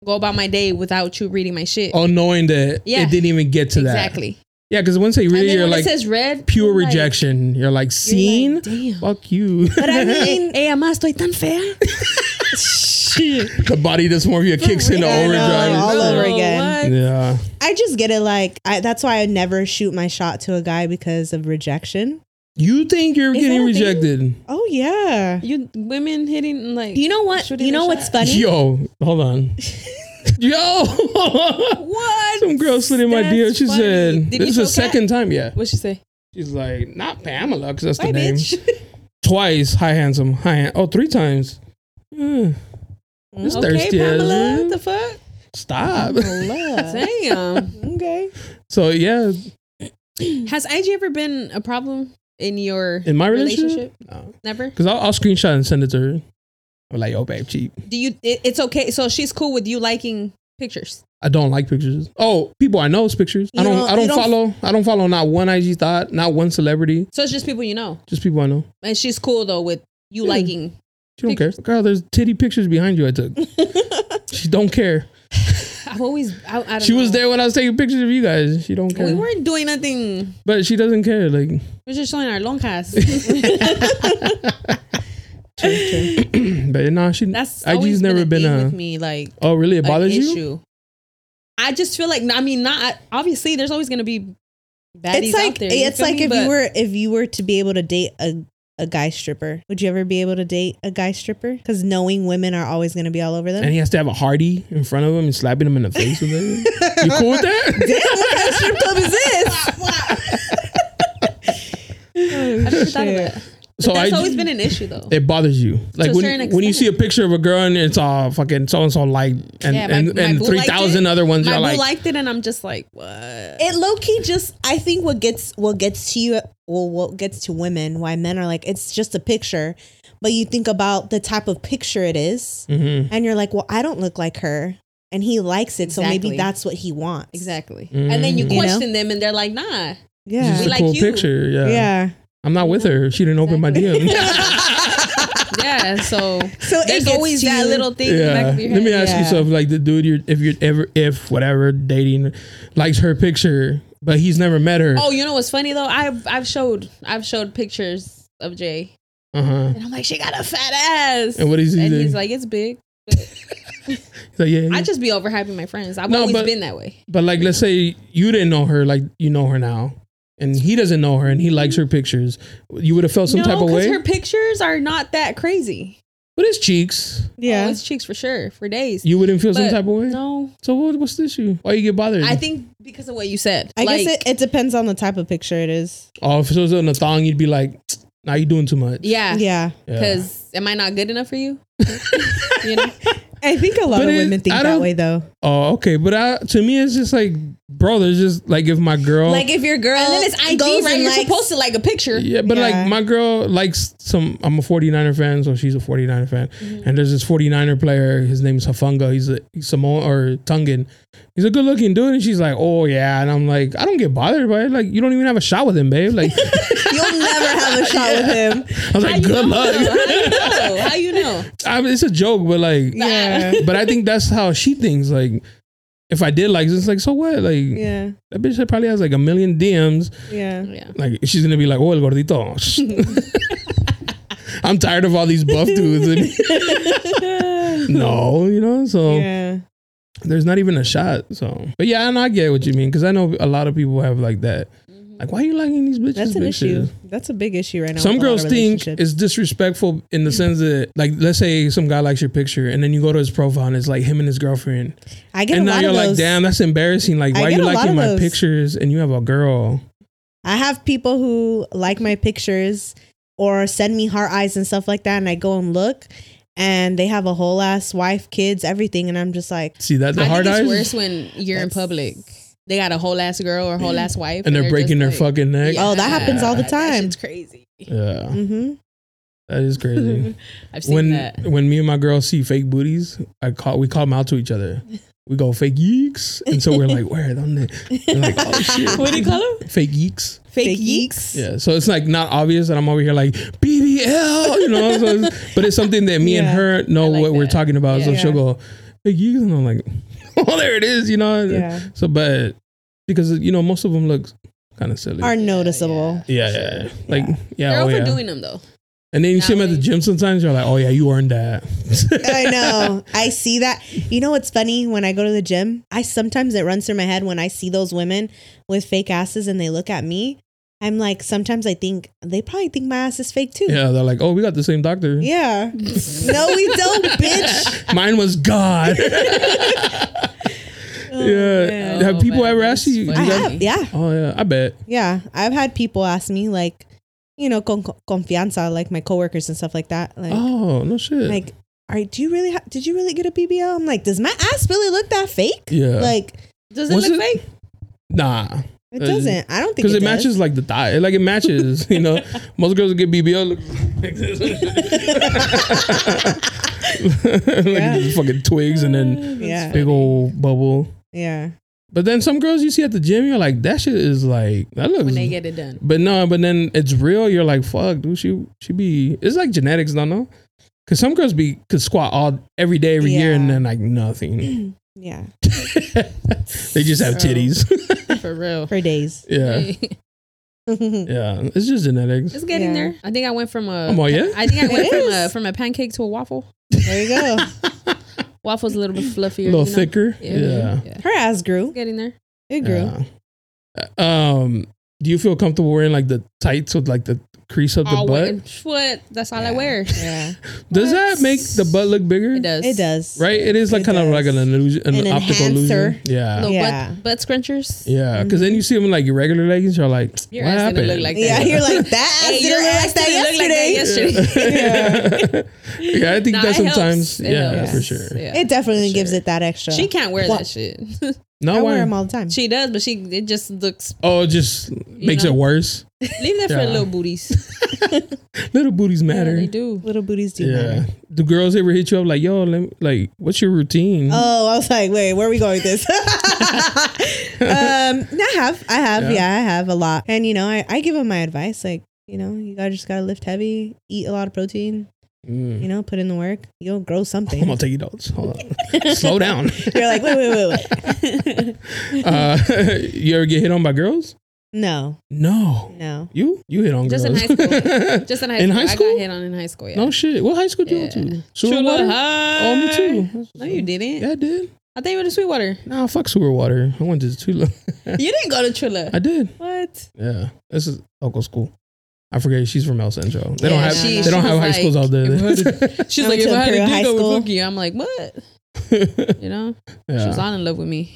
Speaker 3: go about my day without you reading my shit.
Speaker 1: Oh, knowing that
Speaker 3: Yeah.
Speaker 1: it didn't even get to that.
Speaker 3: exactly.
Speaker 1: Yeah, because once they read
Speaker 3: And
Speaker 1: it,
Speaker 3: then
Speaker 1: you're
Speaker 3: when
Speaker 1: like
Speaker 3: it says red,
Speaker 1: pure
Speaker 3: you're like-
Speaker 1: rejection. You're like,
Speaker 3: you're like,
Speaker 1: seen?
Speaker 3: Damn.
Speaker 1: Fuck you.
Speaker 2: But I mean,
Speaker 3: Hey, ama, estoy tan fea.
Speaker 1: the body dysmorphia kicks into
Speaker 2: I know,
Speaker 1: overdrive.
Speaker 2: like, all over again.
Speaker 3: What?
Speaker 1: Yeah.
Speaker 2: I just get it. Like I, that's why I never shoot my shot to a guy because of rejection.
Speaker 1: You think you're
Speaker 3: Is
Speaker 1: getting
Speaker 3: that a thing?
Speaker 1: rejected?
Speaker 2: Oh yeah.
Speaker 3: You women hitting like
Speaker 2: You know what?
Speaker 3: shooting
Speaker 2: You know
Speaker 3: the
Speaker 2: what's
Speaker 3: shot.
Speaker 2: funny?
Speaker 1: Yo, hold on. Yo,
Speaker 3: What?
Speaker 1: some girl slid in my
Speaker 3: That's
Speaker 1: DM. She
Speaker 3: funny.
Speaker 1: said,
Speaker 3: Did you
Speaker 1: "This is the
Speaker 3: choke her?
Speaker 1: second time." Yeah,
Speaker 3: What'd she say?
Speaker 1: she's like, "Not Pamela, because that's
Speaker 3: Hi,
Speaker 1: the name."
Speaker 3: bitch.
Speaker 1: Twice, hi handsome, hi. Han- oh, three times. Mm, This
Speaker 3: okay,
Speaker 1: thirsty ass
Speaker 3: Pamela.
Speaker 1: man.
Speaker 3: What the Mm-hmm. fuck?
Speaker 1: stop.
Speaker 3: Damn.
Speaker 2: okay.
Speaker 1: so yeah,
Speaker 3: Has IG ever been a problem in your
Speaker 1: in my relationship, Oh. no,
Speaker 3: Never.
Speaker 1: because I'll, I'll screenshot and send it to her. I'm like, "Yo, babe, cheap."
Speaker 3: Do you? It, it's okay. So she's cool with you liking pictures.
Speaker 1: I don't like pictures. Oh, people I know's pictures. I
Speaker 2: You
Speaker 1: don't.
Speaker 2: don't-
Speaker 1: I don't
Speaker 2: you don't-
Speaker 1: follow. I don't follow not one IG thought, not one celebrity.
Speaker 3: So it's just people you know,
Speaker 1: Just people I know.
Speaker 3: and she's cool though with you
Speaker 1: Yeah.
Speaker 3: liking.
Speaker 1: She don't care. Girl, there's titty pictures behind you. I took. she don't care.
Speaker 3: I've always. I, I don't
Speaker 1: She was
Speaker 3: know.
Speaker 1: there when I was taking pictures of you guys. She don't care.
Speaker 3: We weren't doing nothing.
Speaker 1: but she doesn't care. Like
Speaker 3: We were just showing our long cast.
Speaker 1: But nah, she.
Speaker 3: That's
Speaker 1: IG's
Speaker 3: always
Speaker 1: never been
Speaker 3: thing
Speaker 1: a.
Speaker 3: with me. Like
Speaker 1: Oh really? It
Speaker 3: like,
Speaker 1: bothers you?
Speaker 3: issue. I just feel like I mean not obviously there's always gonna be baddies
Speaker 2: It's like
Speaker 3: out there.
Speaker 2: it's
Speaker 3: feel
Speaker 2: like
Speaker 3: me?
Speaker 2: if
Speaker 3: But
Speaker 2: you were if you were to be able to date a a guy stripper, would you ever be able to date a guy stripper? Because knowing women are always going to be all over them.
Speaker 1: And he has to have a hardy in front of him and slapping him in the face with it. You cool with that?
Speaker 2: what kind of strip club is this?
Speaker 3: I've never thought of that. But
Speaker 1: so
Speaker 3: that's
Speaker 1: IG
Speaker 3: always been an issue though.
Speaker 1: It bothers you, like
Speaker 3: a
Speaker 1: when,
Speaker 3: certain
Speaker 1: when you
Speaker 3: extent.
Speaker 1: see a picture of a girl and it's all fucking so and so like, and
Speaker 3: Yeah, my-
Speaker 1: and,
Speaker 3: my
Speaker 1: and
Speaker 3: boo
Speaker 1: three
Speaker 3: liked
Speaker 1: thousand
Speaker 3: it.
Speaker 1: other ones
Speaker 3: My
Speaker 1: you're
Speaker 3: boo
Speaker 1: like,
Speaker 3: liked it, and I'm just like, what?
Speaker 2: It low key just I think what gets what gets to you well what gets to women why men are like it's just a picture, but you think about the type of picture it is,
Speaker 3: Mm-hmm.
Speaker 1: Mhm.
Speaker 2: and you're like, well, I don't look like her, and he likes it, so maybe
Speaker 3: Exactly.
Speaker 2: that's what he wants.
Speaker 3: Exactly. And then you
Speaker 1: Mm.
Speaker 2: You know?
Speaker 3: question them, and they're like, nah.
Speaker 1: it's
Speaker 2: Yeah.
Speaker 1: just
Speaker 3: We
Speaker 1: a
Speaker 3: like
Speaker 1: cool
Speaker 3: you. Mm-hmm.
Speaker 1: picture. Yeah.
Speaker 2: yeah.
Speaker 1: I'm not with her. She didn't open my DM.
Speaker 3: Yeah.
Speaker 2: So
Speaker 3: So,
Speaker 2: it
Speaker 3: there's
Speaker 2: gets
Speaker 3: always
Speaker 2: to
Speaker 3: that
Speaker 2: you.
Speaker 3: little thing. in the back
Speaker 1: Yeah.
Speaker 3: of your
Speaker 1: Let me
Speaker 3: head.
Speaker 1: ask you
Speaker 2: Yeah.
Speaker 1: something. Like the dude, you're, if you're ever, if whatever dating, likes her picture, but he's never met her.
Speaker 3: Oh, you know what's funny though? I've I've showed I've showed pictures of Jay,
Speaker 1: Uh huh.
Speaker 3: and I'm like, she got a fat ass.
Speaker 1: And what is he
Speaker 3: And
Speaker 1: doing?
Speaker 3: he's like, it's big.
Speaker 1: He's like, yeah.
Speaker 3: I just be overhyping my friends. I've
Speaker 1: No,
Speaker 3: always
Speaker 1: but-
Speaker 3: been that way.
Speaker 1: but like, let's say you didn't know her, like you know her now, and he doesn't know her, and he likes her pictures. You would have felt some
Speaker 3: no,
Speaker 1: type of
Speaker 3: 'cause
Speaker 1: way.
Speaker 3: her pictures are not that crazy.
Speaker 1: but his cheeks,
Speaker 2: Yeah.
Speaker 3: oh, it's cheeks for sure for days.
Speaker 1: you wouldn't feel some
Speaker 3: But
Speaker 1: type of way.
Speaker 3: No,
Speaker 1: So what, what's the issue? Why you get bothered?
Speaker 3: I think because of what you said.
Speaker 2: I
Speaker 3: Like,
Speaker 2: guess it, it depends on the type of picture it is.
Speaker 1: Oh, if it was in a thong, you'd be like, "Now you're doing too much."
Speaker 3: Yeah.
Speaker 2: Yeah.
Speaker 1: Yeah.
Speaker 3: Because am I not good enough for you? you know.
Speaker 2: I think a lot
Speaker 1: But
Speaker 2: of
Speaker 1: it-
Speaker 2: women think
Speaker 1: I
Speaker 2: that
Speaker 1: don't-
Speaker 2: way though.
Speaker 1: Oh, okay. But I, to me, it's just like, bro, there's just like if my girl,
Speaker 2: Like if your girl
Speaker 3: And then it's IG,
Speaker 2: goes
Speaker 3: right?
Speaker 2: and
Speaker 3: You're
Speaker 2: likes-
Speaker 3: supposed to like a picture.
Speaker 1: Yeah, but
Speaker 2: Yeah.
Speaker 1: like my girl likes some. I'm a 49er fan, so she's a 49er fan.
Speaker 2: Mm-hmm.
Speaker 1: And there's this 49er player. His name's Hafunga. He's a he's Samoan or Tongan. He's a good looking dude. And she's like, oh yeah. And I'm like, I don't get bothered by it. Like you don't even have a shot with him, babe. Like
Speaker 2: you'll never have a shot with him.
Speaker 1: I was like, good luck.
Speaker 3: How you know? How you know?
Speaker 1: I mean, it's a joke, but like,
Speaker 2: Yeah.
Speaker 1: but I think that's how she thinks. Like. If I did like, it's like so what? Like
Speaker 2: Yeah.
Speaker 1: that bitch probably has like a million DMs.
Speaker 2: Yeah.
Speaker 3: Yeah.
Speaker 1: Like she's gonna be like, oh el gordito. I'm tired of all these buff dudes. And no, you know. So
Speaker 2: Yeah.
Speaker 1: there's not even a shot. So, but yeah, and I get what you mean because I know a lot of people have like that. Like, why are you liking these bitches?
Speaker 2: Mm-hmm. That's an issue.
Speaker 1: pictures?
Speaker 2: That's a big issue right now.
Speaker 1: Some
Speaker 2: with a lot
Speaker 1: girls
Speaker 2: of
Speaker 1: think
Speaker 2: relationships.
Speaker 1: it's disrespectful in the sense that, like, let's say some guy likes your picture, and then you go to his profile and it's like him and his girlfriend,
Speaker 2: I get
Speaker 1: and
Speaker 2: a
Speaker 1: now
Speaker 2: lot
Speaker 1: you're
Speaker 2: of
Speaker 1: like,
Speaker 2: those.
Speaker 1: damn, that's embarrassing. Like,
Speaker 2: I
Speaker 1: why are
Speaker 2: get
Speaker 1: you
Speaker 2: a lot
Speaker 1: liking
Speaker 2: of
Speaker 1: my
Speaker 2: those.
Speaker 1: pictures and you have a girl?
Speaker 2: I have people who like my pictures or send me heart eyes and stuff like that, and I go and look, and they have a whole ass wife, kids, everything, and I'm just like,
Speaker 1: See that the
Speaker 3: I
Speaker 1: hard
Speaker 3: think
Speaker 1: eyes,
Speaker 3: it's worse when you're in
Speaker 2: That's-
Speaker 3: public. They got a whole ass girl or whole ass wife,
Speaker 1: and they're breaking their
Speaker 3: just like-
Speaker 1: fucking neck.
Speaker 2: Oh, that happens all the time.
Speaker 3: It's crazy.
Speaker 1: Yeah,
Speaker 2: mm-hmm.
Speaker 1: that is crazy.
Speaker 3: I've seen
Speaker 1: when
Speaker 3: that.
Speaker 1: when me and my girl see fake booties, I call we call them out to each other. We go fake yeeks, and so we're like, where? Don't they? We're like, oh shit,
Speaker 3: What do you call them?
Speaker 1: fake yeeks.
Speaker 3: Fake,
Speaker 2: Fake
Speaker 3: geeks.
Speaker 1: Yeah, so it's like not obvious that I'm over here like BBL, you know. So it's, but it's something that me and
Speaker 2: Yeah.
Speaker 1: her know
Speaker 3: like
Speaker 1: what we're
Speaker 3: that.
Speaker 1: talking about. So
Speaker 2: Yeah.
Speaker 1: she'll go fake yeeks, and I'm like, oh, there it is, you know.
Speaker 2: Yeah.
Speaker 1: So, but because you know most of them look kind of silly.
Speaker 2: are noticeable.
Speaker 1: yeah, yeah, yeah. Like, yeah,
Speaker 3: They're
Speaker 1: oh, yeah.
Speaker 3: overdoing them though.
Speaker 1: And then you see them at the
Speaker 3: nowadays.
Speaker 1: gym sometimes. You're like, oh yeah, you earned that.
Speaker 2: I know. I see that. You know what's funny? When I go to the gym, I sometimes it runs through my head when I see those women with fake asses and they look at me. I'm like, sometimes I think they probably think my ass is fake too.
Speaker 1: Yeah, they're like, oh, we got the same doctor.
Speaker 2: Yeah. no, we don't, bitch.
Speaker 1: Mine was God. yeah.
Speaker 3: Oh, man.
Speaker 1: Have
Speaker 3: Oh,
Speaker 1: people
Speaker 3: man,
Speaker 1: ever
Speaker 3: that's
Speaker 1: asked you? you
Speaker 3: funny.
Speaker 2: I
Speaker 1: got-
Speaker 2: have, yeah,
Speaker 1: oh yeah, I bet.
Speaker 2: yeah. I've had people ask me like, you know, con- confianza, like my coworkers and stuff like that. Like,
Speaker 1: Oh no shit.
Speaker 2: like, all right, do you really? Ha- did you really get a BBL? I'm like, does my ass really look that fake?
Speaker 1: yeah.
Speaker 2: Like,
Speaker 3: Does it
Speaker 1: Was
Speaker 3: look
Speaker 1: it-
Speaker 3: fake?
Speaker 1: nah,
Speaker 2: it
Speaker 1: Uh,
Speaker 2: doesn't. I don't think
Speaker 1: because it,
Speaker 2: does.
Speaker 1: matches like the thigh. Like it matches. you know, most girls that get BBL look like this. like these fucking twigs and then
Speaker 2: Mm, Yeah,
Speaker 1: big old bubble.
Speaker 2: yeah.
Speaker 1: But then some girls you see at the gym, you're like, that shit is like that looks.
Speaker 3: When they get it done.
Speaker 1: But no, but then it's real. You're like, fuck, dude. She she be. It's like genetics, don't know. Cause some girls be could squat all every day, every year, and
Speaker 2: Yeah.
Speaker 1: then like nothing.
Speaker 2: Yeah,
Speaker 1: they just have
Speaker 3: So-
Speaker 1: titties.
Speaker 3: For real.
Speaker 2: for days.
Speaker 1: yeah,
Speaker 3: it's
Speaker 1: yeah. It's just genetics.
Speaker 3: getting
Speaker 2: Yeah.
Speaker 3: there. I think I went from a.
Speaker 1: Oh, yeah?
Speaker 3: I think I went
Speaker 2: It
Speaker 3: from a
Speaker 2: is.
Speaker 3: from a pancake to a waffle.
Speaker 2: There you go.
Speaker 3: Waffle's a little bit
Speaker 1: A
Speaker 3: fluffier,
Speaker 1: little
Speaker 3: you know?
Speaker 1: thicker.
Speaker 3: Yeah.
Speaker 1: Yeah.
Speaker 3: yeah.
Speaker 2: Her ass
Speaker 3: It's
Speaker 2: grew.
Speaker 3: getting there.
Speaker 2: It grew.
Speaker 1: Yeah. Um. Do you feel comfortable wearing like the tights with like the crease of the
Speaker 3: All
Speaker 1: butt?
Speaker 3: wet. What? That's all I wear.
Speaker 2: Yeah,
Speaker 1: Does
Speaker 3: What?
Speaker 1: that make the butt look bigger?
Speaker 3: It does.
Speaker 2: it does.
Speaker 1: Right. It is like
Speaker 2: It
Speaker 1: kind of
Speaker 2: does.
Speaker 1: like an illusion, an,
Speaker 2: An
Speaker 1: optical illusion.
Speaker 2: enhancer.
Speaker 1: Yeah.
Speaker 3: Little
Speaker 2: Yeah.
Speaker 3: butt, butt scrunchers.
Speaker 1: Yeah, because then you see them in like your regular leggings, you're like,
Speaker 3: Mm-hmm. Your
Speaker 1: what
Speaker 3: ass
Speaker 1: happened?
Speaker 3: didn't look like that.
Speaker 2: Yeah, you're like that. ass
Speaker 3: Hey,
Speaker 2: didn't
Speaker 3: your
Speaker 2: look
Speaker 3: ass
Speaker 2: like that
Speaker 3: didn't look like
Speaker 2: yesterday.
Speaker 3: that yesterday.
Speaker 1: yeah. yeah, I think
Speaker 3: Nah,
Speaker 1: that
Speaker 3: it
Speaker 1: sometimes,
Speaker 3: helps. It
Speaker 1: yeah,
Speaker 3: helps.
Speaker 1: for sure.
Speaker 3: Yeah.
Speaker 2: It definitely
Speaker 3: for
Speaker 2: gives
Speaker 3: sure.
Speaker 2: it that extra.
Speaker 3: she can't wear
Speaker 2: Well,
Speaker 3: that shit.
Speaker 1: No,
Speaker 2: I wear
Speaker 1: why?
Speaker 2: them all the time.
Speaker 3: she does, but she it just looks.
Speaker 1: oh, it just makes
Speaker 3: know.
Speaker 1: it worse.
Speaker 3: Leave that for
Speaker 1: Yeah.
Speaker 3: little booties.
Speaker 1: Little booties matter.
Speaker 3: They
Speaker 1: Yeah,
Speaker 3: do.
Speaker 2: Little booties do matter.
Speaker 1: Do girls ever hit you up like, yo, let me, like, what's your routine?
Speaker 2: Oh, I was like, wait, where are we going with this? um, no, I have, I have,
Speaker 1: Yeah.
Speaker 2: yeah. I have a lot, and you know, I, I give them my advice, like, you know, you gotta just gotta lift heavy, eat a lot of protein,
Speaker 1: Mm.
Speaker 2: you know, put in the work, you'll grow something.
Speaker 1: I'm gonna take you notes. Hold on. Slow down.
Speaker 2: You're like, wait, wait, wait, wait,
Speaker 1: Uh, you ever get hit on by girls?
Speaker 2: no,
Speaker 1: No.
Speaker 2: no,
Speaker 1: You? You hit on
Speaker 3: Just in
Speaker 1: girls.
Speaker 3: high school. Just in high
Speaker 1: In
Speaker 3: school.
Speaker 1: high
Speaker 3: I
Speaker 1: school?
Speaker 3: got hit on in high school. Yeah.
Speaker 1: No shit. What high school did
Speaker 3: Yeah.
Speaker 1: you go to?
Speaker 3: True
Speaker 1: Sewer
Speaker 3: love.
Speaker 1: water?
Speaker 3: Hi.
Speaker 1: Oh, me too.
Speaker 3: No, you didn't.
Speaker 1: Yeah, I did.
Speaker 3: I thought you went to Sweetwater.
Speaker 1: Nah, fuck sewer water. I went to Tula.
Speaker 3: You didn't go to Trilla.
Speaker 1: I did.
Speaker 3: what?
Speaker 1: Yeah, this is local school. I forget she's from El Centro. They don't
Speaker 3: Yeah,
Speaker 1: have
Speaker 3: she-
Speaker 1: they don't
Speaker 3: she
Speaker 1: have
Speaker 3: was
Speaker 1: high schools
Speaker 3: like-
Speaker 1: out there.
Speaker 3: She's
Speaker 2: I
Speaker 3: like,
Speaker 2: went
Speaker 3: if
Speaker 2: to
Speaker 3: I had a
Speaker 2: Imperial High
Speaker 3: dude that
Speaker 2: school.
Speaker 3: would fuck you, I'm like, what? You know? She was
Speaker 1: yeah.
Speaker 3: all in love with me.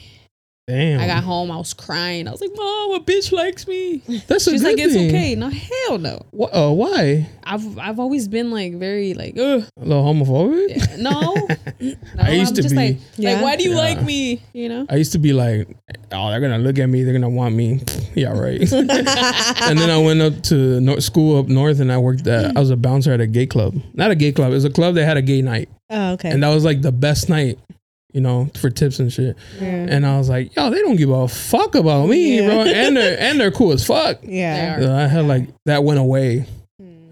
Speaker 1: Damn,
Speaker 3: I got home, I was crying. I was like, Mom, a bitch likes me.
Speaker 1: that's a
Speaker 3: She's
Speaker 1: good
Speaker 3: like, it's
Speaker 1: thing.
Speaker 3: okay. No, hell no.
Speaker 1: Wh- uh, why?
Speaker 3: I've I've always been like very like, ugh.
Speaker 1: A little homophobic.
Speaker 3: Yeah. No. no
Speaker 1: I used
Speaker 3: am
Speaker 1: to be.
Speaker 3: just like,
Speaker 2: Yeah.
Speaker 3: like, why do you
Speaker 1: Yeah.
Speaker 3: like me? You know?
Speaker 1: I used to be like, oh, they're gonna look at me. They're gonna want me. yeah, right. and then I went up to nor- school up north, and I worked. At, I was a bouncer at a gay club. Not a gay club. It was a club that had a gay night,
Speaker 2: oh, okay,
Speaker 1: and that was like the best night, you know, for tips and shit.
Speaker 2: yeah,
Speaker 1: And I was like, yo, they don't give a fuck about me,
Speaker 2: Yeah.
Speaker 1: bro. And they're and they're cool as fuck.
Speaker 2: yeah.
Speaker 1: So I had like that went away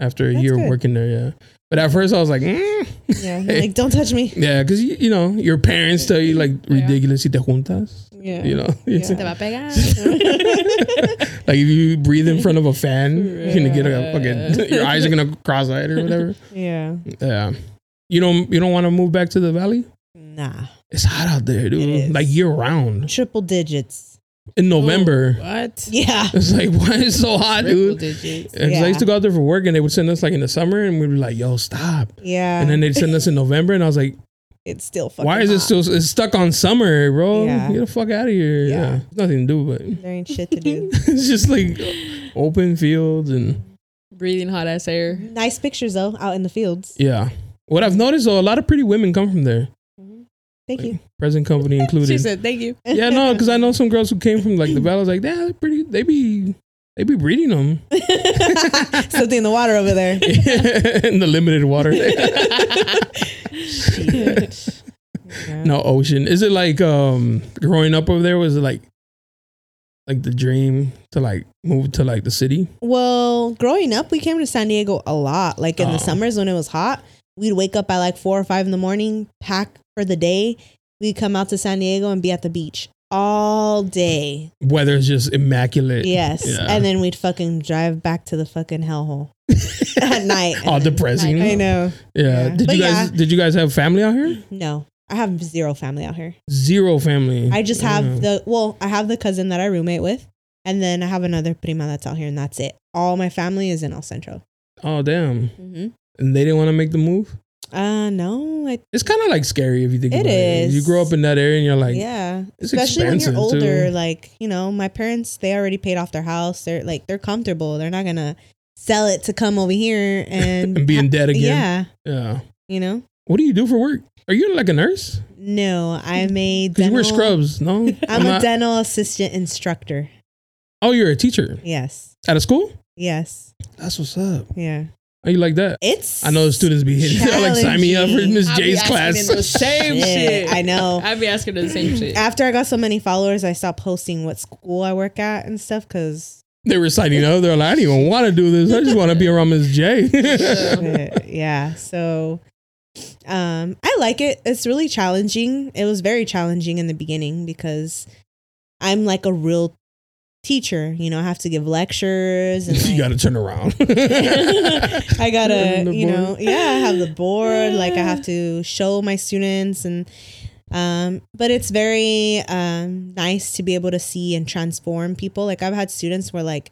Speaker 1: after a
Speaker 2: Hmm. That's
Speaker 1: year of
Speaker 2: good.
Speaker 1: working there. Yeah, but at first I was like, mm.
Speaker 2: yeah. You're like, don't touch me.
Speaker 1: yeah, because you, you know your parents tell you like ridiculous si te juntas.
Speaker 2: Yeah,
Speaker 1: You know,
Speaker 3: Te va a pegar.
Speaker 1: like if you breathe in front of a fan, you're gonna get a fucking your eyes are gonna cross-eyed or whatever.
Speaker 2: yeah,
Speaker 1: Yeah, you don't you don't want to move back to the valley.
Speaker 2: nah,
Speaker 1: It's hot out there, dude.
Speaker 2: is.
Speaker 1: Like year round
Speaker 2: triple digits.
Speaker 1: in November.
Speaker 3: What?
Speaker 2: Yeah,
Speaker 1: It's like why is it so hot,
Speaker 3: Triple
Speaker 1: dude?
Speaker 3: digits.
Speaker 1: Because I
Speaker 2: Yeah.
Speaker 1: used to go out there for work, and they would send us like in the summer, and we'd be like, "Yo, stop!"
Speaker 2: yeah.
Speaker 1: And then they'd send us in November, and I was like,
Speaker 2: it's still fucking.
Speaker 1: "Why is it
Speaker 2: hot.
Speaker 1: still it's stuck on summer, bro?
Speaker 2: Yeah.
Speaker 1: Get the fuck out of here!" Yeah,
Speaker 2: Yeah.
Speaker 1: There's nothing to do, but
Speaker 2: There ain't shit to do.
Speaker 1: it's just like open fields and
Speaker 3: Breathing hot ass air.
Speaker 2: nice pictures though, out in the fields.
Speaker 1: yeah. What I've noticed though, a lot of pretty women come from there,
Speaker 2: Thank you.
Speaker 1: present company
Speaker 3: She
Speaker 1: included.
Speaker 3: said, thank you.
Speaker 1: yeah, no, because I know some girls who came from like the valley. I was like, "Damn, they're pretty. They be they be breeding them
Speaker 2: Something in the water over there.
Speaker 1: in the limited water." No ocean. Is it like um growing up over there? Was it like like the dream to like move to like the city?
Speaker 2: Well, growing up, we came to San Diego a lot. Like in
Speaker 1: Oh.
Speaker 2: the summers when it was hot, we'd wake up at like four or five in the morning, pack for the day. We'd come out to San Diego and be at the beach all day.
Speaker 1: Weather's just immaculate.
Speaker 2: Yes.
Speaker 1: Yeah.
Speaker 2: And then we'd fucking drive back to the fucking hellhole at night.
Speaker 1: all depressing.
Speaker 2: I know.
Speaker 1: Yeah.
Speaker 2: Yeah.
Speaker 1: Did
Speaker 2: But
Speaker 1: you guys
Speaker 2: yeah.
Speaker 1: did you guys have family out here?
Speaker 2: No, I have zero family out here.
Speaker 1: Zero family. Mm.
Speaker 2: I just have the, well, I have the cousin that I roommate with. And then I have another prima that's out here, and that's it. All my family is in El Centro.
Speaker 1: Oh damn!
Speaker 2: Mm-hmm.
Speaker 1: And they didn't want to make the move.
Speaker 2: Uh, no, I,
Speaker 1: It's kind of like scary if you think
Speaker 2: It
Speaker 1: about
Speaker 2: is.
Speaker 1: it. You grow up in that area and you're like,
Speaker 2: yeah,
Speaker 1: it's
Speaker 2: especially when you're
Speaker 1: expensive, too.
Speaker 2: older. Like you know, my parents they already paid off their house. They're like they're comfortable. They're not gonna sell it to come over here and,
Speaker 1: and being dead again.
Speaker 2: Yeah,
Speaker 1: Yeah.
Speaker 2: you know.
Speaker 1: What do you do for work? Are you like a nurse?
Speaker 2: No, I'm a
Speaker 1: Because you
Speaker 2: dental.
Speaker 1: wear scrubs. No,
Speaker 2: I'm a
Speaker 1: not-
Speaker 2: dental assistant instructor.
Speaker 1: Oh, you're a teacher
Speaker 2: Yes,
Speaker 1: at a school.
Speaker 2: yes,
Speaker 1: That's what's up.
Speaker 2: yeah.
Speaker 1: Are you like that?
Speaker 2: It's
Speaker 1: I know the students be hitting. They're like, sign me up for
Speaker 2: challenging.
Speaker 1: Miss
Speaker 3: I be
Speaker 1: J's
Speaker 3: asking
Speaker 1: class.
Speaker 3: them the same
Speaker 2: Shit,
Speaker 3: shit.
Speaker 2: I know.
Speaker 3: I'd be asking her the same shit.
Speaker 2: After I got so many followers, I stopped posting what school I work at and stuff because,
Speaker 1: they were signing up. They're like, I don't even want to do this. I just want to be around Miss J.
Speaker 2: yeah. So, um, I like it. It's really challenging. It was very challenging in the beginning because I'm like a real teacher. You know, I have to give lectures and
Speaker 1: you
Speaker 2: like,
Speaker 1: gotta turn around.
Speaker 2: I gotta,
Speaker 1: And the
Speaker 2: you
Speaker 1: board.
Speaker 2: know, yeah, I have the board. Like I have to show my students, and um, but it's very um nice to be able to see and transform people. Like I've had students where like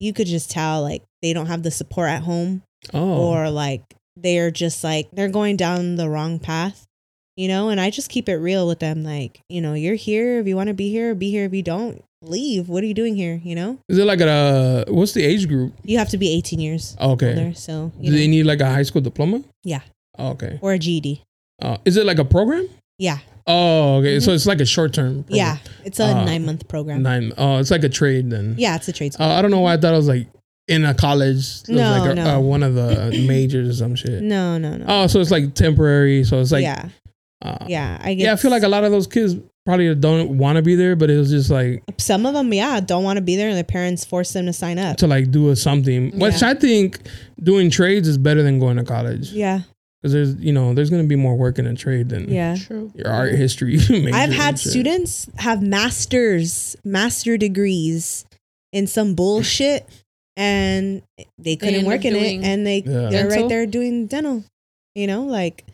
Speaker 2: you could just tell like they don't have the support at home,
Speaker 1: Oh,
Speaker 2: or like they're just like they're going down the wrong path. You know, and I just keep it real with them. Like, you know, you're here. If you want to be here, be here. If you don't, leave. What are you doing here? You know,
Speaker 1: is it like a uh, what's the age group? Oh,
Speaker 2: you have to be 18 years
Speaker 1: Okay,
Speaker 2: older. So, you
Speaker 1: do
Speaker 2: know.
Speaker 1: they need like a high school diploma?
Speaker 2: Yeah.
Speaker 1: Oh, okay.
Speaker 2: or a GED.
Speaker 1: Uh, is it like a program?
Speaker 2: Yeah, Mm-hmm.
Speaker 1: Oh, okay. So it's like a short term.
Speaker 2: yeah. It's a
Speaker 1: Uh,
Speaker 2: nine month program.
Speaker 1: Nine. Oh, it's like a trade then.
Speaker 2: Yeah, it's a trade school.
Speaker 1: Uh, I don't know why I thought it was like in a college. It was
Speaker 2: No,
Speaker 1: like a,
Speaker 2: no.
Speaker 1: Uh, one of the majors or some shit.
Speaker 2: no, no, no.
Speaker 1: Oh, so it's like temporary. So it's like
Speaker 2: yeah,
Speaker 1: uh,
Speaker 2: yeah. I get
Speaker 1: yeah. I feel like a lot of those kids probably don't want to be there, but it was just like
Speaker 2: some of them, yeah, don't want to be there, and their parents force them to sign up.
Speaker 1: to like do a something, which
Speaker 2: Yeah.
Speaker 1: I think doing trades is better than going to college because
Speaker 2: Yeah,
Speaker 1: there's you know there's gonna be more work in a trade than
Speaker 2: yeah.
Speaker 3: True.
Speaker 1: your art history. major
Speaker 2: I've had
Speaker 1: and shit.
Speaker 2: students have masters, master degrees in some bullshit, and they couldn't
Speaker 3: end
Speaker 2: work
Speaker 3: up
Speaker 2: in it,
Speaker 3: doing
Speaker 2: and they
Speaker 1: Yeah.
Speaker 2: they're right
Speaker 3: dental?
Speaker 2: there doing dental. You know, like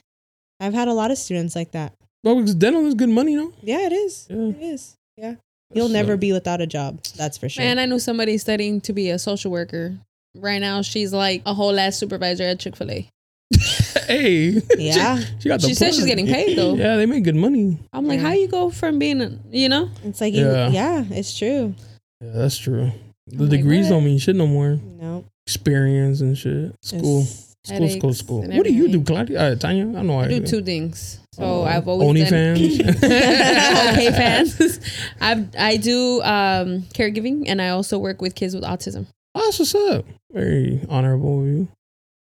Speaker 2: I've had a lot of students like that.
Speaker 1: Well, because dental is good money, you know.
Speaker 2: Yeah, it is.
Speaker 1: Yeah.
Speaker 2: It is. Yeah. You'll never be without a job. That's for sure.
Speaker 3: Man, I know somebody studying to be a social worker. Right now, she's like a whole ass supervisor at Chick Fil A.
Speaker 1: Hey,
Speaker 2: Yeah.
Speaker 1: she, she got the.
Speaker 3: She said she's
Speaker 1: plug.
Speaker 3: getting paid though.
Speaker 1: Yeah, they make good money.
Speaker 3: I'm like, how you go from being, a, you know,
Speaker 2: It's like, you,
Speaker 1: Yeah.
Speaker 2: yeah. it's true.
Speaker 1: Yeah, that's true. The
Speaker 3: like,
Speaker 1: degrees
Speaker 3: what?
Speaker 1: don't mean shit no more.
Speaker 2: No.
Speaker 1: Experience and shit. School.
Speaker 2: It's-
Speaker 1: School, school,
Speaker 3: headaches
Speaker 1: school.
Speaker 3: and
Speaker 1: What do you do,
Speaker 3: everything.
Speaker 1: Claudia? Uh, Tanya? I don't know. Why
Speaker 3: I do two things. So
Speaker 1: Oh,
Speaker 3: I've always done.
Speaker 1: OnlyFans.
Speaker 3: okay, fans. I've I do um, caregiving and I also work with kids with autism.
Speaker 1: Oh, that's what's up. Very honorable of you.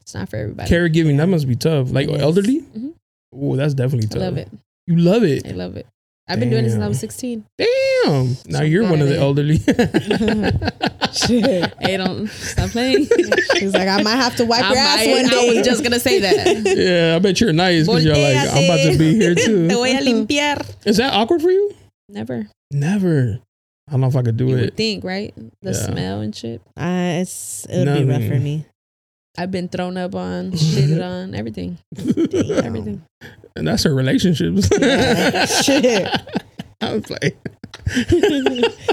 Speaker 3: It's not for everybody.
Speaker 1: Caregiving, that must be tough. Like
Speaker 2: Yes.
Speaker 1: elderly?
Speaker 3: Mhm.
Speaker 1: Oh, that's definitely
Speaker 3: I
Speaker 1: tough.
Speaker 3: love it.
Speaker 1: You love
Speaker 3: I
Speaker 1: it.
Speaker 3: love it. I've been doing it since I was 16.
Speaker 1: Damn. Now
Speaker 3: So
Speaker 1: you're
Speaker 3: proud
Speaker 1: one of
Speaker 3: of
Speaker 1: the
Speaker 3: it.
Speaker 1: elderly.
Speaker 2: Shit.
Speaker 3: Hey, don't stop playing.
Speaker 2: She's like, I might have to wipe your
Speaker 3: I,
Speaker 2: ass one
Speaker 3: I
Speaker 2: day.
Speaker 3: was just gonna say that.
Speaker 1: yeah, I bet you're nice because you're like, I'm about to be here
Speaker 3: Te
Speaker 1: too. Uh-huh.
Speaker 3: voy a limpiar.
Speaker 1: Is that awkward for you?
Speaker 3: Never.
Speaker 1: Never. I don't know if I could do
Speaker 3: You would
Speaker 1: it.
Speaker 3: think, right?
Speaker 1: Yeah.
Speaker 3: The smell and shit.
Speaker 2: uh, it's, it would
Speaker 1: No,
Speaker 2: be rough for
Speaker 1: man.
Speaker 2: me.
Speaker 3: I've been thrown up on, shitted on, everything. Everything.
Speaker 1: and that's her relationships.
Speaker 2: Yeah. Shit.
Speaker 1: I was like,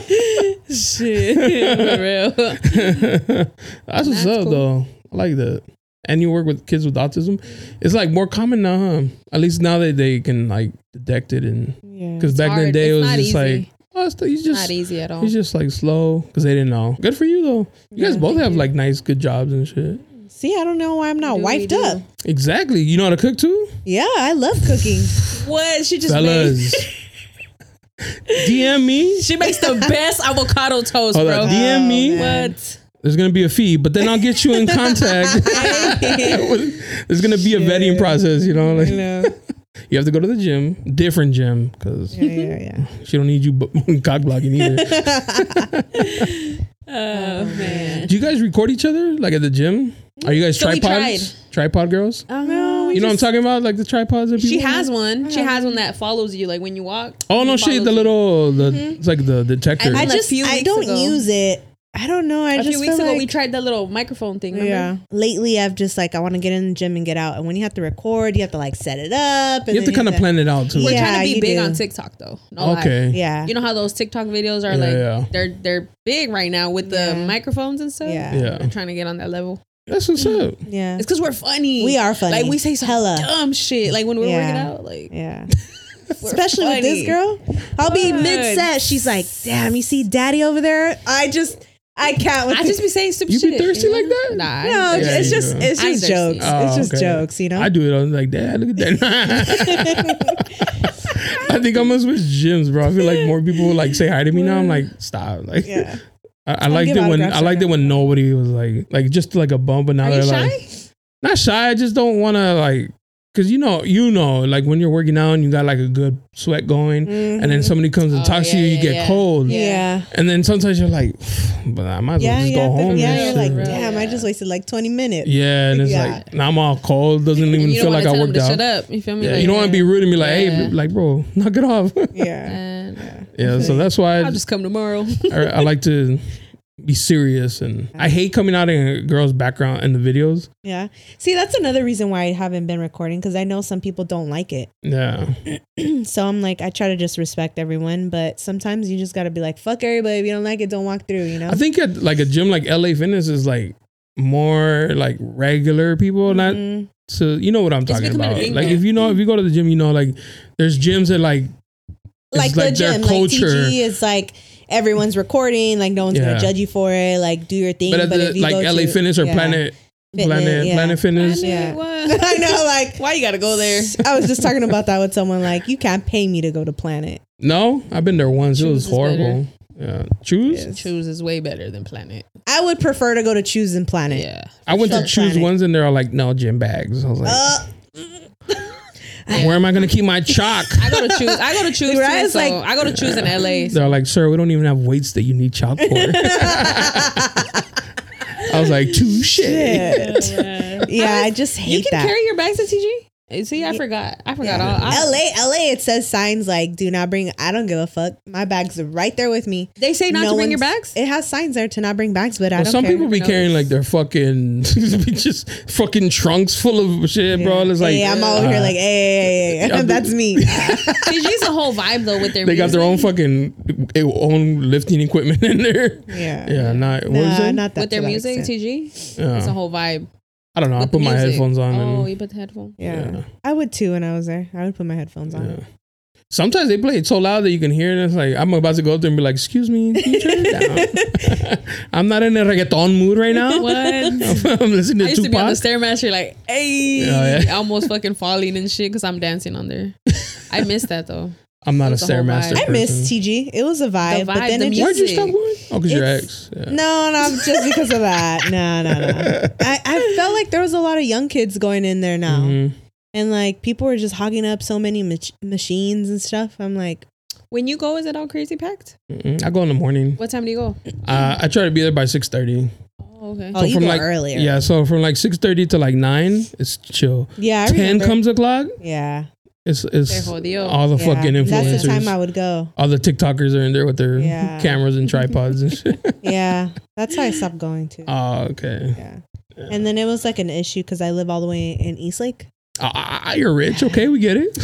Speaker 3: Shit. For real.
Speaker 1: that's what's
Speaker 3: That's
Speaker 1: up
Speaker 3: cool.
Speaker 1: though. I like that. And you work with kids with autism. It's like more common now, huh? At least now that they can like detect it, and
Speaker 2: Yeah.
Speaker 1: because back in the
Speaker 3: hard.
Speaker 1: day
Speaker 3: It's
Speaker 1: it was
Speaker 3: not
Speaker 1: just
Speaker 3: easy.
Speaker 1: like, oh, it's he's
Speaker 3: Not
Speaker 1: just
Speaker 3: easy at all.
Speaker 1: he's just like slow because they didn't know. Good for you though. You guys
Speaker 2: Yeah,
Speaker 1: both
Speaker 2: thank
Speaker 1: have
Speaker 2: you.
Speaker 1: like nice, good jobs and shit.
Speaker 2: See, I don't know why I'm not
Speaker 3: Do we
Speaker 2: wiped
Speaker 3: do?
Speaker 2: up.
Speaker 1: Exactly. You know how to cook too,
Speaker 2: Yeah, I love cooking.
Speaker 3: What? She just
Speaker 1: fellas. DM me.
Speaker 3: makes she makes the best avocado toast,
Speaker 1: Hold
Speaker 3: bro.
Speaker 1: up. DM me.
Speaker 2: man.
Speaker 3: What?
Speaker 1: There's gonna be a fee, but then I'll get you in contact. with- There's gonna be a vetting process, you know. Like, You have to go to the gym, different gym, because
Speaker 2: Yeah, yeah, yeah.
Speaker 1: she don't need you b- cock blocking either.
Speaker 3: Oh man.
Speaker 1: Do you guys record each other like at the gym? Are you guys
Speaker 3: So we
Speaker 1: tripods? Tripod girls?
Speaker 3: Oh no.
Speaker 1: you know what I'm talking about? Like the tripods. That
Speaker 3: She
Speaker 1: people
Speaker 3: has one. She has one that follows you, like when you walk.
Speaker 1: Oh no,
Speaker 3: it
Speaker 1: shit! The
Speaker 3: follows Mm-hmm. you.
Speaker 1: little, the it's like the detector.
Speaker 3: And
Speaker 2: I
Speaker 3: Like a
Speaker 2: just,
Speaker 3: few
Speaker 2: I
Speaker 3: weeks
Speaker 2: don't
Speaker 3: ago.
Speaker 2: use it I don't know. I
Speaker 3: A
Speaker 2: just
Speaker 3: few weeks
Speaker 2: feel
Speaker 3: ago,
Speaker 2: like,
Speaker 3: we tried the little microphone thing. Remember?
Speaker 2: Yeah. Lately, I've just like I want to get in the gym and get out. And when you have to record, you have to like set it up. And
Speaker 1: You have to
Speaker 2: then
Speaker 1: kind of plan it out too.
Speaker 3: We're
Speaker 2: Yeah,
Speaker 3: trying to
Speaker 2: you
Speaker 3: be big
Speaker 2: do.
Speaker 3: on TikTok though. No lie.
Speaker 1: okay.
Speaker 2: Yeah.
Speaker 3: You know how those TikTok videos are
Speaker 1: Yeah,
Speaker 3: like
Speaker 1: yeah.
Speaker 3: they're they're big right now with the
Speaker 2: Yeah.
Speaker 3: microphones and stuff.
Speaker 2: Yeah.
Speaker 1: Yeah.
Speaker 3: I'm trying to get on that level.
Speaker 1: That's what's
Speaker 3: Mm-hmm.
Speaker 1: up.
Speaker 2: yeah.
Speaker 3: It's because we're funny.
Speaker 2: We are funny.
Speaker 3: Like we say some
Speaker 2: Hella.
Speaker 3: dumb shit. Like when we're working
Speaker 2: Yeah.
Speaker 3: out, like
Speaker 2: Yeah.
Speaker 3: we're
Speaker 2: Especially with
Speaker 3: funny.
Speaker 2: this girl. I'll be
Speaker 3: What?
Speaker 2: mid set. She's like, damn, you see daddy over there? I just, I can't with
Speaker 3: I just be saying stupid
Speaker 1: You be
Speaker 3: shit.
Speaker 1: thirsty
Speaker 3: know?
Speaker 1: like that?
Speaker 3: Nah. I
Speaker 2: No,
Speaker 3: ain't
Speaker 1: Yeah,
Speaker 2: it's
Speaker 1: you
Speaker 2: just,
Speaker 1: do.
Speaker 2: it's
Speaker 3: I
Speaker 2: just
Speaker 3: understand.
Speaker 2: jokes.
Speaker 1: Oh,
Speaker 2: it's just
Speaker 1: okay.
Speaker 2: jokes, you know?
Speaker 1: I do it. I'm like, Dad, look at that. I think I'm gonna switch gyms, bro. I feel like more people will like say hi to me now. I'm like, stop. Like,
Speaker 2: Yeah.
Speaker 1: I, I liked
Speaker 2: give
Speaker 1: it when
Speaker 2: autographs
Speaker 1: I liked it
Speaker 2: right
Speaker 1: when nobody was like, like just like a bump, but now
Speaker 3: Are
Speaker 1: they're
Speaker 3: you
Speaker 1: like,
Speaker 3: shy?
Speaker 1: not shy. I just don't want to like, cause you know, you know, like when you're working out and you got like a good sweat going, and then somebody comes and
Speaker 3: Oh,
Speaker 1: talks to
Speaker 3: yeah,
Speaker 1: you, you
Speaker 3: yeah,
Speaker 1: get
Speaker 3: yeah.
Speaker 1: cold,
Speaker 2: Mm-hmm. Yeah.
Speaker 1: and then sometimes you're like, but I might as well
Speaker 2: Yeah.
Speaker 1: just
Speaker 2: you
Speaker 1: go
Speaker 2: have to-
Speaker 1: home.
Speaker 2: yeah.
Speaker 1: and
Speaker 2: You're
Speaker 1: shit.
Speaker 2: like,
Speaker 3: Yeah.
Speaker 2: damn, I just wasted like 20 minutes.
Speaker 1: yeah, and it's
Speaker 2: Yeah.
Speaker 1: like now I'm all cold. Doesn't even
Speaker 3: You
Speaker 1: feel
Speaker 3: don't
Speaker 1: like I
Speaker 3: wanna tell
Speaker 1: worked
Speaker 3: them to
Speaker 1: out.
Speaker 3: Shut up. You feel me?
Speaker 1: Yeah,
Speaker 3: Like, uh,
Speaker 1: you don't want to be rude and be like, hey,
Speaker 3: Yeah.
Speaker 1: b- like, bro, knock it off.
Speaker 2: Yeah.
Speaker 3: And
Speaker 1: yeah, so that's why I,
Speaker 3: I'll just come tomorrow.
Speaker 1: I, I like to be serious, and I hate coming out in a girl's background in the videos.
Speaker 2: Yeah. See, that's another reason why I haven't been recording because I know some people don't like it.
Speaker 1: Yeah,
Speaker 2: so I'm like, I try to just respect everyone, but sometimes you just got to be like, fuck everybody. If you don't like it, don't walk through, you know?
Speaker 1: I think at like a gym like LA Fitness is like more like regular people, not
Speaker 2: Mhm.
Speaker 1: so you know what I'm talking
Speaker 3: becoming a
Speaker 1: about.
Speaker 3: thing
Speaker 1: Like
Speaker 3: now.
Speaker 1: if you know if you go to the gym, you know like there's gyms that like
Speaker 2: like,
Speaker 1: like their
Speaker 2: the gym, like
Speaker 1: culture.
Speaker 2: TG is like everyone's recording, like no one's
Speaker 1: Yeah.
Speaker 2: gonna judge you for it. Like do your thing.
Speaker 1: but
Speaker 2: But,
Speaker 1: at the
Speaker 2: if you
Speaker 1: like
Speaker 2: go
Speaker 1: LA
Speaker 2: to,
Speaker 1: Fitness or
Speaker 2: yeah.
Speaker 1: Planet
Speaker 2: Fitness,
Speaker 1: Planet
Speaker 2: yeah.
Speaker 1: Planet Fitness.
Speaker 2: Yeah.
Speaker 3: What?
Speaker 2: I know, like
Speaker 3: Why you gotta go there?
Speaker 2: I was just talking about that with someone. Like you can't pay me to go to Planet.
Speaker 1: No, I've been there once. it
Speaker 3: Choose
Speaker 1: was
Speaker 3: is
Speaker 1: horrible. Yeah, choose.
Speaker 3: Choose is way better than Planet.
Speaker 2: I would prefer to go to Choose and Planet.
Speaker 3: Yeah.
Speaker 1: I went to
Speaker 2: Fuck
Speaker 1: choose
Speaker 2: Planet.
Speaker 1: ones and they're all like, no gym bags. I was like,
Speaker 2: Uh,
Speaker 1: where am I gonna keep my chalk?
Speaker 3: I go to choose. I go to choose.
Speaker 2: Right?
Speaker 3: Too,
Speaker 2: It's
Speaker 3: so
Speaker 2: like-
Speaker 3: I go to choose in LA.
Speaker 1: They're like, sir, we don't even have weights that you need chalk for. I was like, too shit.
Speaker 2: shit. yeah, I just hate
Speaker 3: you can
Speaker 2: that.
Speaker 3: carry your bags to TG. Uh, See, I forgot. I forgot all. I,
Speaker 2: LA, LA, it says signs like "Do not bring." I don't give a fuck. My bag's right there with me.
Speaker 3: They say not
Speaker 2: No
Speaker 3: to bring your
Speaker 2: one's-
Speaker 3: bags.
Speaker 2: It has signs there to not bring bags, but I
Speaker 1: Well,
Speaker 2: don't.
Speaker 1: some
Speaker 2: care.
Speaker 1: people be
Speaker 3: knows?
Speaker 1: carrying like their fucking be just fucking trunks full of shit, bro. It's like
Speaker 2: hey, I'm over
Speaker 1: uh,
Speaker 2: here like, hey, hey, hey,
Speaker 1: yeah,
Speaker 2: hey. that's me.
Speaker 3: TG's a whole vibe though with their.
Speaker 1: they got their own
Speaker 3: music.
Speaker 1: fucking eh, own lifting equipment in there.
Speaker 2: Yeah.
Speaker 1: Yeah, not what is
Speaker 2: Nah,
Speaker 1: it?
Speaker 2: not that
Speaker 3: with their
Speaker 2: to that
Speaker 3: music.
Speaker 2: extent.
Speaker 3: TG.
Speaker 1: Yeah.
Speaker 3: It's a whole vibe.
Speaker 1: Uh-huh. I don't know. I
Speaker 3: with
Speaker 1: put my
Speaker 3: music.
Speaker 1: headphones on
Speaker 3: Oh,
Speaker 1: and
Speaker 3: you put the headphone.
Speaker 2: Yeah.
Speaker 1: Yeah.
Speaker 2: I would too when I was there. I would put my headphones on.
Speaker 1: yeah. Sometimes they play it so loud that you can hear it. And it's like I'm about to go up there and be like, "Excuse me, can you turn it down?" I'm not in a reggaeton mood right now.
Speaker 3: What? I
Speaker 1: I'm listening to
Speaker 3: used to be on the
Speaker 1: Tupac.
Speaker 3: stairmaster like, hey,
Speaker 1: Yeah, yeah.
Speaker 3: almost fucking falling and shit because I'm dancing on there. I miss that though.
Speaker 1: I'm not a
Speaker 3: It's a whole
Speaker 1: stairmaster.
Speaker 3: vibe.
Speaker 2: I
Speaker 1: person.
Speaker 2: miss TG. It was a vibe, but
Speaker 3: vibe,
Speaker 2: then
Speaker 3: the
Speaker 2: it
Speaker 1: Why'd
Speaker 2: just
Speaker 1: you stop
Speaker 3: music.
Speaker 1: going? Oh, cause your
Speaker 2: It's-
Speaker 1: ex. Yeah.
Speaker 2: no, no, just because of that. No, no, no. I, I felt like there was a lot of young kids going in there now,
Speaker 1: Mhm.
Speaker 2: and like people were just hogging up so many mach- machines and stuff. I'm like,
Speaker 3: When you go, is it all crazy packed?
Speaker 1: Mm-mm. Mm-hmm. I go in the morning.
Speaker 3: What time do you go?
Speaker 1: Uh, I try to be there by six thirty.
Speaker 3: Oh, okay.
Speaker 2: oh, you
Speaker 1: from
Speaker 2: go
Speaker 1: like
Speaker 2: earlier.
Speaker 1: Yeah, so from like six thirty to like nine, it's chill.
Speaker 2: yeah. I
Speaker 1: Ten
Speaker 2: remember.
Speaker 1: comes o'clock,
Speaker 2: Yeah,
Speaker 1: it's it's
Speaker 3: They're jodido.
Speaker 1: all the
Speaker 2: yeah.
Speaker 1: fucking influencers.
Speaker 2: That's the time I would go.
Speaker 1: all the TikTokers are in there with their
Speaker 2: Yeah.
Speaker 1: cameras and tripods and shit.
Speaker 2: Yeah, that's why I stopped going to.
Speaker 1: oh, okay.
Speaker 2: yeah. And then it was like an issue because I live all the way in Eastlake.
Speaker 1: Ah, ah, ah, you're rich. Okay, we get it.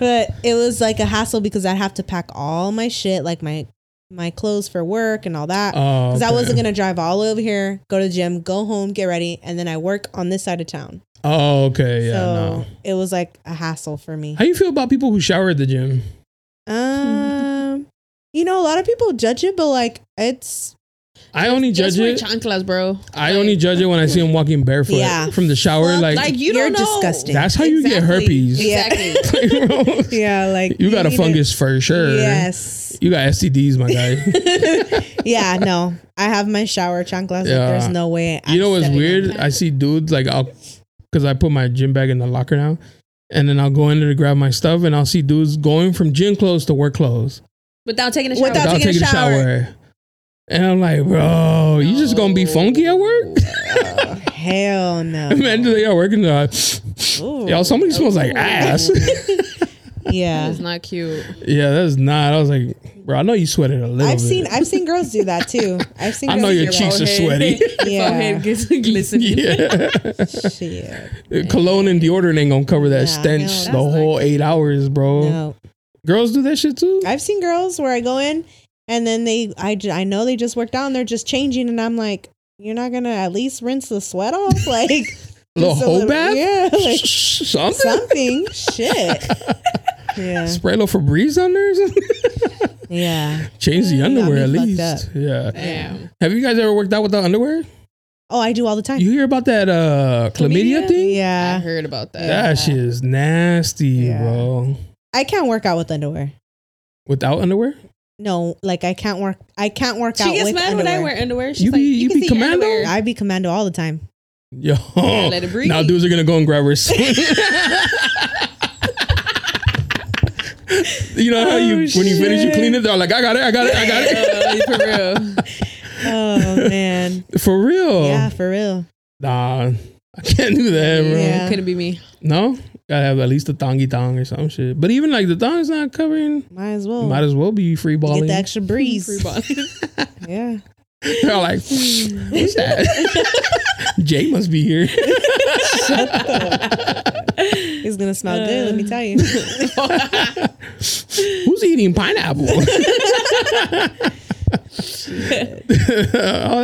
Speaker 2: but it was like a hassle because I'd have to pack all my shit, like my my clothes for work and all that.
Speaker 1: Oh,
Speaker 2: Because I wasn't
Speaker 1: okay.
Speaker 2: gonna drive all over here, go to the gym, go home, get ready, and then I work on this side of town.
Speaker 1: Oh, okay. Yeah.
Speaker 2: so
Speaker 1: no.
Speaker 2: it was like a hassle for me.
Speaker 1: How you feel about people who shower at the gym?
Speaker 2: Um, you know, a lot of people judge it, but like it's
Speaker 1: I only
Speaker 3: Just
Speaker 1: judge
Speaker 3: wear
Speaker 1: it.
Speaker 3: chanclas, bro.
Speaker 1: I only judge it when I see them walking barefoot
Speaker 2: Yeah.
Speaker 1: from the shower.
Speaker 2: Fuck,
Speaker 1: Like,
Speaker 3: Like you
Speaker 2: You're
Speaker 3: don't know.
Speaker 2: disgusting.
Speaker 1: that's how you get
Speaker 3: Exactly.
Speaker 1: herpes.
Speaker 2: Yeah.
Speaker 3: Exactly.
Speaker 1: Like, bro,
Speaker 2: yeah, like
Speaker 1: you got a
Speaker 2: need
Speaker 1: fungus for sure.
Speaker 2: Yes.
Speaker 1: You got STDs, my guy.
Speaker 2: yeah. No, I have my shower chanclas.
Speaker 1: Yeah.
Speaker 2: Like, there's no way.
Speaker 1: you know what's
Speaker 2: stepping on
Speaker 1: weird?
Speaker 2: that.
Speaker 1: I see dudes like I'll, cause I put my gym bag in the locker now, and then I'll go in there to grab my stuff, and I'll see dudes going from gym clothes to work clothes
Speaker 3: Without taking a shower.
Speaker 2: Without
Speaker 1: without
Speaker 2: taking a
Speaker 1: taking a shower. And I'm like, bro, you just gonna be funky at work?
Speaker 2: Hell no.
Speaker 1: Imagine they are working. Uh,
Speaker 2: Ooh.
Speaker 1: y'all, somebody smells like ass.
Speaker 2: yeah.
Speaker 3: It's not cute.
Speaker 1: Yeah, that's not. I was like, bro, I know you sweated a little
Speaker 2: I've
Speaker 1: bit.
Speaker 2: seen I've seen girls do that too. I've seen
Speaker 1: I
Speaker 2: girls
Speaker 1: know
Speaker 2: do
Speaker 1: your
Speaker 2: that.
Speaker 1: cheeks are sweaty.
Speaker 2: Yeah.
Speaker 3: Forehead gets glistening.
Speaker 1: yeah.
Speaker 2: Oh, Shit.
Speaker 1: Cologne and deodorant ain't gonna cover that
Speaker 2: Nah,
Speaker 1: stench
Speaker 2: no,
Speaker 1: the
Speaker 3: that's
Speaker 1: whole eight hours, bro.
Speaker 2: No.
Speaker 1: Girls do that shit too.
Speaker 2: I've seen girls where I go in and then they I, ju- I know they just worked out and they're just changing and I'm like, you're not gonna at least rinse the sweat off? Like just
Speaker 1: a little hoe bath,
Speaker 2: Yeah. Like
Speaker 1: something.
Speaker 2: something. Shit. Yeah.
Speaker 1: Spray a little Febreze on there. Or something.
Speaker 2: Yeah.
Speaker 1: Change the
Speaker 2: Got me
Speaker 1: underwear at
Speaker 2: fucked
Speaker 1: least.
Speaker 2: up.
Speaker 1: Yeah.
Speaker 3: Damn.
Speaker 1: Have you guys ever worked out without underwear?
Speaker 2: Oh, I do all the time.
Speaker 1: You hear about that uh chlamydia,
Speaker 3: Chlamydia?
Speaker 1: thing?
Speaker 3: I
Speaker 2: Yeah.
Speaker 3: heard about that.
Speaker 1: That shit is nasty,
Speaker 2: Yeah.
Speaker 1: bro.
Speaker 2: I can't work out with underwear.
Speaker 1: Without underwear,
Speaker 2: No, like I can't work I can't work out
Speaker 3: She gets
Speaker 2: with
Speaker 3: mad
Speaker 2: underwear.
Speaker 3: when I wear underwear. She's
Speaker 1: You
Speaker 3: like,
Speaker 1: be- you
Speaker 3: you, can
Speaker 1: be
Speaker 3: see your
Speaker 1: commando?
Speaker 3: underwear.
Speaker 2: I be commando all the time.
Speaker 1: yo,
Speaker 3: let it breathe.
Speaker 1: now dudes are gonna go and grab her. sweat. you know how you when you finish, you clean it. They're like, I got it, I got it, I got it.
Speaker 3: Uh, for real.
Speaker 2: Oh man.
Speaker 1: For real,
Speaker 2: Yeah, for real.
Speaker 1: nah, I can't do that, bro.
Speaker 2: Yeah.
Speaker 3: Couldn't be me.
Speaker 1: No, gotta have at least a thongy thong or some shit. But even like the thong's not covering.
Speaker 2: Might as well.
Speaker 1: Might as well be free
Speaker 2: Oh. get
Speaker 1: balling.
Speaker 2: the extra
Speaker 3: Free
Speaker 2: breeze.
Speaker 3: ball.
Speaker 2: yeah.
Speaker 1: They're like, what's that? Jay must be here.
Speaker 2: It's gonna
Speaker 3: Uh,
Speaker 2: smell good, let me tell you.
Speaker 1: Who's eating pineapple? oh,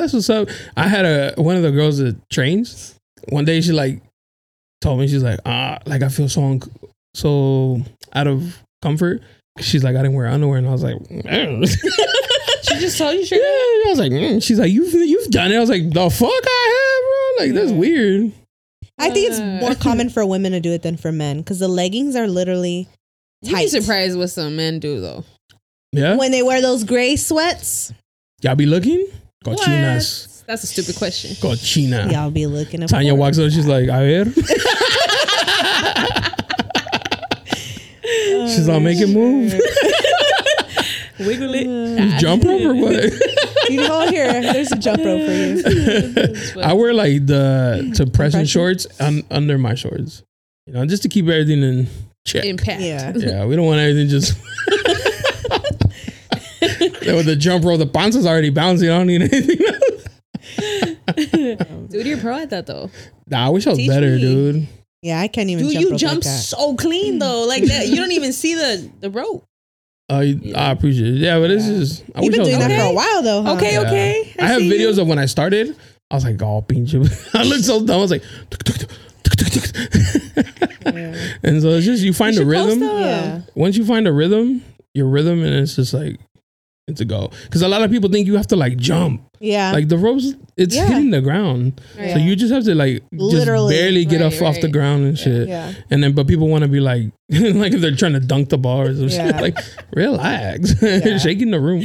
Speaker 1: that's what's up. I had a one of the girls that trains. One day she like told me she's like ah like I feel so unc so out of comfort. She's like I didn't wear underwear and I was like "Mm."
Speaker 3: she just told you
Speaker 1: yeah.
Speaker 3: straight up.
Speaker 1: I was like mm. she's like you've you've done it. I was like the fuck I have bro like that's weird.
Speaker 2: I think it's
Speaker 3: Uh.
Speaker 2: more common for women to do it than for men because the leggings are literally
Speaker 3: You'd be
Speaker 2: Tight.
Speaker 3: surprised what some men do though.
Speaker 1: Yeah,
Speaker 2: when they wear those gray sweats,
Speaker 1: y'all be looking cochinas
Speaker 3: What? That's a stupid question.
Speaker 1: cochina.
Speaker 2: y'all be looking at
Speaker 1: Tanya walks up. She's like, "A ver." she's all make it move.
Speaker 3: Wiggle it.
Speaker 1: Jump rope or what?
Speaker 2: You know here, there's a jump rope for you.
Speaker 1: I wear like
Speaker 2: Mm-hmm.
Speaker 1: the to pressing shorts un, under my shorts, you know, just to keep everything in check.
Speaker 3: Impact.
Speaker 2: Yeah.
Speaker 1: yeah, we don't want everything just. Yeah, With the jump rope, the panza's already bouncing. I don't need anything. else.
Speaker 3: Dude, you're pro at that though.
Speaker 1: nah, I wish I was
Speaker 3: Teach
Speaker 1: better,
Speaker 3: me.
Speaker 1: dude.
Speaker 2: Yeah, I can't even
Speaker 3: Dude,
Speaker 2: jump
Speaker 3: you
Speaker 2: rope
Speaker 3: jump
Speaker 2: like that.
Speaker 3: so
Speaker 2: Hmm.
Speaker 3: clean though. Like that, you don't even see the the rope.
Speaker 1: Uh, I appreciate it. Yeah, but it's just. I
Speaker 2: You've
Speaker 1: wish I
Speaker 2: been
Speaker 1: was
Speaker 2: doing
Speaker 1: better.
Speaker 2: that for a while though. huh?
Speaker 3: Okay,
Speaker 1: Yeah.
Speaker 3: okay.
Speaker 1: I, have
Speaker 3: see
Speaker 1: videos
Speaker 3: you.
Speaker 1: of when I started. I was like, oh, pinche. I looked so dumb. I was like, tuk, tuk, tuk, tuk, tuk, tuk. and so it's just you find
Speaker 3: You
Speaker 1: a
Speaker 3: should post
Speaker 1: rhythm.
Speaker 3: them.
Speaker 2: Yeah.
Speaker 1: Once you find a rhythm, your rhythm, and it's just like, it's a go. Because a lot of people think you have to like jump.
Speaker 2: Yeah.
Speaker 1: Like the ropes, it's
Speaker 2: Yeah.
Speaker 1: hitting the ground. So
Speaker 2: Yeah.
Speaker 1: you just have to like
Speaker 2: Literally.
Speaker 1: just barely get
Speaker 3: Right,
Speaker 1: off, off the
Speaker 3: right.
Speaker 1: ground and shit.
Speaker 2: yeah.
Speaker 1: And then, but people want to be like, like if they're trying to dunk the ball or some shit,
Speaker 2: Yeah.
Speaker 1: like relax, shaking the room.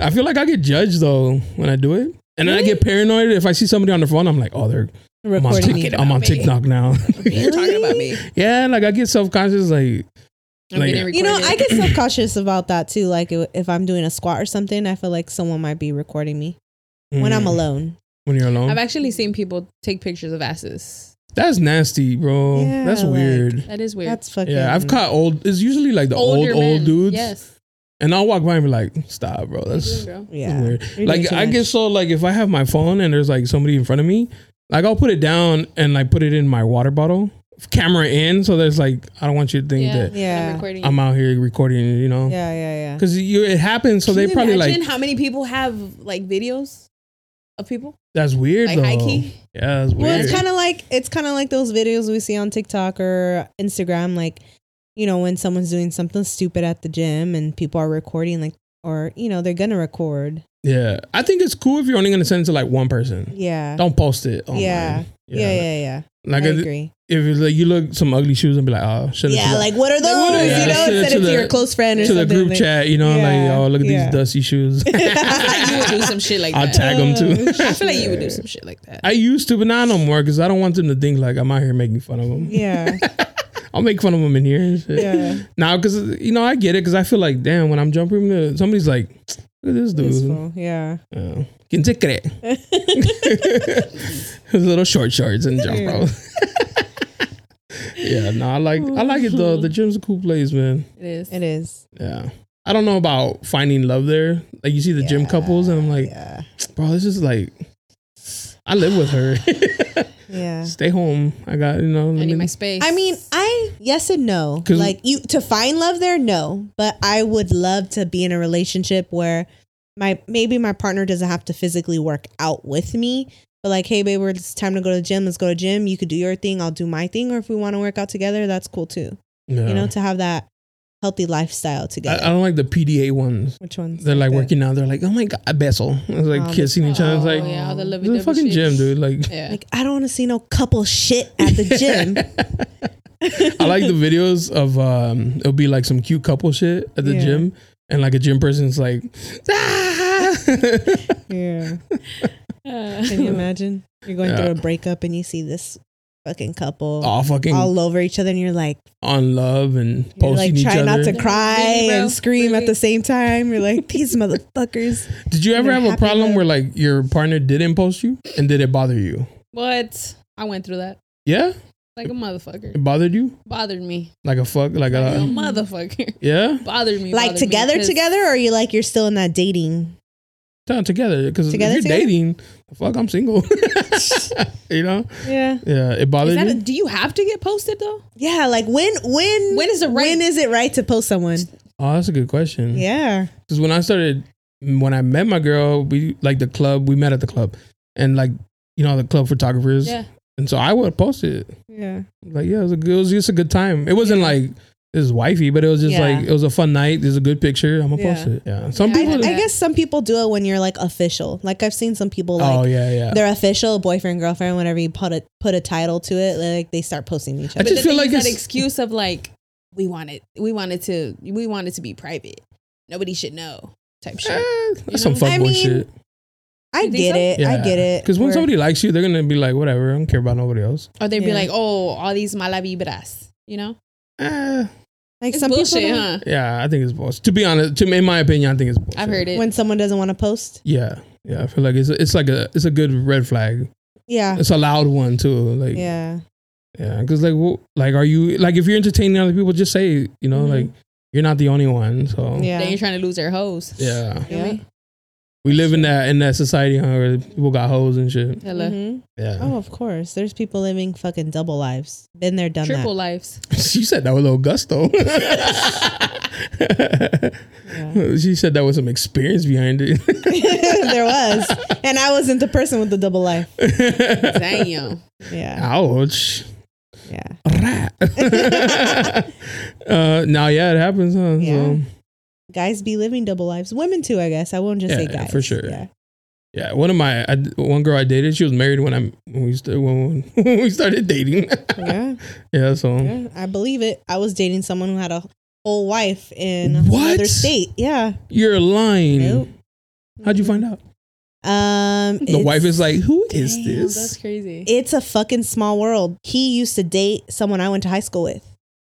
Speaker 1: I feel like I get judged though when I do it, and then I get paranoid if I see somebody on the phone. I'm like, oh, they're I'm on,
Speaker 2: Recording
Speaker 1: Tik-
Speaker 2: you.
Speaker 1: I'm on TikTok now.
Speaker 3: You're talking about me.
Speaker 1: yeah, like I get self conscious. Like, mm,
Speaker 3: I'm
Speaker 1: Like-
Speaker 3: getting
Speaker 2: You know, I
Speaker 3: recorded.
Speaker 2: get self cautious about that too. Like i- if I'm doing a squat or something, I feel like someone might be recording me when
Speaker 1: mm,
Speaker 2: I'm alone.
Speaker 1: when you're alone,
Speaker 3: I've actually seen people take pictures of asses.
Speaker 1: that's nasty, bro.
Speaker 2: Yeah,
Speaker 1: that's
Speaker 2: like-
Speaker 1: weird.
Speaker 3: That is weird.
Speaker 2: That's fucking.
Speaker 1: Yeah, I've caught old. It's usually like the
Speaker 3: Older
Speaker 1: old old
Speaker 3: men.
Speaker 1: dudes,
Speaker 3: Yes.
Speaker 1: and I'll walk by and be like, stop, bro.
Speaker 3: What you
Speaker 1: That's
Speaker 3: doing, girl?
Speaker 2: Yeah.
Speaker 1: weird.
Speaker 2: You're doing
Speaker 1: like
Speaker 2: too
Speaker 1: I
Speaker 2: much.
Speaker 1: get so like if I have my phone and there's like somebody in front of me, like I'll put it down and like put it in my water bottle, camera in, so there's like I don't want you to think that
Speaker 2: Yeah.
Speaker 3: I'm recording.
Speaker 1: I'm out here recording, you know,
Speaker 2: Yeah, yeah, yeah.
Speaker 1: because you it happens. So
Speaker 3: Can
Speaker 1: they
Speaker 3: you
Speaker 1: probably
Speaker 3: imagine
Speaker 1: like
Speaker 3: how many people have like videos of people.
Speaker 1: that's weird
Speaker 3: Like,
Speaker 1: though.
Speaker 3: high key?
Speaker 1: Yeah, that's
Speaker 2: Well,
Speaker 1: weird.
Speaker 2: it's kind of like it's kind of like those videos we see on TikTok or Instagram, like you know when someone's doing something stupid at the gym and people are recording, like or you know they're gonna record.
Speaker 1: yeah, I think it's cool if you're only gonna send it to like one person.
Speaker 2: Yeah,
Speaker 1: Mm. Don't post it. online.
Speaker 2: Yeah. yeah, yeah, yeah.
Speaker 1: Like
Speaker 2: I
Speaker 1: if-
Speaker 2: agree.
Speaker 1: if it's like you look some ugly shoes and be like, oh, shouldn't
Speaker 2: Yeah, like what are those?
Speaker 3: what are
Speaker 1: those?
Speaker 2: you know,
Speaker 1: Yeah,
Speaker 2: send it to
Speaker 1: to the-
Speaker 2: your close friend or
Speaker 1: to the
Speaker 2: something.
Speaker 1: group
Speaker 2: like-
Speaker 1: chat, you know,
Speaker 2: Yeah,
Speaker 1: like oh look at
Speaker 2: yeah.
Speaker 1: these dusty shoes.
Speaker 3: you would do some shit like
Speaker 1: I'll
Speaker 3: that.
Speaker 1: tag them too.
Speaker 3: I feel like you would do some shit like that.
Speaker 1: I used to, but now no more because I don't want them to think like I'm out here making fun of them.
Speaker 2: Yeah,
Speaker 1: I'll make fun of them in here. And shit.
Speaker 2: yeah.
Speaker 1: Now, because you know, I get it because I feel like damn when I'm jumping, uh, somebody's like, look at this
Speaker 2: It's
Speaker 1: dude.
Speaker 2: cool, Yeah.
Speaker 1: Uh, ¿Quién se cree? His little short shorts and jump bro. Yeah, no, I like I like it though. The gym's a cool place, man.
Speaker 3: It is.
Speaker 2: It is.
Speaker 1: Yeah. I don't know about finding love there. Like you see the gym couples and I'm like,
Speaker 2: Yeah.
Speaker 1: bro, this is like I live with her.
Speaker 2: Yeah.
Speaker 1: Stay home. I got, you know,
Speaker 3: I
Speaker 1: let
Speaker 3: need my
Speaker 1: me-
Speaker 3: space.
Speaker 2: I mean, I yes and no.
Speaker 1: 'Cause-
Speaker 2: Like you to find love there, no. But I would love to be in a relationship where my maybe my partner doesn't have to physically work out with me. But like, hey babe, we're- it's time to go to the gym. Let's go to the gym. You could do your thing. I'll do my thing. Or if we want to work out together, that's cool too.
Speaker 1: Yeah.
Speaker 2: You know, to have that healthy lifestyle
Speaker 1: I,
Speaker 2: together.
Speaker 1: I don't like the PDA ones.
Speaker 2: Which ones?
Speaker 1: They're like
Speaker 2: that?
Speaker 1: working out. They're like, oh my god, Bessel. It's like
Speaker 2: Oh,
Speaker 1: kissing each other. It's like
Speaker 3: oh, yeah, all the
Speaker 1: this is
Speaker 3: lovey-dovey
Speaker 1: a fucking
Speaker 3: shit.
Speaker 1: gym, dude. Like
Speaker 3: Yeah.
Speaker 2: Like I don't want to see no couple shit at the gym.
Speaker 1: I like the videos of um it'll be like some cute couple shit at the
Speaker 2: Yeah.
Speaker 1: gym and like a gym person's like ah!
Speaker 2: yeah.
Speaker 3: Uh,
Speaker 2: Can you imagine? You're going
Speaker 1: Yeah.
Speaker 2: through a breakup and you see this fucking couple.
Speaker 1: all fucking
Speaker 2: all over each other and you're like
Speaker 1: on love and
Speaker 2: you're
Speaker 1: posting
Speaker 2: like
Speaker 1: each
Speaker 2: trying
Speaker 1: other.
Speaker 2: not to cry
Speaker 3: Really, bro?
Speaker 2: and scream at
Speaker 3: Really?
Speaker 2: the same time you're like these motherfuckers
Speaker 1: Did you ever
Speaker 2: They're
Speaker 1: have a
Speaker 2: happy
Speaker 1: problem
Speaker 2: that-
Speaker 1: where like your partner didn't post you and did it bother you?
Speaker 3: but I went through that
Speaker 1: Yeah,
Speaker 3: like a motherfucker.
Speaker 1: it bothered you
Speaker 3: Bothered me.
Speaker 1: like a fuck like
Speaker 3: Like a
Speaker 1: a
Speaker 3: motherfucker.
Speaker 1: yeah.
Speaker 3: Bothered me.
Speaker 2: like
Speaker 3: bothered me,
Speaker 2: together
Speaker 3: 'cause-
Speaker 2: together or you like you're still in that dating
Speaker 1: Not together because if
Speaker 2: Together,
Speaker 1: you're
Speaker 2: together?
Speaker 1: dating, fuck, I'm single. you know,
Speaker 2: yeah
Speaker 1: yeah, it
Speaker 3: Is
Speaker 1: bothered
Speaker 3: that a,
Speaker 1: you.
Speaker 3: do you have to get posted though?
Speaker 2: yeah like when when
Speaker 3: When is the right-
Speaker 2: when is it right to post someone
Speaker 1: oh, that's a good question.
Speaker 2: yeah
Speaker 1: Because when I started, when I met my girl, we like the club. We met at the club, and like you know the club photographers.
Speaker 3: Yeah.
Speaker 1: And so I would post it.
Speaker 2: yeah
Speaker 1: Like yeah, it was, a good, it was just a good time. It wasn't like this is wifey, but it was just
Speaker 2: Yeah.
Speaker 1: like it was a fun night. There's a good picture. I'm gonna
Speaker 2: Yeah.
Speaker 1: post it. Yeah. Some
Speaker 3: Yeah.
Speaker 2: I,
Speaker 1: people.
Speaker 2: I
Speaker 3: Yeah.
Speaker 2: guess some people do it when you're like official like i've seen some people like
Speaker 1: oh yeah, yeah.
Speaker 2: They're official boyfriend girlfriend. Whenever you put a put a title to it, like they start posting each
Speaker 1: I
Speaker 2: other.
Speaker 1: just
Speaker 3: But
Speaker 1: feel like
Speaker 3: then you use that
Speaker 1: it's-
Speaker 3: excuse of like we wanted we wanted to we wanted to be private. Nobody should know type
Speaker 1: Eh,
Speaker 3: shit.
Speaker 1: that's some
Speaker 3: know?
Speaker 1: fuckboy
Speaker 2: I mean,
Speaker 1: shit.
Speaker 2: I
Speaker 3: You think
Speaker 2: get
Speaker 3: so?
Speaker 2: it. I get it.
Speaker 1: Because when
Speaker 2: We're-
Speaker 1: somebody likes you, they're gonna be like, whatever. I don't care about nobody else.
Speaker 3: Or they'd
Speaker 2: Yeah.
Speaker 3: be like, "Oh, all these mala vibras," you know?
Speaker 1: Eh,
Speaker 2: like
Speaker 3: It's
Speaker 2: some
Speaker 3: bullshit,
Speaker 2: people, don't-
Speaker 3: huh?
Speaker 1: yeah, I think it's bullshit. To be honest, to in my opinion, I think it's bullshit.
Speaker 3: I've heard it.
Speaker 2: when someone doesn't want to post.
Speaker 1: Yeah, yeah. I feel like it's it's like a it's a good red flag.
Speaker 2: Yeah,
Speaker 1: It's a loud one too. Like
Speaker 2: yeah,
Speaker 1: Yeah, because like, wh- like, are you like if you're entertaining other people, just say you know
Speaker 2: Mhm.
Speaker 1: like you're not the only one. So
Speaker 3: Then
Speaker 2: yeah.
Speaker 3: you're trying to lose their hoes.
Speaker 1: yeah,
Speaker 3: You know what I mean?
Speaker 1: we live in that in that society huh, where people got hoes and shit.
Speaker 3: Hella.
Speaker 2: Mhm.
Speaker 1: Yeah,
Speaker 2: Oh, of course. There's people living fucking double lives. Been there, done
Speaker 3: Triple lives.
Speaker 1: she said that with a little gusto.
Speaker 2: that.
Speaker 1: she said that with some experience behind it.
Speaker 2: Yeah. there was, and I wasn't the person with the double life.
Speaker 3: Damn.
Speaker 2: Yeah,
Speaker 1: Ouch.
Speaker 2: yeah.
Speaker 1: Rat. uh, now, yeah, it happens, huh? So,
Speaker 2: Yeah. Guys be living double lives. Women too, I guess. I won't just say
Speaker 1: Yeah,
Speaker 2: guys
Speaker 1: for sure.
Speaker 2: Yeah,
Speaker 1: Yeah, one of my I, one girl I dated, she was married when I when we st- when, when we started dating.
Speaker 2: yeah.
Speaker 1: yeah, so
Speaker 2: Yeah, I believe it. I was dating someone who had a whole wife in
Speaker 1: What?
Speaker 2: another state. Yeah.
Speaker 1: you're lying.
Speaker 2: Nope.
Speaker 1: How'd you find out?
Speaker 2: Um,
Speaker 1: Mm-hmm. The wife is like, who is
Speaker 3: Damn, That's
Speaker 1: this?
Speaker 3: crazy.
Speaker 2: it's a fucking small world. He used to date someone I went to high school with.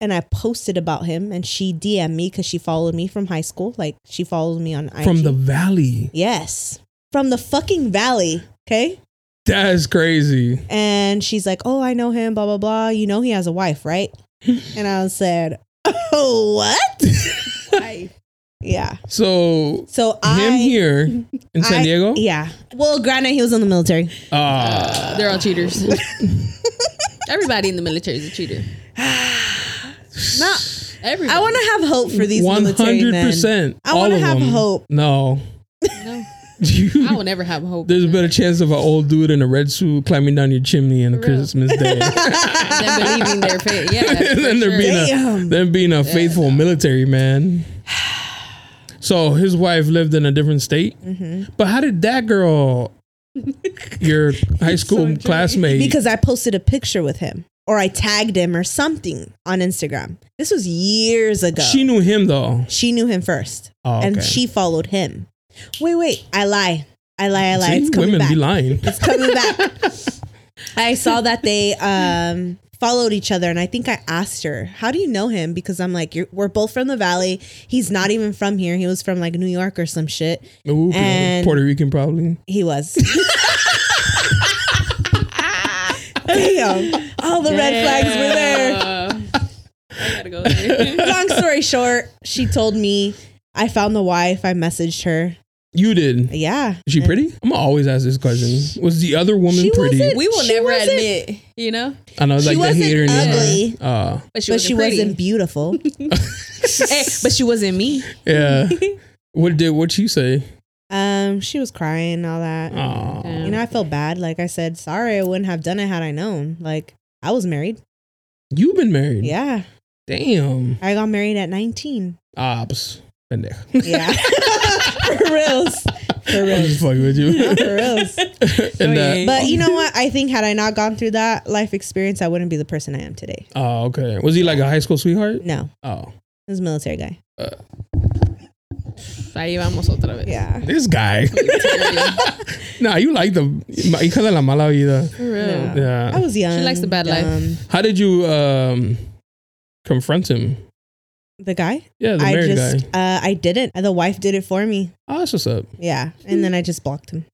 Speaker 2: And I posted about him and she DM'd me because she followed me from high school. Like she followed me on IG.
Speaker 1: From the valley.
Speaker 2: Yes. From the fucking valley. Okay.
Speaker 1: That is crazy.
Speaker 2: And she's like, Oh, I know him, blah, blah, blah. You know he has a wife, right? and I said, Oh, what?
Speaker 3: Life.
Speaker 2: Yeah.
Speaker 1: So
Speaker 2: So I
Speaker 1: him here in San
Speaker 2: I-
Speaker 1: Diego.
Speaker 2: Yeah. Well, granted, he was in the military.
Speaker 1: Ah,
Speaker 3: Uh, they're all cheaters. Everybody in the military is a cheater.
Speaker 2: No,
Speaker 3: Everybody.
Speaker 2: I want to have hope for these
Speaker 1: one
Speaker 2: military
Speaker 1: hundred
Speaker 2: men.
Speaker 1: percent.
Speaker 2: I
Speaker 1: All
Speaker 2: wanna
Speaker 1: of
Speaker 2: have
Speaker 1: them.
Speaker 2: hope.
Speaker 1: No,
Speaker 3: No,
Speaker 1: You-
Speaker 3: I will never have hope.
Speaker 1: there's a better chance of an old dude in a red suit climbing down your chimney on
Speaker 3: For real.
Speaker 1: Christmas day
Speaker 3: than believing their fate. Yeah,
Speaker 1: And then
Speaker 3: for
Speaker 1: they're
Speaker 3: sure.
Speaker 1: being a-
Speaker 2: Damn.
Speaker 1: than being a faithful military man. So his wife lived in a different state.
Speaker 2: Mm-hmm.
Speaker 1: But how did that girl, your high school classmate,
Speaker 2: Because I posted a picture with him or I tagged him or something on Instagram. This was years ago.
Speaker 1: she knew him though?
Speaker 2: She knew him first
Speaker 1: Oh,
Speaker 2: and
Speaker 1: okay.
Speaker 2: she followed him. Wait, wait. I lie. I lie. I lie.
Speaker 1: See,
Speaker 2: it's coming
Speaker 1: women
Speaker 2: back.
Speaker 1: be lying.
Speaker 2: It's coming back. I saw that they um, followed each other, and I think I asked her, "How do you know him?" Because I'm like, You're, "We're both from the valley. He's not even from here. He was from like New York or some shit.
Speaker 1: Ooh,
Speaker 2: And-
Speaker 1: Puerto Rican probably.
Speaker 2: He was." Damn! All the red flags were there.
Speaker 3: Uh, gotta go there.
Speaker 2: Long story short, she told me I found the wife. I messaged her.
Speaker 1: You did.
Speaker 2: Yeah.
Speaker 1: Is she pretty? I'm gonna always ask this question. Was the other woman
Speaker 2: She
Speaker 1: pretty?
Speaker 2: wasn't-
Speaker 3: we will
Speaker 2: She
Speaker 3: never
Speaker 2: wasn't-
Speaker 3: admit, you know.
Speaker 1: I know,
Speaker 2: she
Speaker 1: like the
Speaker 2: wasn't
Speaker 1: hater in your
Speaker 2: ugly.
Speaker 1: heart. Uh,
Speaker 3: But she
Speaker 2: but she
Speaker 3: pretty.
Speaker 2: wasn't beautiful.
Speaker 3: Hey, but she wasn't me.
Speaker 1: yeah. what did what you say?
Speaker 2: um, she was crying and all that.
Speaker 1: Oh,
Speaker 3: Yeah.
Speaker 2: You know, I felt bad. Like I said, sorry, I wouldn't have done it had I known. Like I was married.
Speaker 1: you've been married.
Speaker 2: Yeah,
Speaker 1: Damn.
Speaker 2: I got married at 19.
Speaker 1: Ops. Pendejo.
Speaker 2: Yeah, for reals, for
Speaker 1: I'm
Speaker 2: reals,
Speaker 1: just fucking with you.
Speaker 2: for reals.
Speaker 1: and uh,
Speaker 3: No, you
Speaker 1: that.
Speaker 3: ain't.
Speaker 2: But you know what? I think had I not gone through that life experience, I wouldn't be the person I am today.
Speaker 1: Oh, okay. Was he like a high school sweetheart?
Speaker 2: No,
Speaker 1: Oh,
Speaker 2: I was a military guy.
Speaker 3: Ahí vamos otra vez.
Speaker 2: Yeah,
Speaker 1: this guy. nah, you like the hija de la mala vida.
Speaker 3: For real.
Speaker 2: No. I
Speaker 1: Yeah.
Speaker 2: was young.
Speaker 3: likes the bad life.
Speaker 2: dumb.
Speaker 1: How did you um confront him?
Speaker 2: The guy?
Speaker 1: Yeah, the
Speaker 2: I
Speaker 1: married
Speaker 2: just,
Speaker 1: guy.
Speaker 2: uh, I didn't. The wife did it for me.
Speaker 1: Oh, that's what's up.
Speaker 2: Yeah, and then I just blocked him.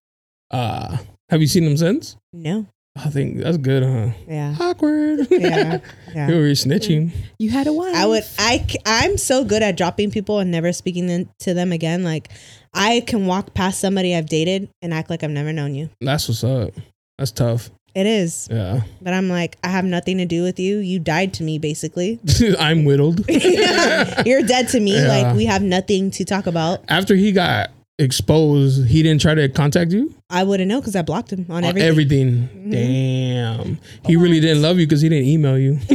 Speaker 1: Uh, have you seen him since?
Speaker 2: No.
Speaker 1: I think that's good, huh?
Speaker 2: Yeah.
Speaker 1: Awkward.
Speaker 2: Yeah.
Speaker 1: you
Speaker 2: Yeah.
Speaker 1: were snitching.
Speaker 3: You had a wife.
Speaker 2: I would. I. c- I'm so good at dropping people and never speaking then- to them again. Like, I can walk past somebody I've dated and act like I've never known you.
Speaker 1: That's what's up. That's tough.
Speaker 2: It is,
Speaker 1: Yeah.
Speaker 2: but I'm like, I have nothing to do with you. You died to me, basically.
Speaker 1: I'm whittled.
Speaker 2: You're dead to me.
Speaker 1: Yeah.
Speaker 2: Like, we have nothing to talk about.
Speaker 1: After he got exposed, he didn't try to contact you?
Speaker 2: I wouldn't know because I blocked him on
Speaker 1: On
Speaker 2: everything. Mm-hmm.
Speaker 1: everything. Damn. He really didn't love you because he didn't email you.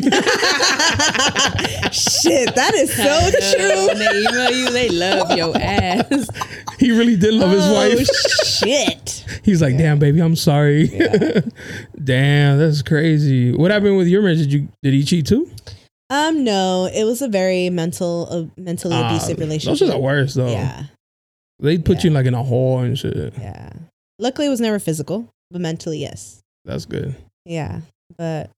Speaker 2: Shit, that is so true.
Speaker 3: Uh, When they email you, they love your ass.
Speaker 1: he really did love his wife.
Speaker 2: Oh, shit.
Speaker 1: He's like, damn, baby, I'm sorry. damn, that's crazy. What happened with your marriage? Did you did he cheat too?
Speaker 2: Um, no, it was a very mental, uh, mentally
Speaker 1: Ah, Those
Speaker 2: abusive
Speaker 1: are
Speaker 2: relationship.
Speaker 1: the worst though.
Speaker 2: Yeah,
Speaker 1: They put
Speaker 2: Yeah.
Speaker 1: you like in a hole and shit.
Speaker 2: yeah. Luckily, it was never physical, but mentally, yes.
Speaker 1: That's good.
Speaker 2: Yeah, but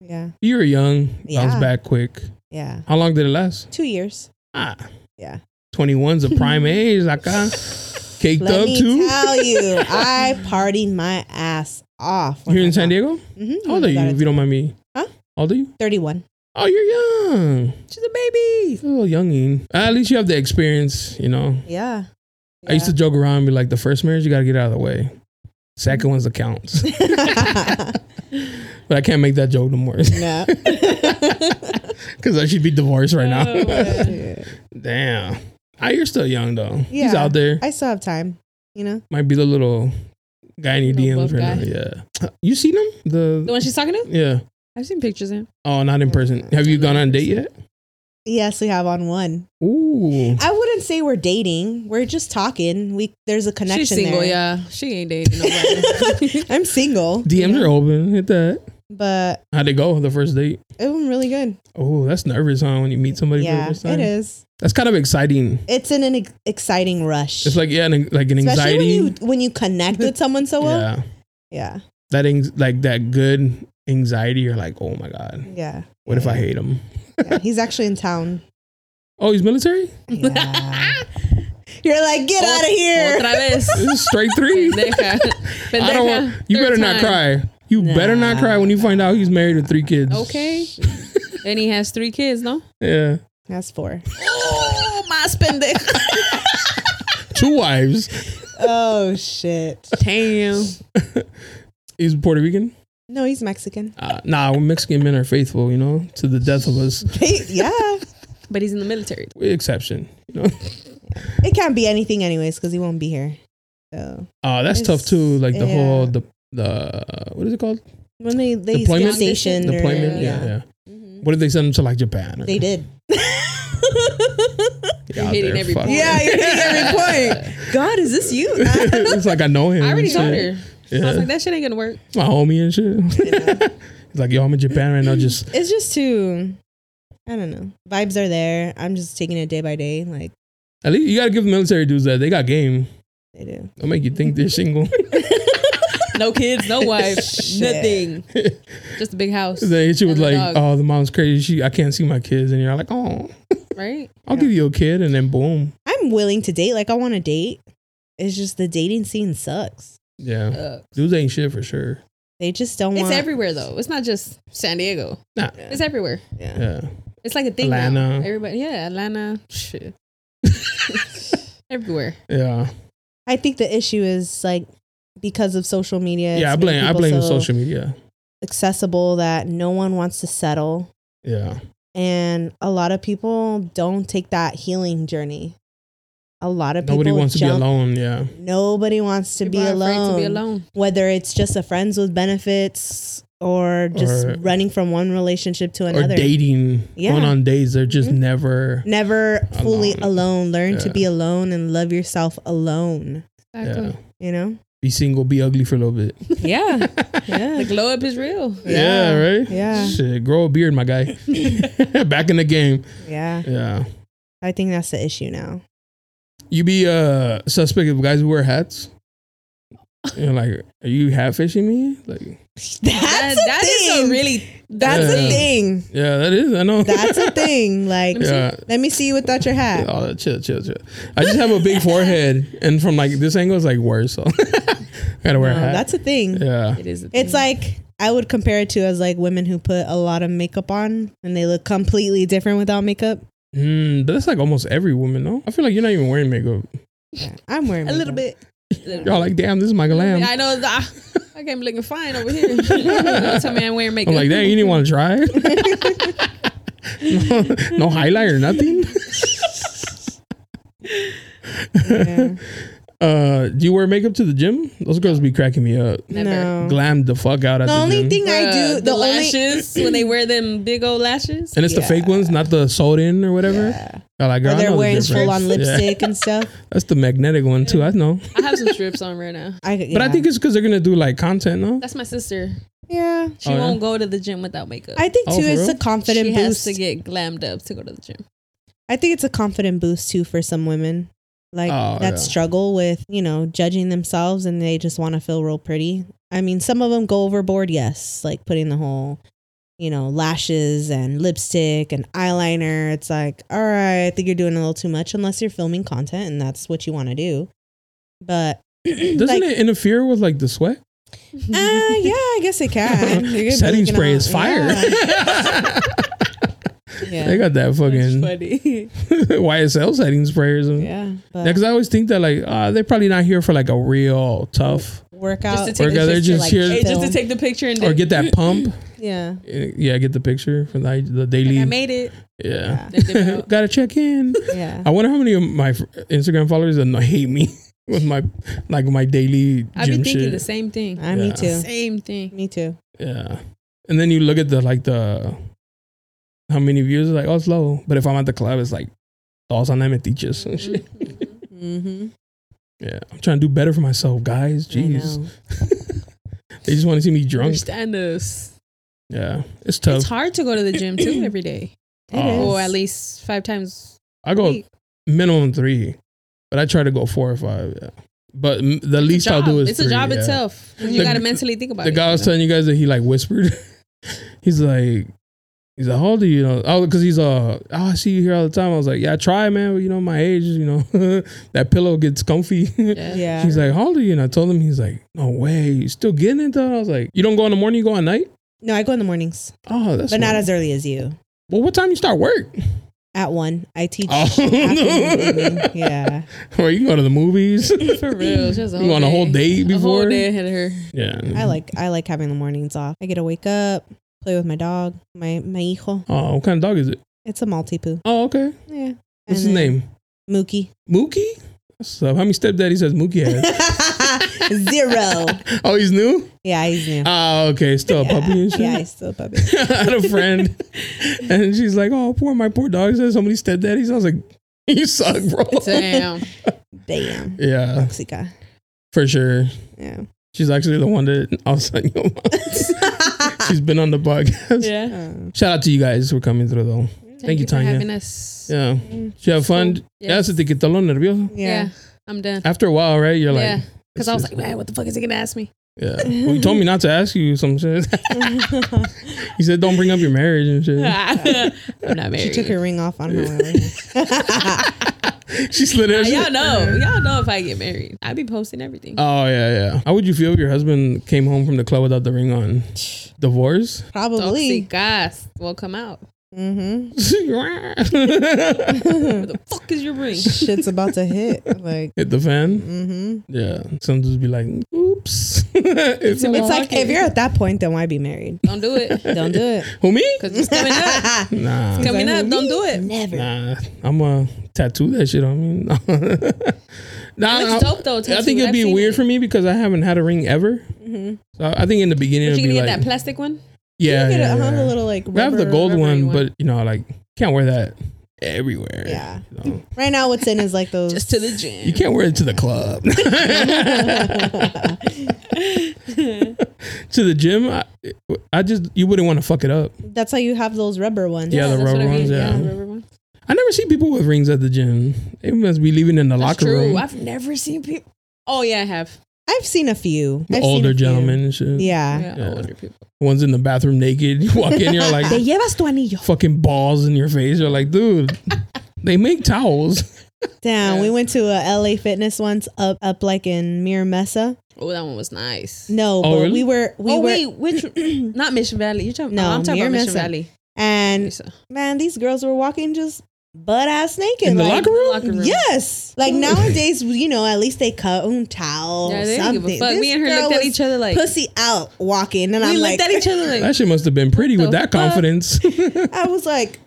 Speaker 2: yeah,
Speaker 1: You were young. Bounce
Speaker 2: Yeah.
Speaker 1: back quick.
Speaker 2: yeah.
Speaker 1: How long did it last?
Speaker 2: Two years.
Speaker 1: Ah.
Speaker 2: Yeah.
Speaker 1: 21's a prime age, like uh, caked
Speaker 2: Let
Speaker 1: up
Speaker 2: me
Speaker 1: too.
Speaker 2: tell you, I partied my ass off.
Speaker 1: You're in San Diego?
Speaker 2: Mm-hmm.
Speaker 1: How old are you, if you don't mind me?
Speaker 2: Huh?
Speaker 1: How old are you?
Speaker 2: Thirty-one.
Speaker 1: Oh, you're young.
Speaker 3: She's a baby.
Speaker 1: A little youngin. At least you have the experience, you know.
Speaker 2: Yeah.
Speaker 1: I used to joke around and be like, the first marriage, you got to get out of the way. Second one's the counts.
Speaker 2: to.
Speaker 1: but I can't make that joke no more
Speaker 2: no.
Speaker 1: because I should be divorced right
Speaker 3: Oh,
Speaker 1: now.
Speaker 3: man.
Speaker 1: Damn. Ah, you're still young, though. He's
Speaker 2: Yeah.
Speaker 1: out there.
Speaker 2: I still have time. You know.
Speaker 1: Might be the little guy in your
Speaker 3: Little
Speaker 1: DMs
Speaker 3: buff
Speaker 1: right now. Yeah. You seen him? The,
Speaker 3: The one she's talking to?
Speaker 1: Yeah.
Speaker 3: I've seen pictures of him.
Speaker 1: Oh, not in person. Have you gone on a date yet?
Speaker 2: Yes, we have on one.
Speaker 1: Ooh.
Speaker 2: I wouldn't say we're dating. We're just talking. We there's a connection.
Speaker 3: She's single,
Speaker 2: there.
Speaker 3: yeah. She ain't dating nobody.
Speaker 2: I'm single,
Speaker 1: DMs are open. Hit that.
Speaker 2: but
Speaker 1: How'd it go? The first date?
Speaker 2: it was really good.
Speaker 1: Oh, that's nervous, huh? When you meet somebody for the
Speaker 2: yeah,
Speaker 1: first time.
Speaker 2: it is.
Speaker 1: That's kind of exciting.
Speaker 2: It's in an ex- exciting rush.
Speaker 1: It's like yeah, an, like an
Speaker 2: Especially
Speaker 1: anxiety.
Speaker 2: when you when you connect with someone so well.
Speaker 1: yeah,
Speaker 2: Yeah,
Speaker 1: that anx- like that good anxiety. You're like, oh my god,
Speaker 2: yeah.
Speaker 1: what if I hate him?
Speaker 2: Yeah, He's actually in town.
Speaker 1: Oh, he's military.
Speaker 2: Yeah. You're like, get out of here.
Speaker 3: Otra vez.
Speaker 1: This is straight three.
Speaker 3: Pendeja. Pendeja.
Speaker 1: I don't want. You
Speaker 3: Third
Speaker 1: better not
Speaker 3: time.
Speaker 1: cry. You better not cry when you find out he's married with three kids.
Speaker 3: Okay. and he has three kids, no?
Speaker 1: Yeah,
Speaker 2: That's four.
Speaker 3: Oh, más pendeja.
Speaker 1: two wives.
Speaker 2: Oh shit.
Speaker 3: Damn.
Speaker 1: He's Puerto Rican.
Speaker 2: No, he's Mexican.
Speaker 1: Uh, nah, Mexican men are faithful. You know, to the death of us.
Speaker 2: yeah.
Speaker 3: But he's in the military.
Speaker 1: With exception. You know.
Speaker 2: It can't be anything anyways, because he won't be here. So
Speaker 1: Uh, that's tough
Speaker 2: It's-
Speaker 1: too. Like the
Speaker 2: yeah.
Speaker 1: whole the the what is it called?
Speaker 2: when they they used to
Speaker 1: Deployment?
Speaker 2: get stationed or-
Speaker 1: Deployment. Yeah, yeah.
Speaker 3: Mhm.
Speaker 1: What if they send them to like Japan? Or
Speaker 2: They did.
Speaker 1: You're
Speaker 3: hitting every point.
Speaker 2: yeah, you're hitting every point. God, is this you?
Speaker 1: it's like I know him.
Speaker 3: I already
Speaker 1: and
Speaker 3: told
Speaker 1: shit.
Speaker 3: her. I was
Speaker 1: Yeah.
Speaker 3: like, that shit ain't gonna work.
Speaker 1: My homie and shit. He's like, yo, I'm in Japan right now. Just
Speaker 2: it's just too. I don't know. Vibes are there. I'm just taking it day by day, like
Speaker 1: at least you gotta give military dudes that they got game.
Speaker 2: they do.
Speaker 1: Don't make you think they're single.
Speaker 3: No kids, no wife, nothing. Just a big house.
Speaker 1: they hit you with
Speaker 3: And the
Speaker 1: like,
Speaker 3: dog.
Speaker 1: oh, the mom's crazy. She, I can't see my kids, and you're like, oh,
Speaker 3: right?
Speaker 1: I'll give you a kid, and then boom,
Speaker 2: I'm willing to date. Like I want to date. It's just the dating scene sucks.
Speaker 1: yeah,
Speaker 3: Uh,
Speaker 1: dudes ain't shit for sure.
Speaker 2: They just don't
Speaker 3: it's
Speaker 2: want.
Speaker 3: everywhere though. It's not just San Diego.
Speaker 1: Nah,
Speaker 3: It's everywhere.
Speaker 1: yeah.
Speaker 3: It's like a thing. now.
Speaker 1: Atlanta.
Speaker 3: Everybody, yeah, Atlanta. Shit. Everywhere.
Speaker 1: Yeah.
Speaker 2: I think the issue is like because of social media.
Speaker 1: yeah, I
Speaker 2: it's made
Speaker 1: blame I
Speaker 2: people
Speaker 1: blame
Speaker 2: so
Speaker 1: social media.
Speaker 2: accessible that no one wants to settle,
Speaker 1: Yeah.
Speaker 2: and a lot of people don't take that healing journey. A lot of
Speaker 1: Nobody
Speaker 2: people
Speaker 1: wants to be
Speaker 2: jump-
Speaker 1: alone. Yeah.
Speaker 2: Nobody wants to be
Speaker 3: People are afraid
Speaker 2: alone.
Speaker 3: To be alone.
Speaker 2: Whether it's just a friends with benefits or just
Speaker 1: Or-
Speaker 2: running from one relationship to another.
Speaker 1: Or dating.
Speaker 2: Yeah.
Speaker 1: Going on dates. They're just
Speaker 2: Mhm.
Speaker 1: never
Speaker 2: Never fully
Speaker 1: Alone.
Speaker 2: alone. Learn to
Speaker 1: Yeah.
Speaker 2: be alone and love yourself alone.
Speaker 1: yeah.
Speaker 3: Exactly.
Speaker 2: You know?
Speaker 1: be single, be ugly for a little bit.
Speaker 3: Yeah.
Speaker 2: Yeah.
Speaker 3: the glow up is real.
Speaker 1: Yeah, right?
Speaker 2: Yeah.
Speaker 1: Shit, grow a beard, my guy. Back in the game.
Speaker 2: Yeah.
Speaker 1: Yeah.
Speaker 2: I think that's the issue now.
Speaker 1: You be uh suspect of guys who wear hats. You're like, are you hat fishing me? Like,
Speaker 2: That's
Speaker 3: That- that is a really.
Speaker 2: That's
Speaker 1: Yeah.
Speaker 2: a thing.
Speaker 1: yeah, that is. I know.
Speaker 2: That's a thing. Like,
Speaker 1: Yeah.
Speaker 2: let me see you without your hat.
Speaker 1: Oh, chill, chill, chill. I just have a big forehead, and from like this angle, it's like worse. So I gotta wear a
Speaker 2: No,
Speaker 1: hat.
Speaker 2: Um, that's a thing.
Speaker 1: yeah,
Speaker 3: It is. A
Speaker 2: It's like I would compare it to as like women who put a lot of makeup on and they look completely different without makeup.
Speaker 1: mm, but that's like almost every woman, no? I feel like you're not even wearing makeup.
Speaker 2: Yeah, I'm wearing
Speaker 3: a little
Speaker 2: makeup.
Speaker 3: bit.
Speaker 1: Y'all like, damn, this is Michael Lamb.
Speaker 3: I know. That, I came looking fine over here. Don't tell me I'm wearing makeup.
Speaker 1: I'm like, damn, you didn't want to try. no, no highlight or nothing.
Speaker 2: Yeah.
Speaker 1: Uh, do you wear makeup to the gym? Those girls be cracking me up.
Speaker 3: Never.
Speaker 2: No.
Speaker 1: Glam the fuck out at
Speaker 2: The
Speaker 1: the,
Speaker 2: only
Speaker 1: gym.
Speaker 2: thing I do,
Speaker 3: Bruh,
Speaker 2: the,
Speaker 3: the,
Speaker 2: only
Speaker 3: lashes when they wear them big old lashes.
Speaker 1: and it's the fake ones, not the sewed in or whatever.
Speaker 2: Yeah.
Speaker 1: Y'all like, girl,
Speaker 2: Or
Speaker 1: I
Speaker 2: they're
Speaker 1: know the
Speaker 2: wearing
Speaker 1: difference.
Speaker 2: full on
Speaker 1: Yeah.
Speaker 2: lipstick and stuff.
Speaker 1: That's the magnetic one too. I know,
Speaker 3: I have some strips on right now.
Speaker 2: I,
Speaker 1: but I think it's because they're gonna do like content, no?
Speaker 3: That's my sister.
Speaker 2: yeah.
Speaker 3: She
Speaker 1: Oh, yeah?
Speaker 3: won't go to the gym without makeup.
Speaker 2: I think
Speaker 1: Oh,
Speaker 2: too,
Speaker 1: for
Speaker 2: it's
Speaker 1: real?
Speaker 2: a confident
Speaker 3: she has
Speaker 2: boost.
Speaker 3: to get glammed up to go to the gym.
Speaker 2: I think it's a confident boost too for some women, like
Speaker 1: Oh,
Speaker 2: that
Speaker 1: yeah.
Speaker 2: struggle with you know judging themselves and they just want to feel real pretty. I mean, some of them go overboard, yes, like putting the whole, you know, lashes and lipstick and eyeliner. It's like, all right, I think you're doing a little too much unless you're filming content and that's what you want to do. But
Speaker 1: Doesn't it interfere with like the sweat?
Speaker 2: Uh, yeah, I guess it can. You're gonna be
Speaker 1: Setting
Speaker 2: looking
Speaker 1: spray
Speaker 2: all-
Speaker 1: is fire.
Speaker 2: Yeah. yeah.
Speaker 1: they got that
Speaker 3: That's
Speaker 1: fucking
Speaker 3: funny.
Speaker 1: YSL setting spray or something.
Speaker 3: yeah.
Speaker 2: But
Speaker 1: Because I always think that like uh, they're probably not here for like a real tough
Speaker 2: workout.
Speaker 3: Just to take
Speaker 1: Or they're
Speaker 2: picture,
Speaker 1: just here-
Speaker 3: Hey, just to
Speaker 2: film.
Speaker 3: take the picture and
Speaker 1: or
Speaker 3: then-
Speaker 1: get that pump.
Speaker 2: yeah.
Speaker 1: Yeah, get the picture for the, the daily.
Speaker 3: like, I made it.
Speaker 1: yeah,
Speaker 3: They dip out.
Speaker 1: gotta check in.
Speaker 2: Yeah.
Speaker 1: I wonder how many of my fr- Instagram followers that hate me with my like my daily
Speaker 3: I've been
Speaker 1: gym
Speaker 3: thinking
Speaker 1: shit.
Speaker 3: the same thing.
Speaker 2: Ah,
Speaker 1: Yeah.
Speaker 2: Me too.
Speaker 3: Same thing.
Speaker 2: Me too.
Speaker 1: Yeah. And then you look at the like the how many views like oh it's low, but if I'm at the club it's like thoughts on them teachers and shit.
Speaker 2: Mm-hmm.
Speaker 1: Yeah, I'm trying to do better for myself, guys. Jeez, they just want to see me drunk.
Speaker 3: Understand us.
Speaker 1: Yeah, it's tough.
Speaker 3: It's hard to go to the gym too every day,
Speaker 1: Oh.
Speaker 3: or at least five times.
Speaker 1: I
Speaker 3: a
Speaker 1: go
Speaker 3: week.
Speaker 1: minimum three, but I try to go four or five. Yeah. But m- the least I'll
Speaker 3: job.
Speaker 1: do is
Speaker 3: it's
Speaker 1: three,
Speaker 3: a job
Speaker 1: yeah.
Speaker 3: itself.
Speaker 1: The-
Speaker 3: You got to mentally think about
Speaker 1: The
Speaker 3: it.
Speaker 1: guy was telling you guys that he like whispered. he's like, he's like, how old are you? you know, oh, because he's uh, oh, I see you here all the time. I was like, yeah, I try, man. But, you know, my age, you know, that pillow gets comfy.
Speaker 3: Yeah.
Speaker 2: Yeah.
Speaker 1: He's like, how old are you? And I told him, he's like, no way, you still getting it done? I was like, you don't go in the morning, you go at night.
Speaker 2: no, I go in the mornings,
Speaker 1: Oh, that's
Speaker 2: but not
Speaker 1: smart.
Speaker 2: as early as you.
Speaker 1: well. What time you start work?
Speaker 2: At one, I teach.
Speaker 1: Oh.
Speaker 2: afternoon and evening. Yeah.
Speaker 1: or you can go to the movies? you
Speaker 3: For real, just a whole
Speaker 1: go on a whole
Speaker 3: day.
Speaker 1: date
Speaker 3: A
Speaker 1: before?
Speaker 3: whole day ahead of her.
Speaker 1: Yeah,
Speaker 2: I like I like having the mornings off. I get to wake up, play with my dog, my my hijo.
Speaker 1: Oh, what kind of dog is it?
Speaker 2: It's a multi poo.
Speaker 1: Oh, okay.
Speaker 2: Yeah.
Speaker 1: What's his
Speaker 2: And then
Speaker 1: name?
Speaker 2: Mookie.
Speaker 1: Mookie. What's up? How many stepdaddies has Mookie had?
Speaker 2: Zero.
Speaker 1: Oh, he's new?
Speaker 2: Yeah, he's new.
Speaker 1: Oh, okay. Still a puppy and shit.
Speaker 2: yeah, he's still a puppy.
Speaker 1: I had a friend, and she's like, "Oh, poor my poor dog." Says somebody stepdaddies. I was like, "You suck, bro."
Speaker 3: Damn.
Speaker 2: Damn.
Speaker 1: yeah,
Speaker 2: Toxica.
Speaker 1: for sure.
Speaker 2: Yeah.
Speaker 1: She's actually the one that I'll send you. she's been on the podcast.
Speaker 3: yeah.
Speaker 2: Um,
Speaker 1: Shout out to you guys for coming through though. Thank you,
Speaker 3: for
Speaker 1: Tanya.
Speaker 3: having us.
Speaker 1: Yeah, Did you have fun. Yeah, se te quitó lo nervioso.
Speaker 3: Yeah.
Speaker 2: yeah.
Speaker 3: I'm done.
Speaker 1: After a while, right? You're like,
Speaker 3: yeah. Because I was
Speaker 1: this
Speaker 3: like, man, what the fuck is he gonna ask me?
Speaker 1: Yeah. Well, you told me not to ask you some shit. you said don't bring up your marriage and shit.
Speaker 3: I'm not
Speaker 2: She
Speaker 3: married.
Speaker 2: took her ring off on her way over here.
Speaker 1: she slid her.
Speaker 3: Y'all know. Y'all know if I get married, I be posting everything.
Speaker 1: Oh yeah, yeah. How would you feel if your husband came home from the club without the ring on? Divorce?
Speaker 2: Probably.
Speaker 3: Toxic gas will come out.
Speaker 2: Mm-hmm.
Speaker 1: Hit
Speaker 3: Where the fuck is your ring?
Speaker 2: Shit's about to hit. Like,
Speaker 1: the fan.
Speaker 2: mm-hmm.
Speaker 1: Yeah. Some just be like, oops. it's,
Speaker 2: It's like if you're at that point, then why be married?
Speaker 3: Don't do it. Don't
Speaker 2: Don't do it.
Speaker 1: who me?
Speaker 3: because it's coming up.
Speaker 1: Nah.
Speaker 3: Coming up. Don't do it.
Speaker 2: Never.
Speaker 1: Nah. I'm gonna tattoo that shit on me. nah. I-
Speaker 3: looks dope, though,
Speaker 1: I
Speaker 3: tattooed.
Speaker 1: think it'd
Speaker 3: I've
Speaker 1: be
Speaker 3: seen
Speaker 1: weird
Speaker 3: it.
Speaker 1: for me because I haven't had a ring ever.
Speaker 2: Mm-hmm.
Speaker 1: So I think in the beginning
Speaker 3: But
Speaker 1: it'd
Speaker 3: you
Speaker 1: be
Speaker 3: gonna get
Speaker 1: like,
Speaker 3: that plastic one?
Speaker 1: yeah,
Speaker 2: you
Speaker 1: yeah,
Speaker 2: get a,
Speaker 1: yeah.
Speaker 2: a little like.
Speaker 1: I have the
Speaker 2: rubber-
Speaker 1: gold
Speaker 3: rubbery
Speaker 1: one,
Speaker 3: one.
Speaker 1: but you know, like can't wear that everywhere.
Speaker 2: Yeah.
Speaker 1: You, know?
Speaker 2: Right now, what's in is like those.
Speaker 3: Just to the gym.
Speaker 1: You can't wear it to the club. to the gym, I, I just you wouldn't want to fuck it up.
Speaker 2: that's how you have those rubber ones.
Speaker 1: Yeah, the
Speaker 3: that's what
Speaker 1: rubber
Speaker 3: I mean.
Speaker 1: ones, yeah.
Speaker 3: rubber ones.
Speaker 1: I never see people with rings at the gym. They must be leaving in the
Speaker 3: That's
Speaker 1: locker
Speaker 3: true.
Speaker 1: room.
Speaker 3: I've never seen people. Oh yeah, I have.
Speaker 2: I've seen a few.
Speaker 1: The
Speaker 2: I've seen a
Speaker 1: older
Speaker 2: few.
Speaker 1: gentlemen and shit.
Speaker 2: Yeah.
Speaker 3: Yeah,
Speaker 1: Yeah.
Speaker 3: older people.
Speaker 1: One's in the bathroom naked. You walk in, you're like
Speaker 2: llevas tu anillo.
Speaker 1: fucking balls in your face. You're like, dude, they make towels.
Speaker 2: Damn,
Speaker 3: Yeah.
Speaker 2: we went to a LA Fitness once up up like in Mira Mesa.
Speaker 3: Oh, that one was nice.
Speaker 2: No,
Speaker 1: Oh,
Speaker 2: but
Speaker 1: really?
Speaker 2: we were we
Speaker 3: oh
Speaker 2: were
Speaker 3: wait, which not Mission Valley? You talking?
Speaker 2: No,
Speaker 3: No, I'm talking
Speaker 2: Mir
Speaker 3: about Mission
Speaker 2: Mesa.
Speaker 3: Valley.
Speaker 2: and
Speaker 3: Mesa.
Speaker 2: man, these girls were walking just butt ass naked
Speaker 1: In the
Speaker 2: like,
Speaker 1: locker room?
Speaker 3: Locker room.
Speaker 2: Yes, like nowadays, you know, at least they cut on towel.
Speaker 3: Yeah, they didn't
Speaker 2: something.
Speaker 3: give a fuck.
Speaker 2: This
Speaker 3: Me and her
Speaker 2: girl
Speaker 3: looked at
Speaker 2: was
Speaker 3: each other like
Speaker 2: pussy out walking, and
Speaker 3: we
Speaker 2: I'm
Speaker 3: looked
Speaker 2: like,
Speaker 3: at each other like
Speaker 1: That shit must have been pretty with
Speaker 3: What the
Speaker 1: that
Speaker 3: fuck?
Speaker 1: confidence.
Speaker 2: I was like,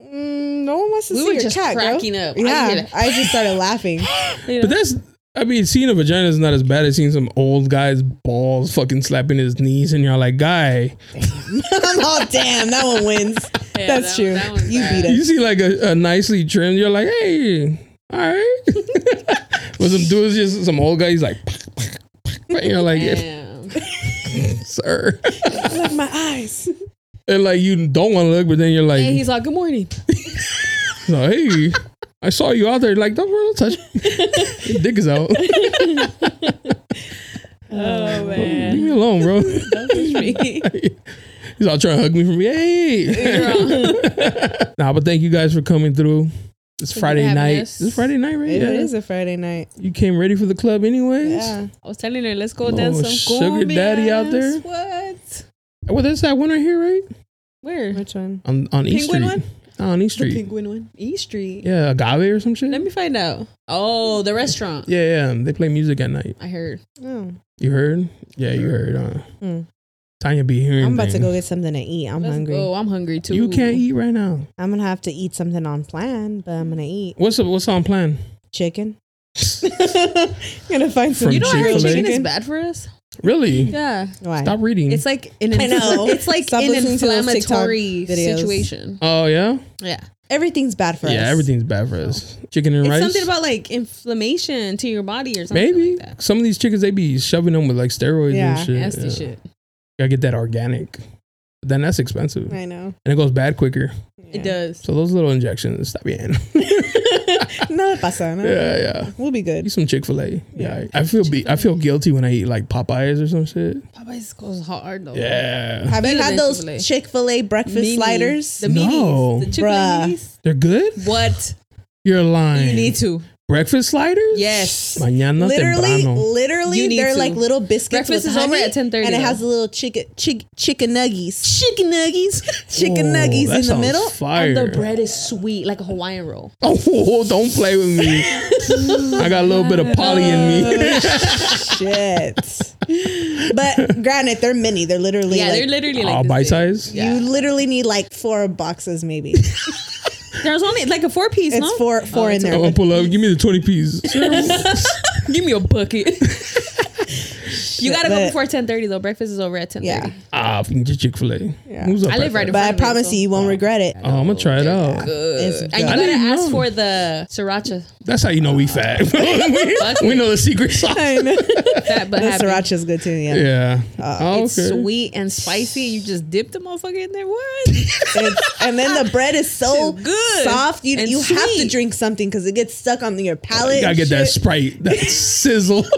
Speaker 2: mm, no one wants to
Speaker 3: we
Speaker 2: see
Speaker 3: were
Speaker 2: your
Speaker 3: just
Speaker 2: cat, girl.
Speaker 3: cracking up. I didn't
Speaker 2: Yeah,
Speaker 3: hear that.
Speaker 2: I just started laughing.
Speaker 3: You know?
Speaker 1: But that's, I mean, seeing a vagina is not as bad as seeing some old guy's balls fucking slapping his knees, and you're like, guy,
Speaker 2: I'm all damn, that one wins.
Speaker 3: Yeah,
Speaker 2: That's
Speaker 3: that-
Speaker 2: true.
Speaker 3: that one's
Speaker 2: you
Speaker 3: bad.
Speaker 2: beat
Speaker 1: you
Speaker 2: it.
Speaker 1: see like a, a nicely trimmed, you're like, hey, all right. With some dudes, just some old guy, he's like, and you're like,
Speaker 3: Damn.
Speaker 1: sir.
Speaker 2: Look my eyes.
Speaker 1: and like, you don't want to look, but then you're like,
Speaker 3: And he's like, "Good morning."
Speaker 1: no, hey, I saw you out there. Like, don't, don't touch me. Your dick is out.
Speaker 3: Oh
Speaker 1: Leave me
Speaker 3: man.
Speaker 1: alone, bro. He's all trying to hug me from me. Hey. Nah, but thank you guys for coming through. It's
Speaker 3: you for
Speaker 1: Friday
Speaker 3: having
Speaker 1: night.
Speaker 3: us.
Speaker 1: It's Friday night, right?
Speaker 2: It
Speaker 1: Yeah.
Speaker 2: is a Friday night.
Speaker 1: You came ready for the club, anyways.
Speaker 2: Yeah.
Speaker 3: I was telling her, let's go
Speaker 1: Little
Speaker 3: dance some
Speaker 1: sugar daddy out there.
Speaker 3: cumbias. What?
Speaker 1: Well, there's that one right here, right?
Speaker 3: Where?
Speaker 2: Which one?
Speaker 1: On on East
Speaker 3: Penguin
Speaker 1: Street. on East
Speaker 3: The
Speaker 1: Street.
Speaker 3: penguin one. E Street.
Speaker 1: Yeah, agave or some shit.
Speaker 3: Let me find out. Oh, the restaurant.
Speaker 1: yeah, yeah. They play music at night.
Speaker 3: I heard.
Speaker 2: Oh.
Speaker 1: You heard? Yeah,
Speaker 3: Mm.
Speaker 1: you heard. Uh,
Speaker 2: Hmm.
Speaker 1: Tanya be hearing.
Speaker 2: I'm about to
Speaker 1: things.
Speaker 2: go get something to eat. I'm
Speaker 3: Let's
Speaker 2: hungry.
Speaker 3: go. Oh, I'm hungry too.
Speaker 1: You can't eat right now.
Speaker 2: I'm gonna have to eat something on plan, but I'm gonna eat
Speaker 1: What's up? What's on plan?
Speaker 2: chicken. gonna find some.
Speaker 1: From
Speaker 3: You know, I heard
Speaker 1: Chick-fil-A?
Speaker 3: chicken is bad for us.
Speaker 1: Really?
Speaker 3: Yeah,
Speaker 2: Why?
Speaker 1: Stop reading.
Speaker 3: it's like an
Speaker 2: I know.
Speaker 3: it's like
Speaker 2: Stop
Speaker 3: an
Speaker 2: listening to those TikTok
Speaker 3: inflammatory
Speaker 2: videos.
Speaker 3: situation.
Speaker 1: oh yeah.
Speaker 3: Yeah,
Speaker 2: Everything's bad for us.
Speaker 1: Yeah, everything's bad for us. Chicken and
Speaker 3: it's
Speaker 1: rice.
Speaker 3: something about like inflammation to your body or something
Speaker 1: Maybe
Speaker 3: like that.
Speaker 1: some of these chickens they be shoving them with like steroids
Speaker 2: Yeah,
Speaker 1: and shit.
Speaker 3: Nasty
Speaker 1: Yeah.
Speaker 3: shit.
Speaker 1: Gotta get that organic. But then that's expensive.
Speaker 2: I know.
Speaker 1: And it goes bad quicker.
Speaker 3: It does.
Speaker 1: So those little injections, stop in.
Speaker 2: No pasa. No.
Speaker 1: yeah, yeah.
Speaker 2: We'll be
Speaker 1: Eat
Speaker 2: good.
Speaker 1: some Chick Fil A. Yeah, I feel be I feel guilty when I eat like Popeyes or some shit.
Speaker 3: Popeyes goes hard though.
Speaker 1: Yeah,
Speaker 2: Have you
Speaker 3: Better
Speaker 2: had
Speaker 3: than Chick-fil-A.
Speaker 2: those Chick Fil A breakfast
Speaker 3: Meaties.
Speaker 2: sliders?
Speaker 3: The meaties.
Speaker 1: No.
Speaker 3: The chicken
Speaker 2: Bruh.
Speaker 3: meaties.
Speaker 1: they're good.
Speaker 3: What?
Speaker 1: You're lying.
Speaker 3: You need to.
Speaker 1: breakfast sliders.
Speaker 3: Yes.
Speaker 1: mañana
Speaker 2: literally,
Speaker 1: temprano.
Speaker 2: literally,
Speaker 3: You need
Speaker 2: they're
Speaker 3: to.
Speaker 2: like little biscuits.
Speaker 3: Breakfast
Speaker 2: with
Speaker 3: is over
Speaker 2: honey,
Speaker 3: at 10:30
Speaker 2: and it
Speaker 3: though.
Speaker 2: has the little chicken, chick, chicken nuggies, chicken nuggies, chicken
Speaker 1: Whoa,
Speaker 2: nuggies
Speaker 1: that
Speaker 2: in the
Speaker 1: sounds
Speaker 2: middle.
Speaker 1: Fire.
Speaker 3: The bread is sweet, like a Hawaiian roll.
Speaker 1: Oh, don't play with me. I got a little bit of poly in me.
Speaker 2: Shit. but granted, they're mini. They're literally
Speaker 3: yeah,
Speaker 2: like,
Speaker 3: they're literally like
Speaker 1: All
Speaker 3: this
Speaker 1: bite
Speaker 3: big.
Speaker 1: size.
Speaker 2: you literally need like four boxes, maybe.
Speaker 3: There's only like a four piece.
Speaker 2: It's
Speaker 3: no?
Speaker 2: four, four in
Speaker 1: I'm gonna
Speaker 2: there.
Speaker 1: pull up. Give me the twenty piece.
Speaker 3: Give me a bucket. you gotta go
Speaker 2: but-
Speaker 3: before ten thirty though. Breakfast is over at ten thirty.
Speaker 2: Yeah,
Speaker 1: ah, I can get Chick Fil A.
Speaker 2: Yeah.
Speaker 3: I live right in
Speaker 2: but I
Speaker 3: front of it,
Speaker 2: promise
Speaker 3: so-
Speaker 2: you, you won't regret it.
Speaker 1: Oh, I'm gonna try it out.
Speaker 2: It's
Speaker 3: And you
Speaker 2: good.
Speaker 3: gotta
Speaker 1: didn't
Speaker 3: ask
Speaker 1: know.
Speaker 3: for the sriracha.
Speaker 1: That's how you know we fat.
Speaker 3: Fuck
Speaker 1: we, we know the secret sauce.
Speaker 2: I know.
Speaker 3: Fat but
Speaker 2: The
Speaker 3: happy.
Speaker 2: sriracha's good too. Yeah,
Speaker 1: Yeah. oh,
Speaker 3: It's sweet and spicy. You just dip the motherfucker in there. What?
Speaker 2: It's- and then the bread is so
Speaker 3: It's good
Speaker 2: soft. You
Speaker 3: and
Speaker 2: you have to
Speaker 3: sweet.
Speaker 2: drink something because it gets stuck on your palate.
Speaker 1: You gotta
Speaker 2: and
Speaker 1: get that
Speaker 2: shit.
Speaker 1: Sprite, that sizzle.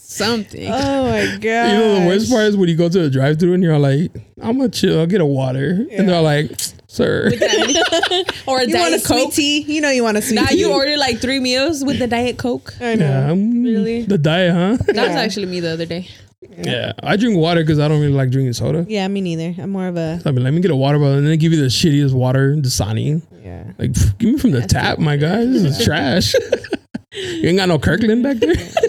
Speaker 3: Something.
Speaker 2: Oh my god!
Speaker 1: You know the worst part is when you go to the drive-through and you're like, "I'm gonna chill, I'll get a water," and they're like, "Sir,
Speaker 3: or a
Speaker 2: You want a
Speaker 3: diet
Speaker 2: sweet
Speaker 3: coke.
Speaker 2: tea? You know you want a sweet
Speaker 3: Now
Speaker 2: tea.
Speaker 3: you order like three meals with the diet coke.
Speaker 2: I know.
Speaker 1: yeah, mm,
Speaker 3: Really?
Speaker 1: the diet, huh?"
Speaker 3: That was
Speaker 2: Yeah.
Speaker 3: actually me the other day.
Speaker 1: Yeah, I drink water because I don't really like drinking soda.
Speaker 2: Yeah, me neither. I'm more of a
Speaker 1: I mean, let me get a water bottle, and they give you the shittiest water, Dasani.
Speaker 2: yeah.
Speaker 1: Like, pff, give me from the tap, my guy. This is trash. you ain't got no Kirkland back there.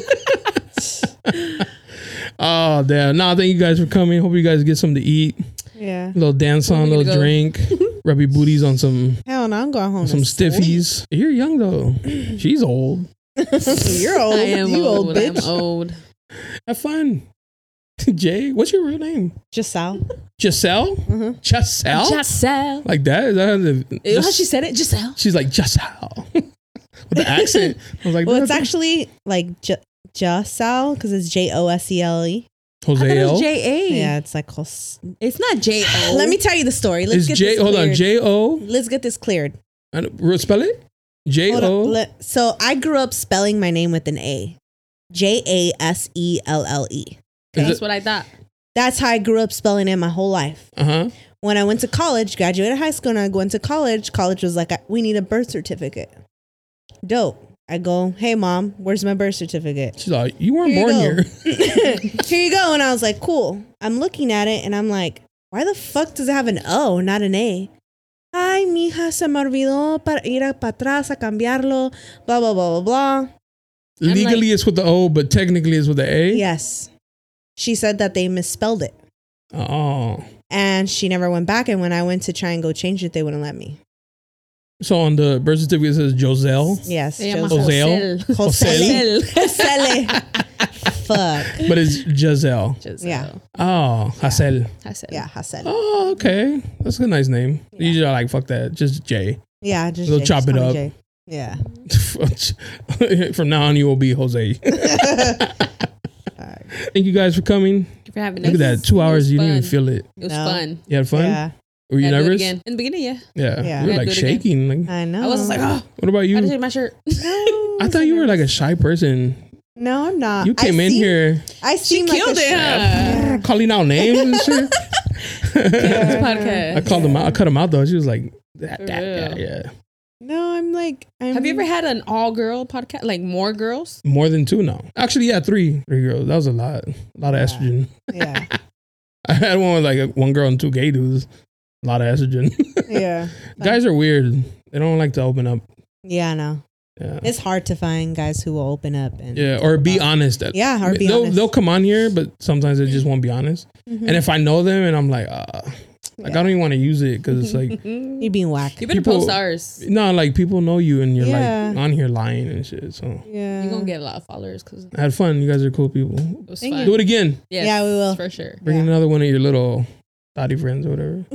Speaker 1: oh damn! Nah, thank you guys for coming. Hope you guys get something to eat.
Speaker 2: Yeah.
Speaker 1: little dance on,
Speaker 3: Where we
Speaker 1: little
Speaker 3: go?
Speaker 1: drink. Rub your booties on some
Speaker 2: Hell no, I'm going home.
Speaker 1: some
Speaker 2: to sleep.
Speaker 1: stiffies. You're young though. She's old.
Speaker 2: You're old.
Speaker 3: I am
Speaker 2: Oh, you old,
Speaker 3: old.
Speaker 2: bitch.
Speaker 3: I'm old.
Speaker 1: Have fun. Jay, what's your real name?
Speaker 2: Just Sal.
Speaker 1: Giselle?
Speaker 2: Mhm.
Speaker 1: Giselle?
Speaker 3: Giselle.
Speaker 1: like that? Is that how the,
Speaker 3: You know how she said it? Giselle.
Speaker 1: She's like Giselle. With the accent. I was like,
Speaker 2: Well, it's
Speaker 1: that's-
Speaker 2: actually like J- Josel because it's J O S E L E.
Speaker 3: I thought
Speaker 1: Jose
Speaker 3: it
Speaker 1: L.
Speaker 3: was J A.
Speaker 2: Yeah, it's like close.
Speaker 3: It's not J O.
Speaker 2: Let me tell you the story.
Speaker 1: It's
Speaker 2: Let's
Speaker 1: Oh.
Speaker 2: get
Speaker 1: J
Speaker 2: this
Speaker 1: hold on,
Speaker 2: cleared.
Speaker 1: J O
Speaker 2: Let's get this cleared.
Speaker 1: and re- spell it? J
Speaker 2: Hold on,
Speaker 1: O
Speaker 2: let- so I grew up spelling my name with an A, J A S E L L E.
Speaker 1: Is
Speaker 3: That's
Speaker 1: it-
Speaker 3: what I thought.
Speaker 2: That's how I grew up spelling it my whole life.
Speaker 1: Uh-huh.
Speaker 2: When I went to college, graduated high school, and I went to college, college was like, we need a birth certificate. Dope. I go, hey mom, where's my birth certificate?
Speaker 1: She's like, you weren't
Speaker 2: Here you
Speaker 1: born
Speaker 2: go.
Speaker 1: here.
Speaker 2: Here you go. And I was like, cool. I'm looking at it and I'm like, why the fuck does it have an O, not an A? Ay, mija, se me olvidó para ir a para atrás a cambiarlo, blah, blah, blah, blah, blah.
Speaker 3: like-
Speaker 1: Legally it's with the O, but technically it's with the A.
Speaker 2: Yes. She said that they misspelled it
Speaker 1: Oh.
Speaker 2: and she never went back. And when I went to try and go change it, they wouldn't let me.
Speaker 1: So on the birth certificate it says Joselle.
Speaker 2: Yes.
Speaker 3: Se llama
Speaker 2: Josele.
Speaker 1: Josele.
Speaker 3: Josele.
Speaker 1: Josele.
Speaker 2: Josele. Fuck.
Speaker 1: But it's Giselle.
Speaker 3: Giselle.
Speaker 2: Yeah.
Speaker 1: Oh, Hassel.
Speaker 3: I said.
Speaker 2: Yeah, Hassan.
Speaker 1: Oh, okay. That's a nice name. Usually I like, fuck that. Just Jay.
Speaker 2: Yeah, just
Speaker 1: We'll
Speaker 2: Jay.
Speaker 1: chop
Speaker 2: Just
Speaker 1: it
Speaker 2: call me
Speaker 1: up.
Speaker 2: Jay. Yeah.
Speaker 1: From now on, you will be Jose. Thank you guys for coming.
Speaker 3: Thank you for having
Speaker 1: Look
Speaker 3: us.
Speaker 1: at that. Two hours, you didn't even
Speaker 3: fun.
Speaker 1: feel it.
Speaker 3: It was
Speaker 2: No.
Speaker 3: fun.
Speaker 1: You had fun?
Speaker 2: Yeah,
Speaker 1: Were you
Speaker 3: Gotta do it
Speaker 1: nervous?
Speaker 3: again. In the beginning, yeah.
Speaker 1: Yeah.
Speaker 2: Yeah. Uh,
Speaker 1: You were
Speaker 3: Gotta
Speaker 1: like
Speaker 3: do it again.
Speaker 1: shaking. Like,
Speaker 2: I know.
Speaker 3: I was just like, oh,
Speaker 1: what about
Speaker 3: I had to
Speaker 1: you?
Speaker 3: take my shirt.
Speaker 1: I thought you were like a shy person.
Speaker 2: No, I'm not.
Speaker 1: You
Speaker 2: Uh, I
Speaker 1: came in
Speaker 2: seem-
Speaker 1: here
Speaker 2: I seem like
Speaker 3: killed
Speaker 2: a
Speaker 3: it.
Speaker 2: Yeah.
Speaker 1: calling out names and shit.
Speaker 3: This
Speaker 1: I
Speaker 3: podcast.
Speaker 1: called him out. I cut him out though. She was like, that,
Speaker 3: For
Speaker 1: that,
Speaker 3: real.
Speaker 1: yeah, yeah.
Speaker 2: No, I'm like. I'm,
Speaker 3: Have you ever had an all girl podcast? Like more girls?
Speaker 1: More than two now. Actually, yeah, three. Three girls. That was a lot. A lot of estrogen.
Speaker 2: Yeah,
Speaker 1: I had one with like one girl and two gay dudes. A lot of estrogen.
Speaker 2: yeah,
Speaker 1: Guys are weird. They don't like to open up.
Speaker 2: yeah. No,
Speaker 1: Yeah.
Speaker 2: it's hard to find guys who will open up and
Speaker 1: Yeah. Or be honest.
Speaker 2: Yeah, or be
Speaker 1: they'll,
Speaker 2: honest.
Speaker 1: They'll come on here, but sometimes they just won't be honest.
Speaker 2: Mhm.
Speaker 1: And if I know them and I'm like, ah, like I don't even want to use it because it's like,
Speaker 3: You
Speaker 2: you're being whack.
Speaker 3: better
Speaker 1: People-
Speaker 3: post ours.
Speaker 1: no, like people know you and you're
Speaker 2: Yeah.
Speaker 1: like on here lying and shit. So
Speaker 2: Yeah,
Speaker 3: You're gonna get a lot of followers because it
Speaker 1: I had fun. You guys are cool people.
Speaker 3: was
Speaker 2: Thank
Speaker 3: fun.
Speaker 1: Do it again.
Speaker 3: Yes,
Speaker 2: Yeah, we will.
Speaker 3: For sure.
Speaker 1: Bring
Speaker 2: Yeah.
Speaker 1: another one of your little thotty friends or whatever.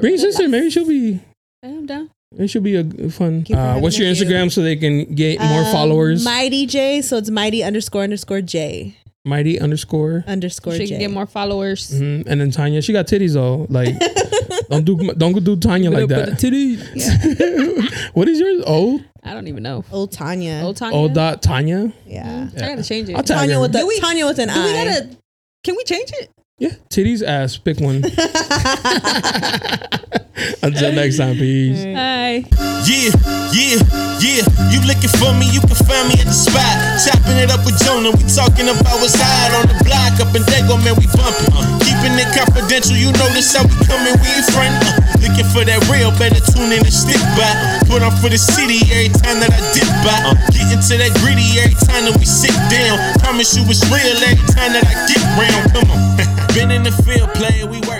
Speaker 1: Bring your sister. Maybe she'll be.
Speaker 3: I'm down.
Speaker 1: It should be a g- fun.
Speaker 2: Thank you for
Speaker 1: Uh,
Speaker 2: having
Speaker 1: what's your
Speaker 2: us.
Speaker 1: Instagram so they can get more
Speaker 2: Um,
Speaker 1: followers?
Speaker 2: Mighty J, so it's mighty underscore underscore J
Speaker 1: Mighty underscore.
Speaker 2: underscore J.
Speaker 3: She can get more followers.
Speaker 2: Mm.
Speaker 1: Mhm. And then Tanya, she got titties though. Like, don't do don't go do Tanya like
Speaker 3: Put
Speaker 1: that.
Speaker 3: the titties.
Speaker 1: what is yours? Old
Speaker 3: I don't even know.
Speaker 2: Old Tanya.
Speaker 3: Old Tanya.
Speaker 1: old dot Tanya.
Speaker 2: Oh, yeah.
Speaker 3: I gotta change it.
Speaker 1: I'll tell
Speaker 2: Tanya
Speaker 1: her.
Speaker 2: with the
Speaker 3: Do we-
Speaker 2: Tanya with an
Speaker 3: Do
Speaker 2: I.
Speaker 3: we gotta? Can we change it?
Speaker 1: Yeah, titties ass. Pick one. Until next time, peace.
Speaker 3: Hi.
Speaker 7: Yeah, yeah, yeah. You looking for me, you can find me at the spot. Chopping it up with Jonah, we talking about what's hot on the block. Up in Dago, man, we bumping. Keeping it confidential, you know this how we coming, we ain't friend. Uh, looking for that real, better tune in and stick by. Put on for the city every time that I dip by. Uh, getting to that gritty every time that we sit down. Promise you it's real every time that I get round. Come on. Been in the field playing, we watch.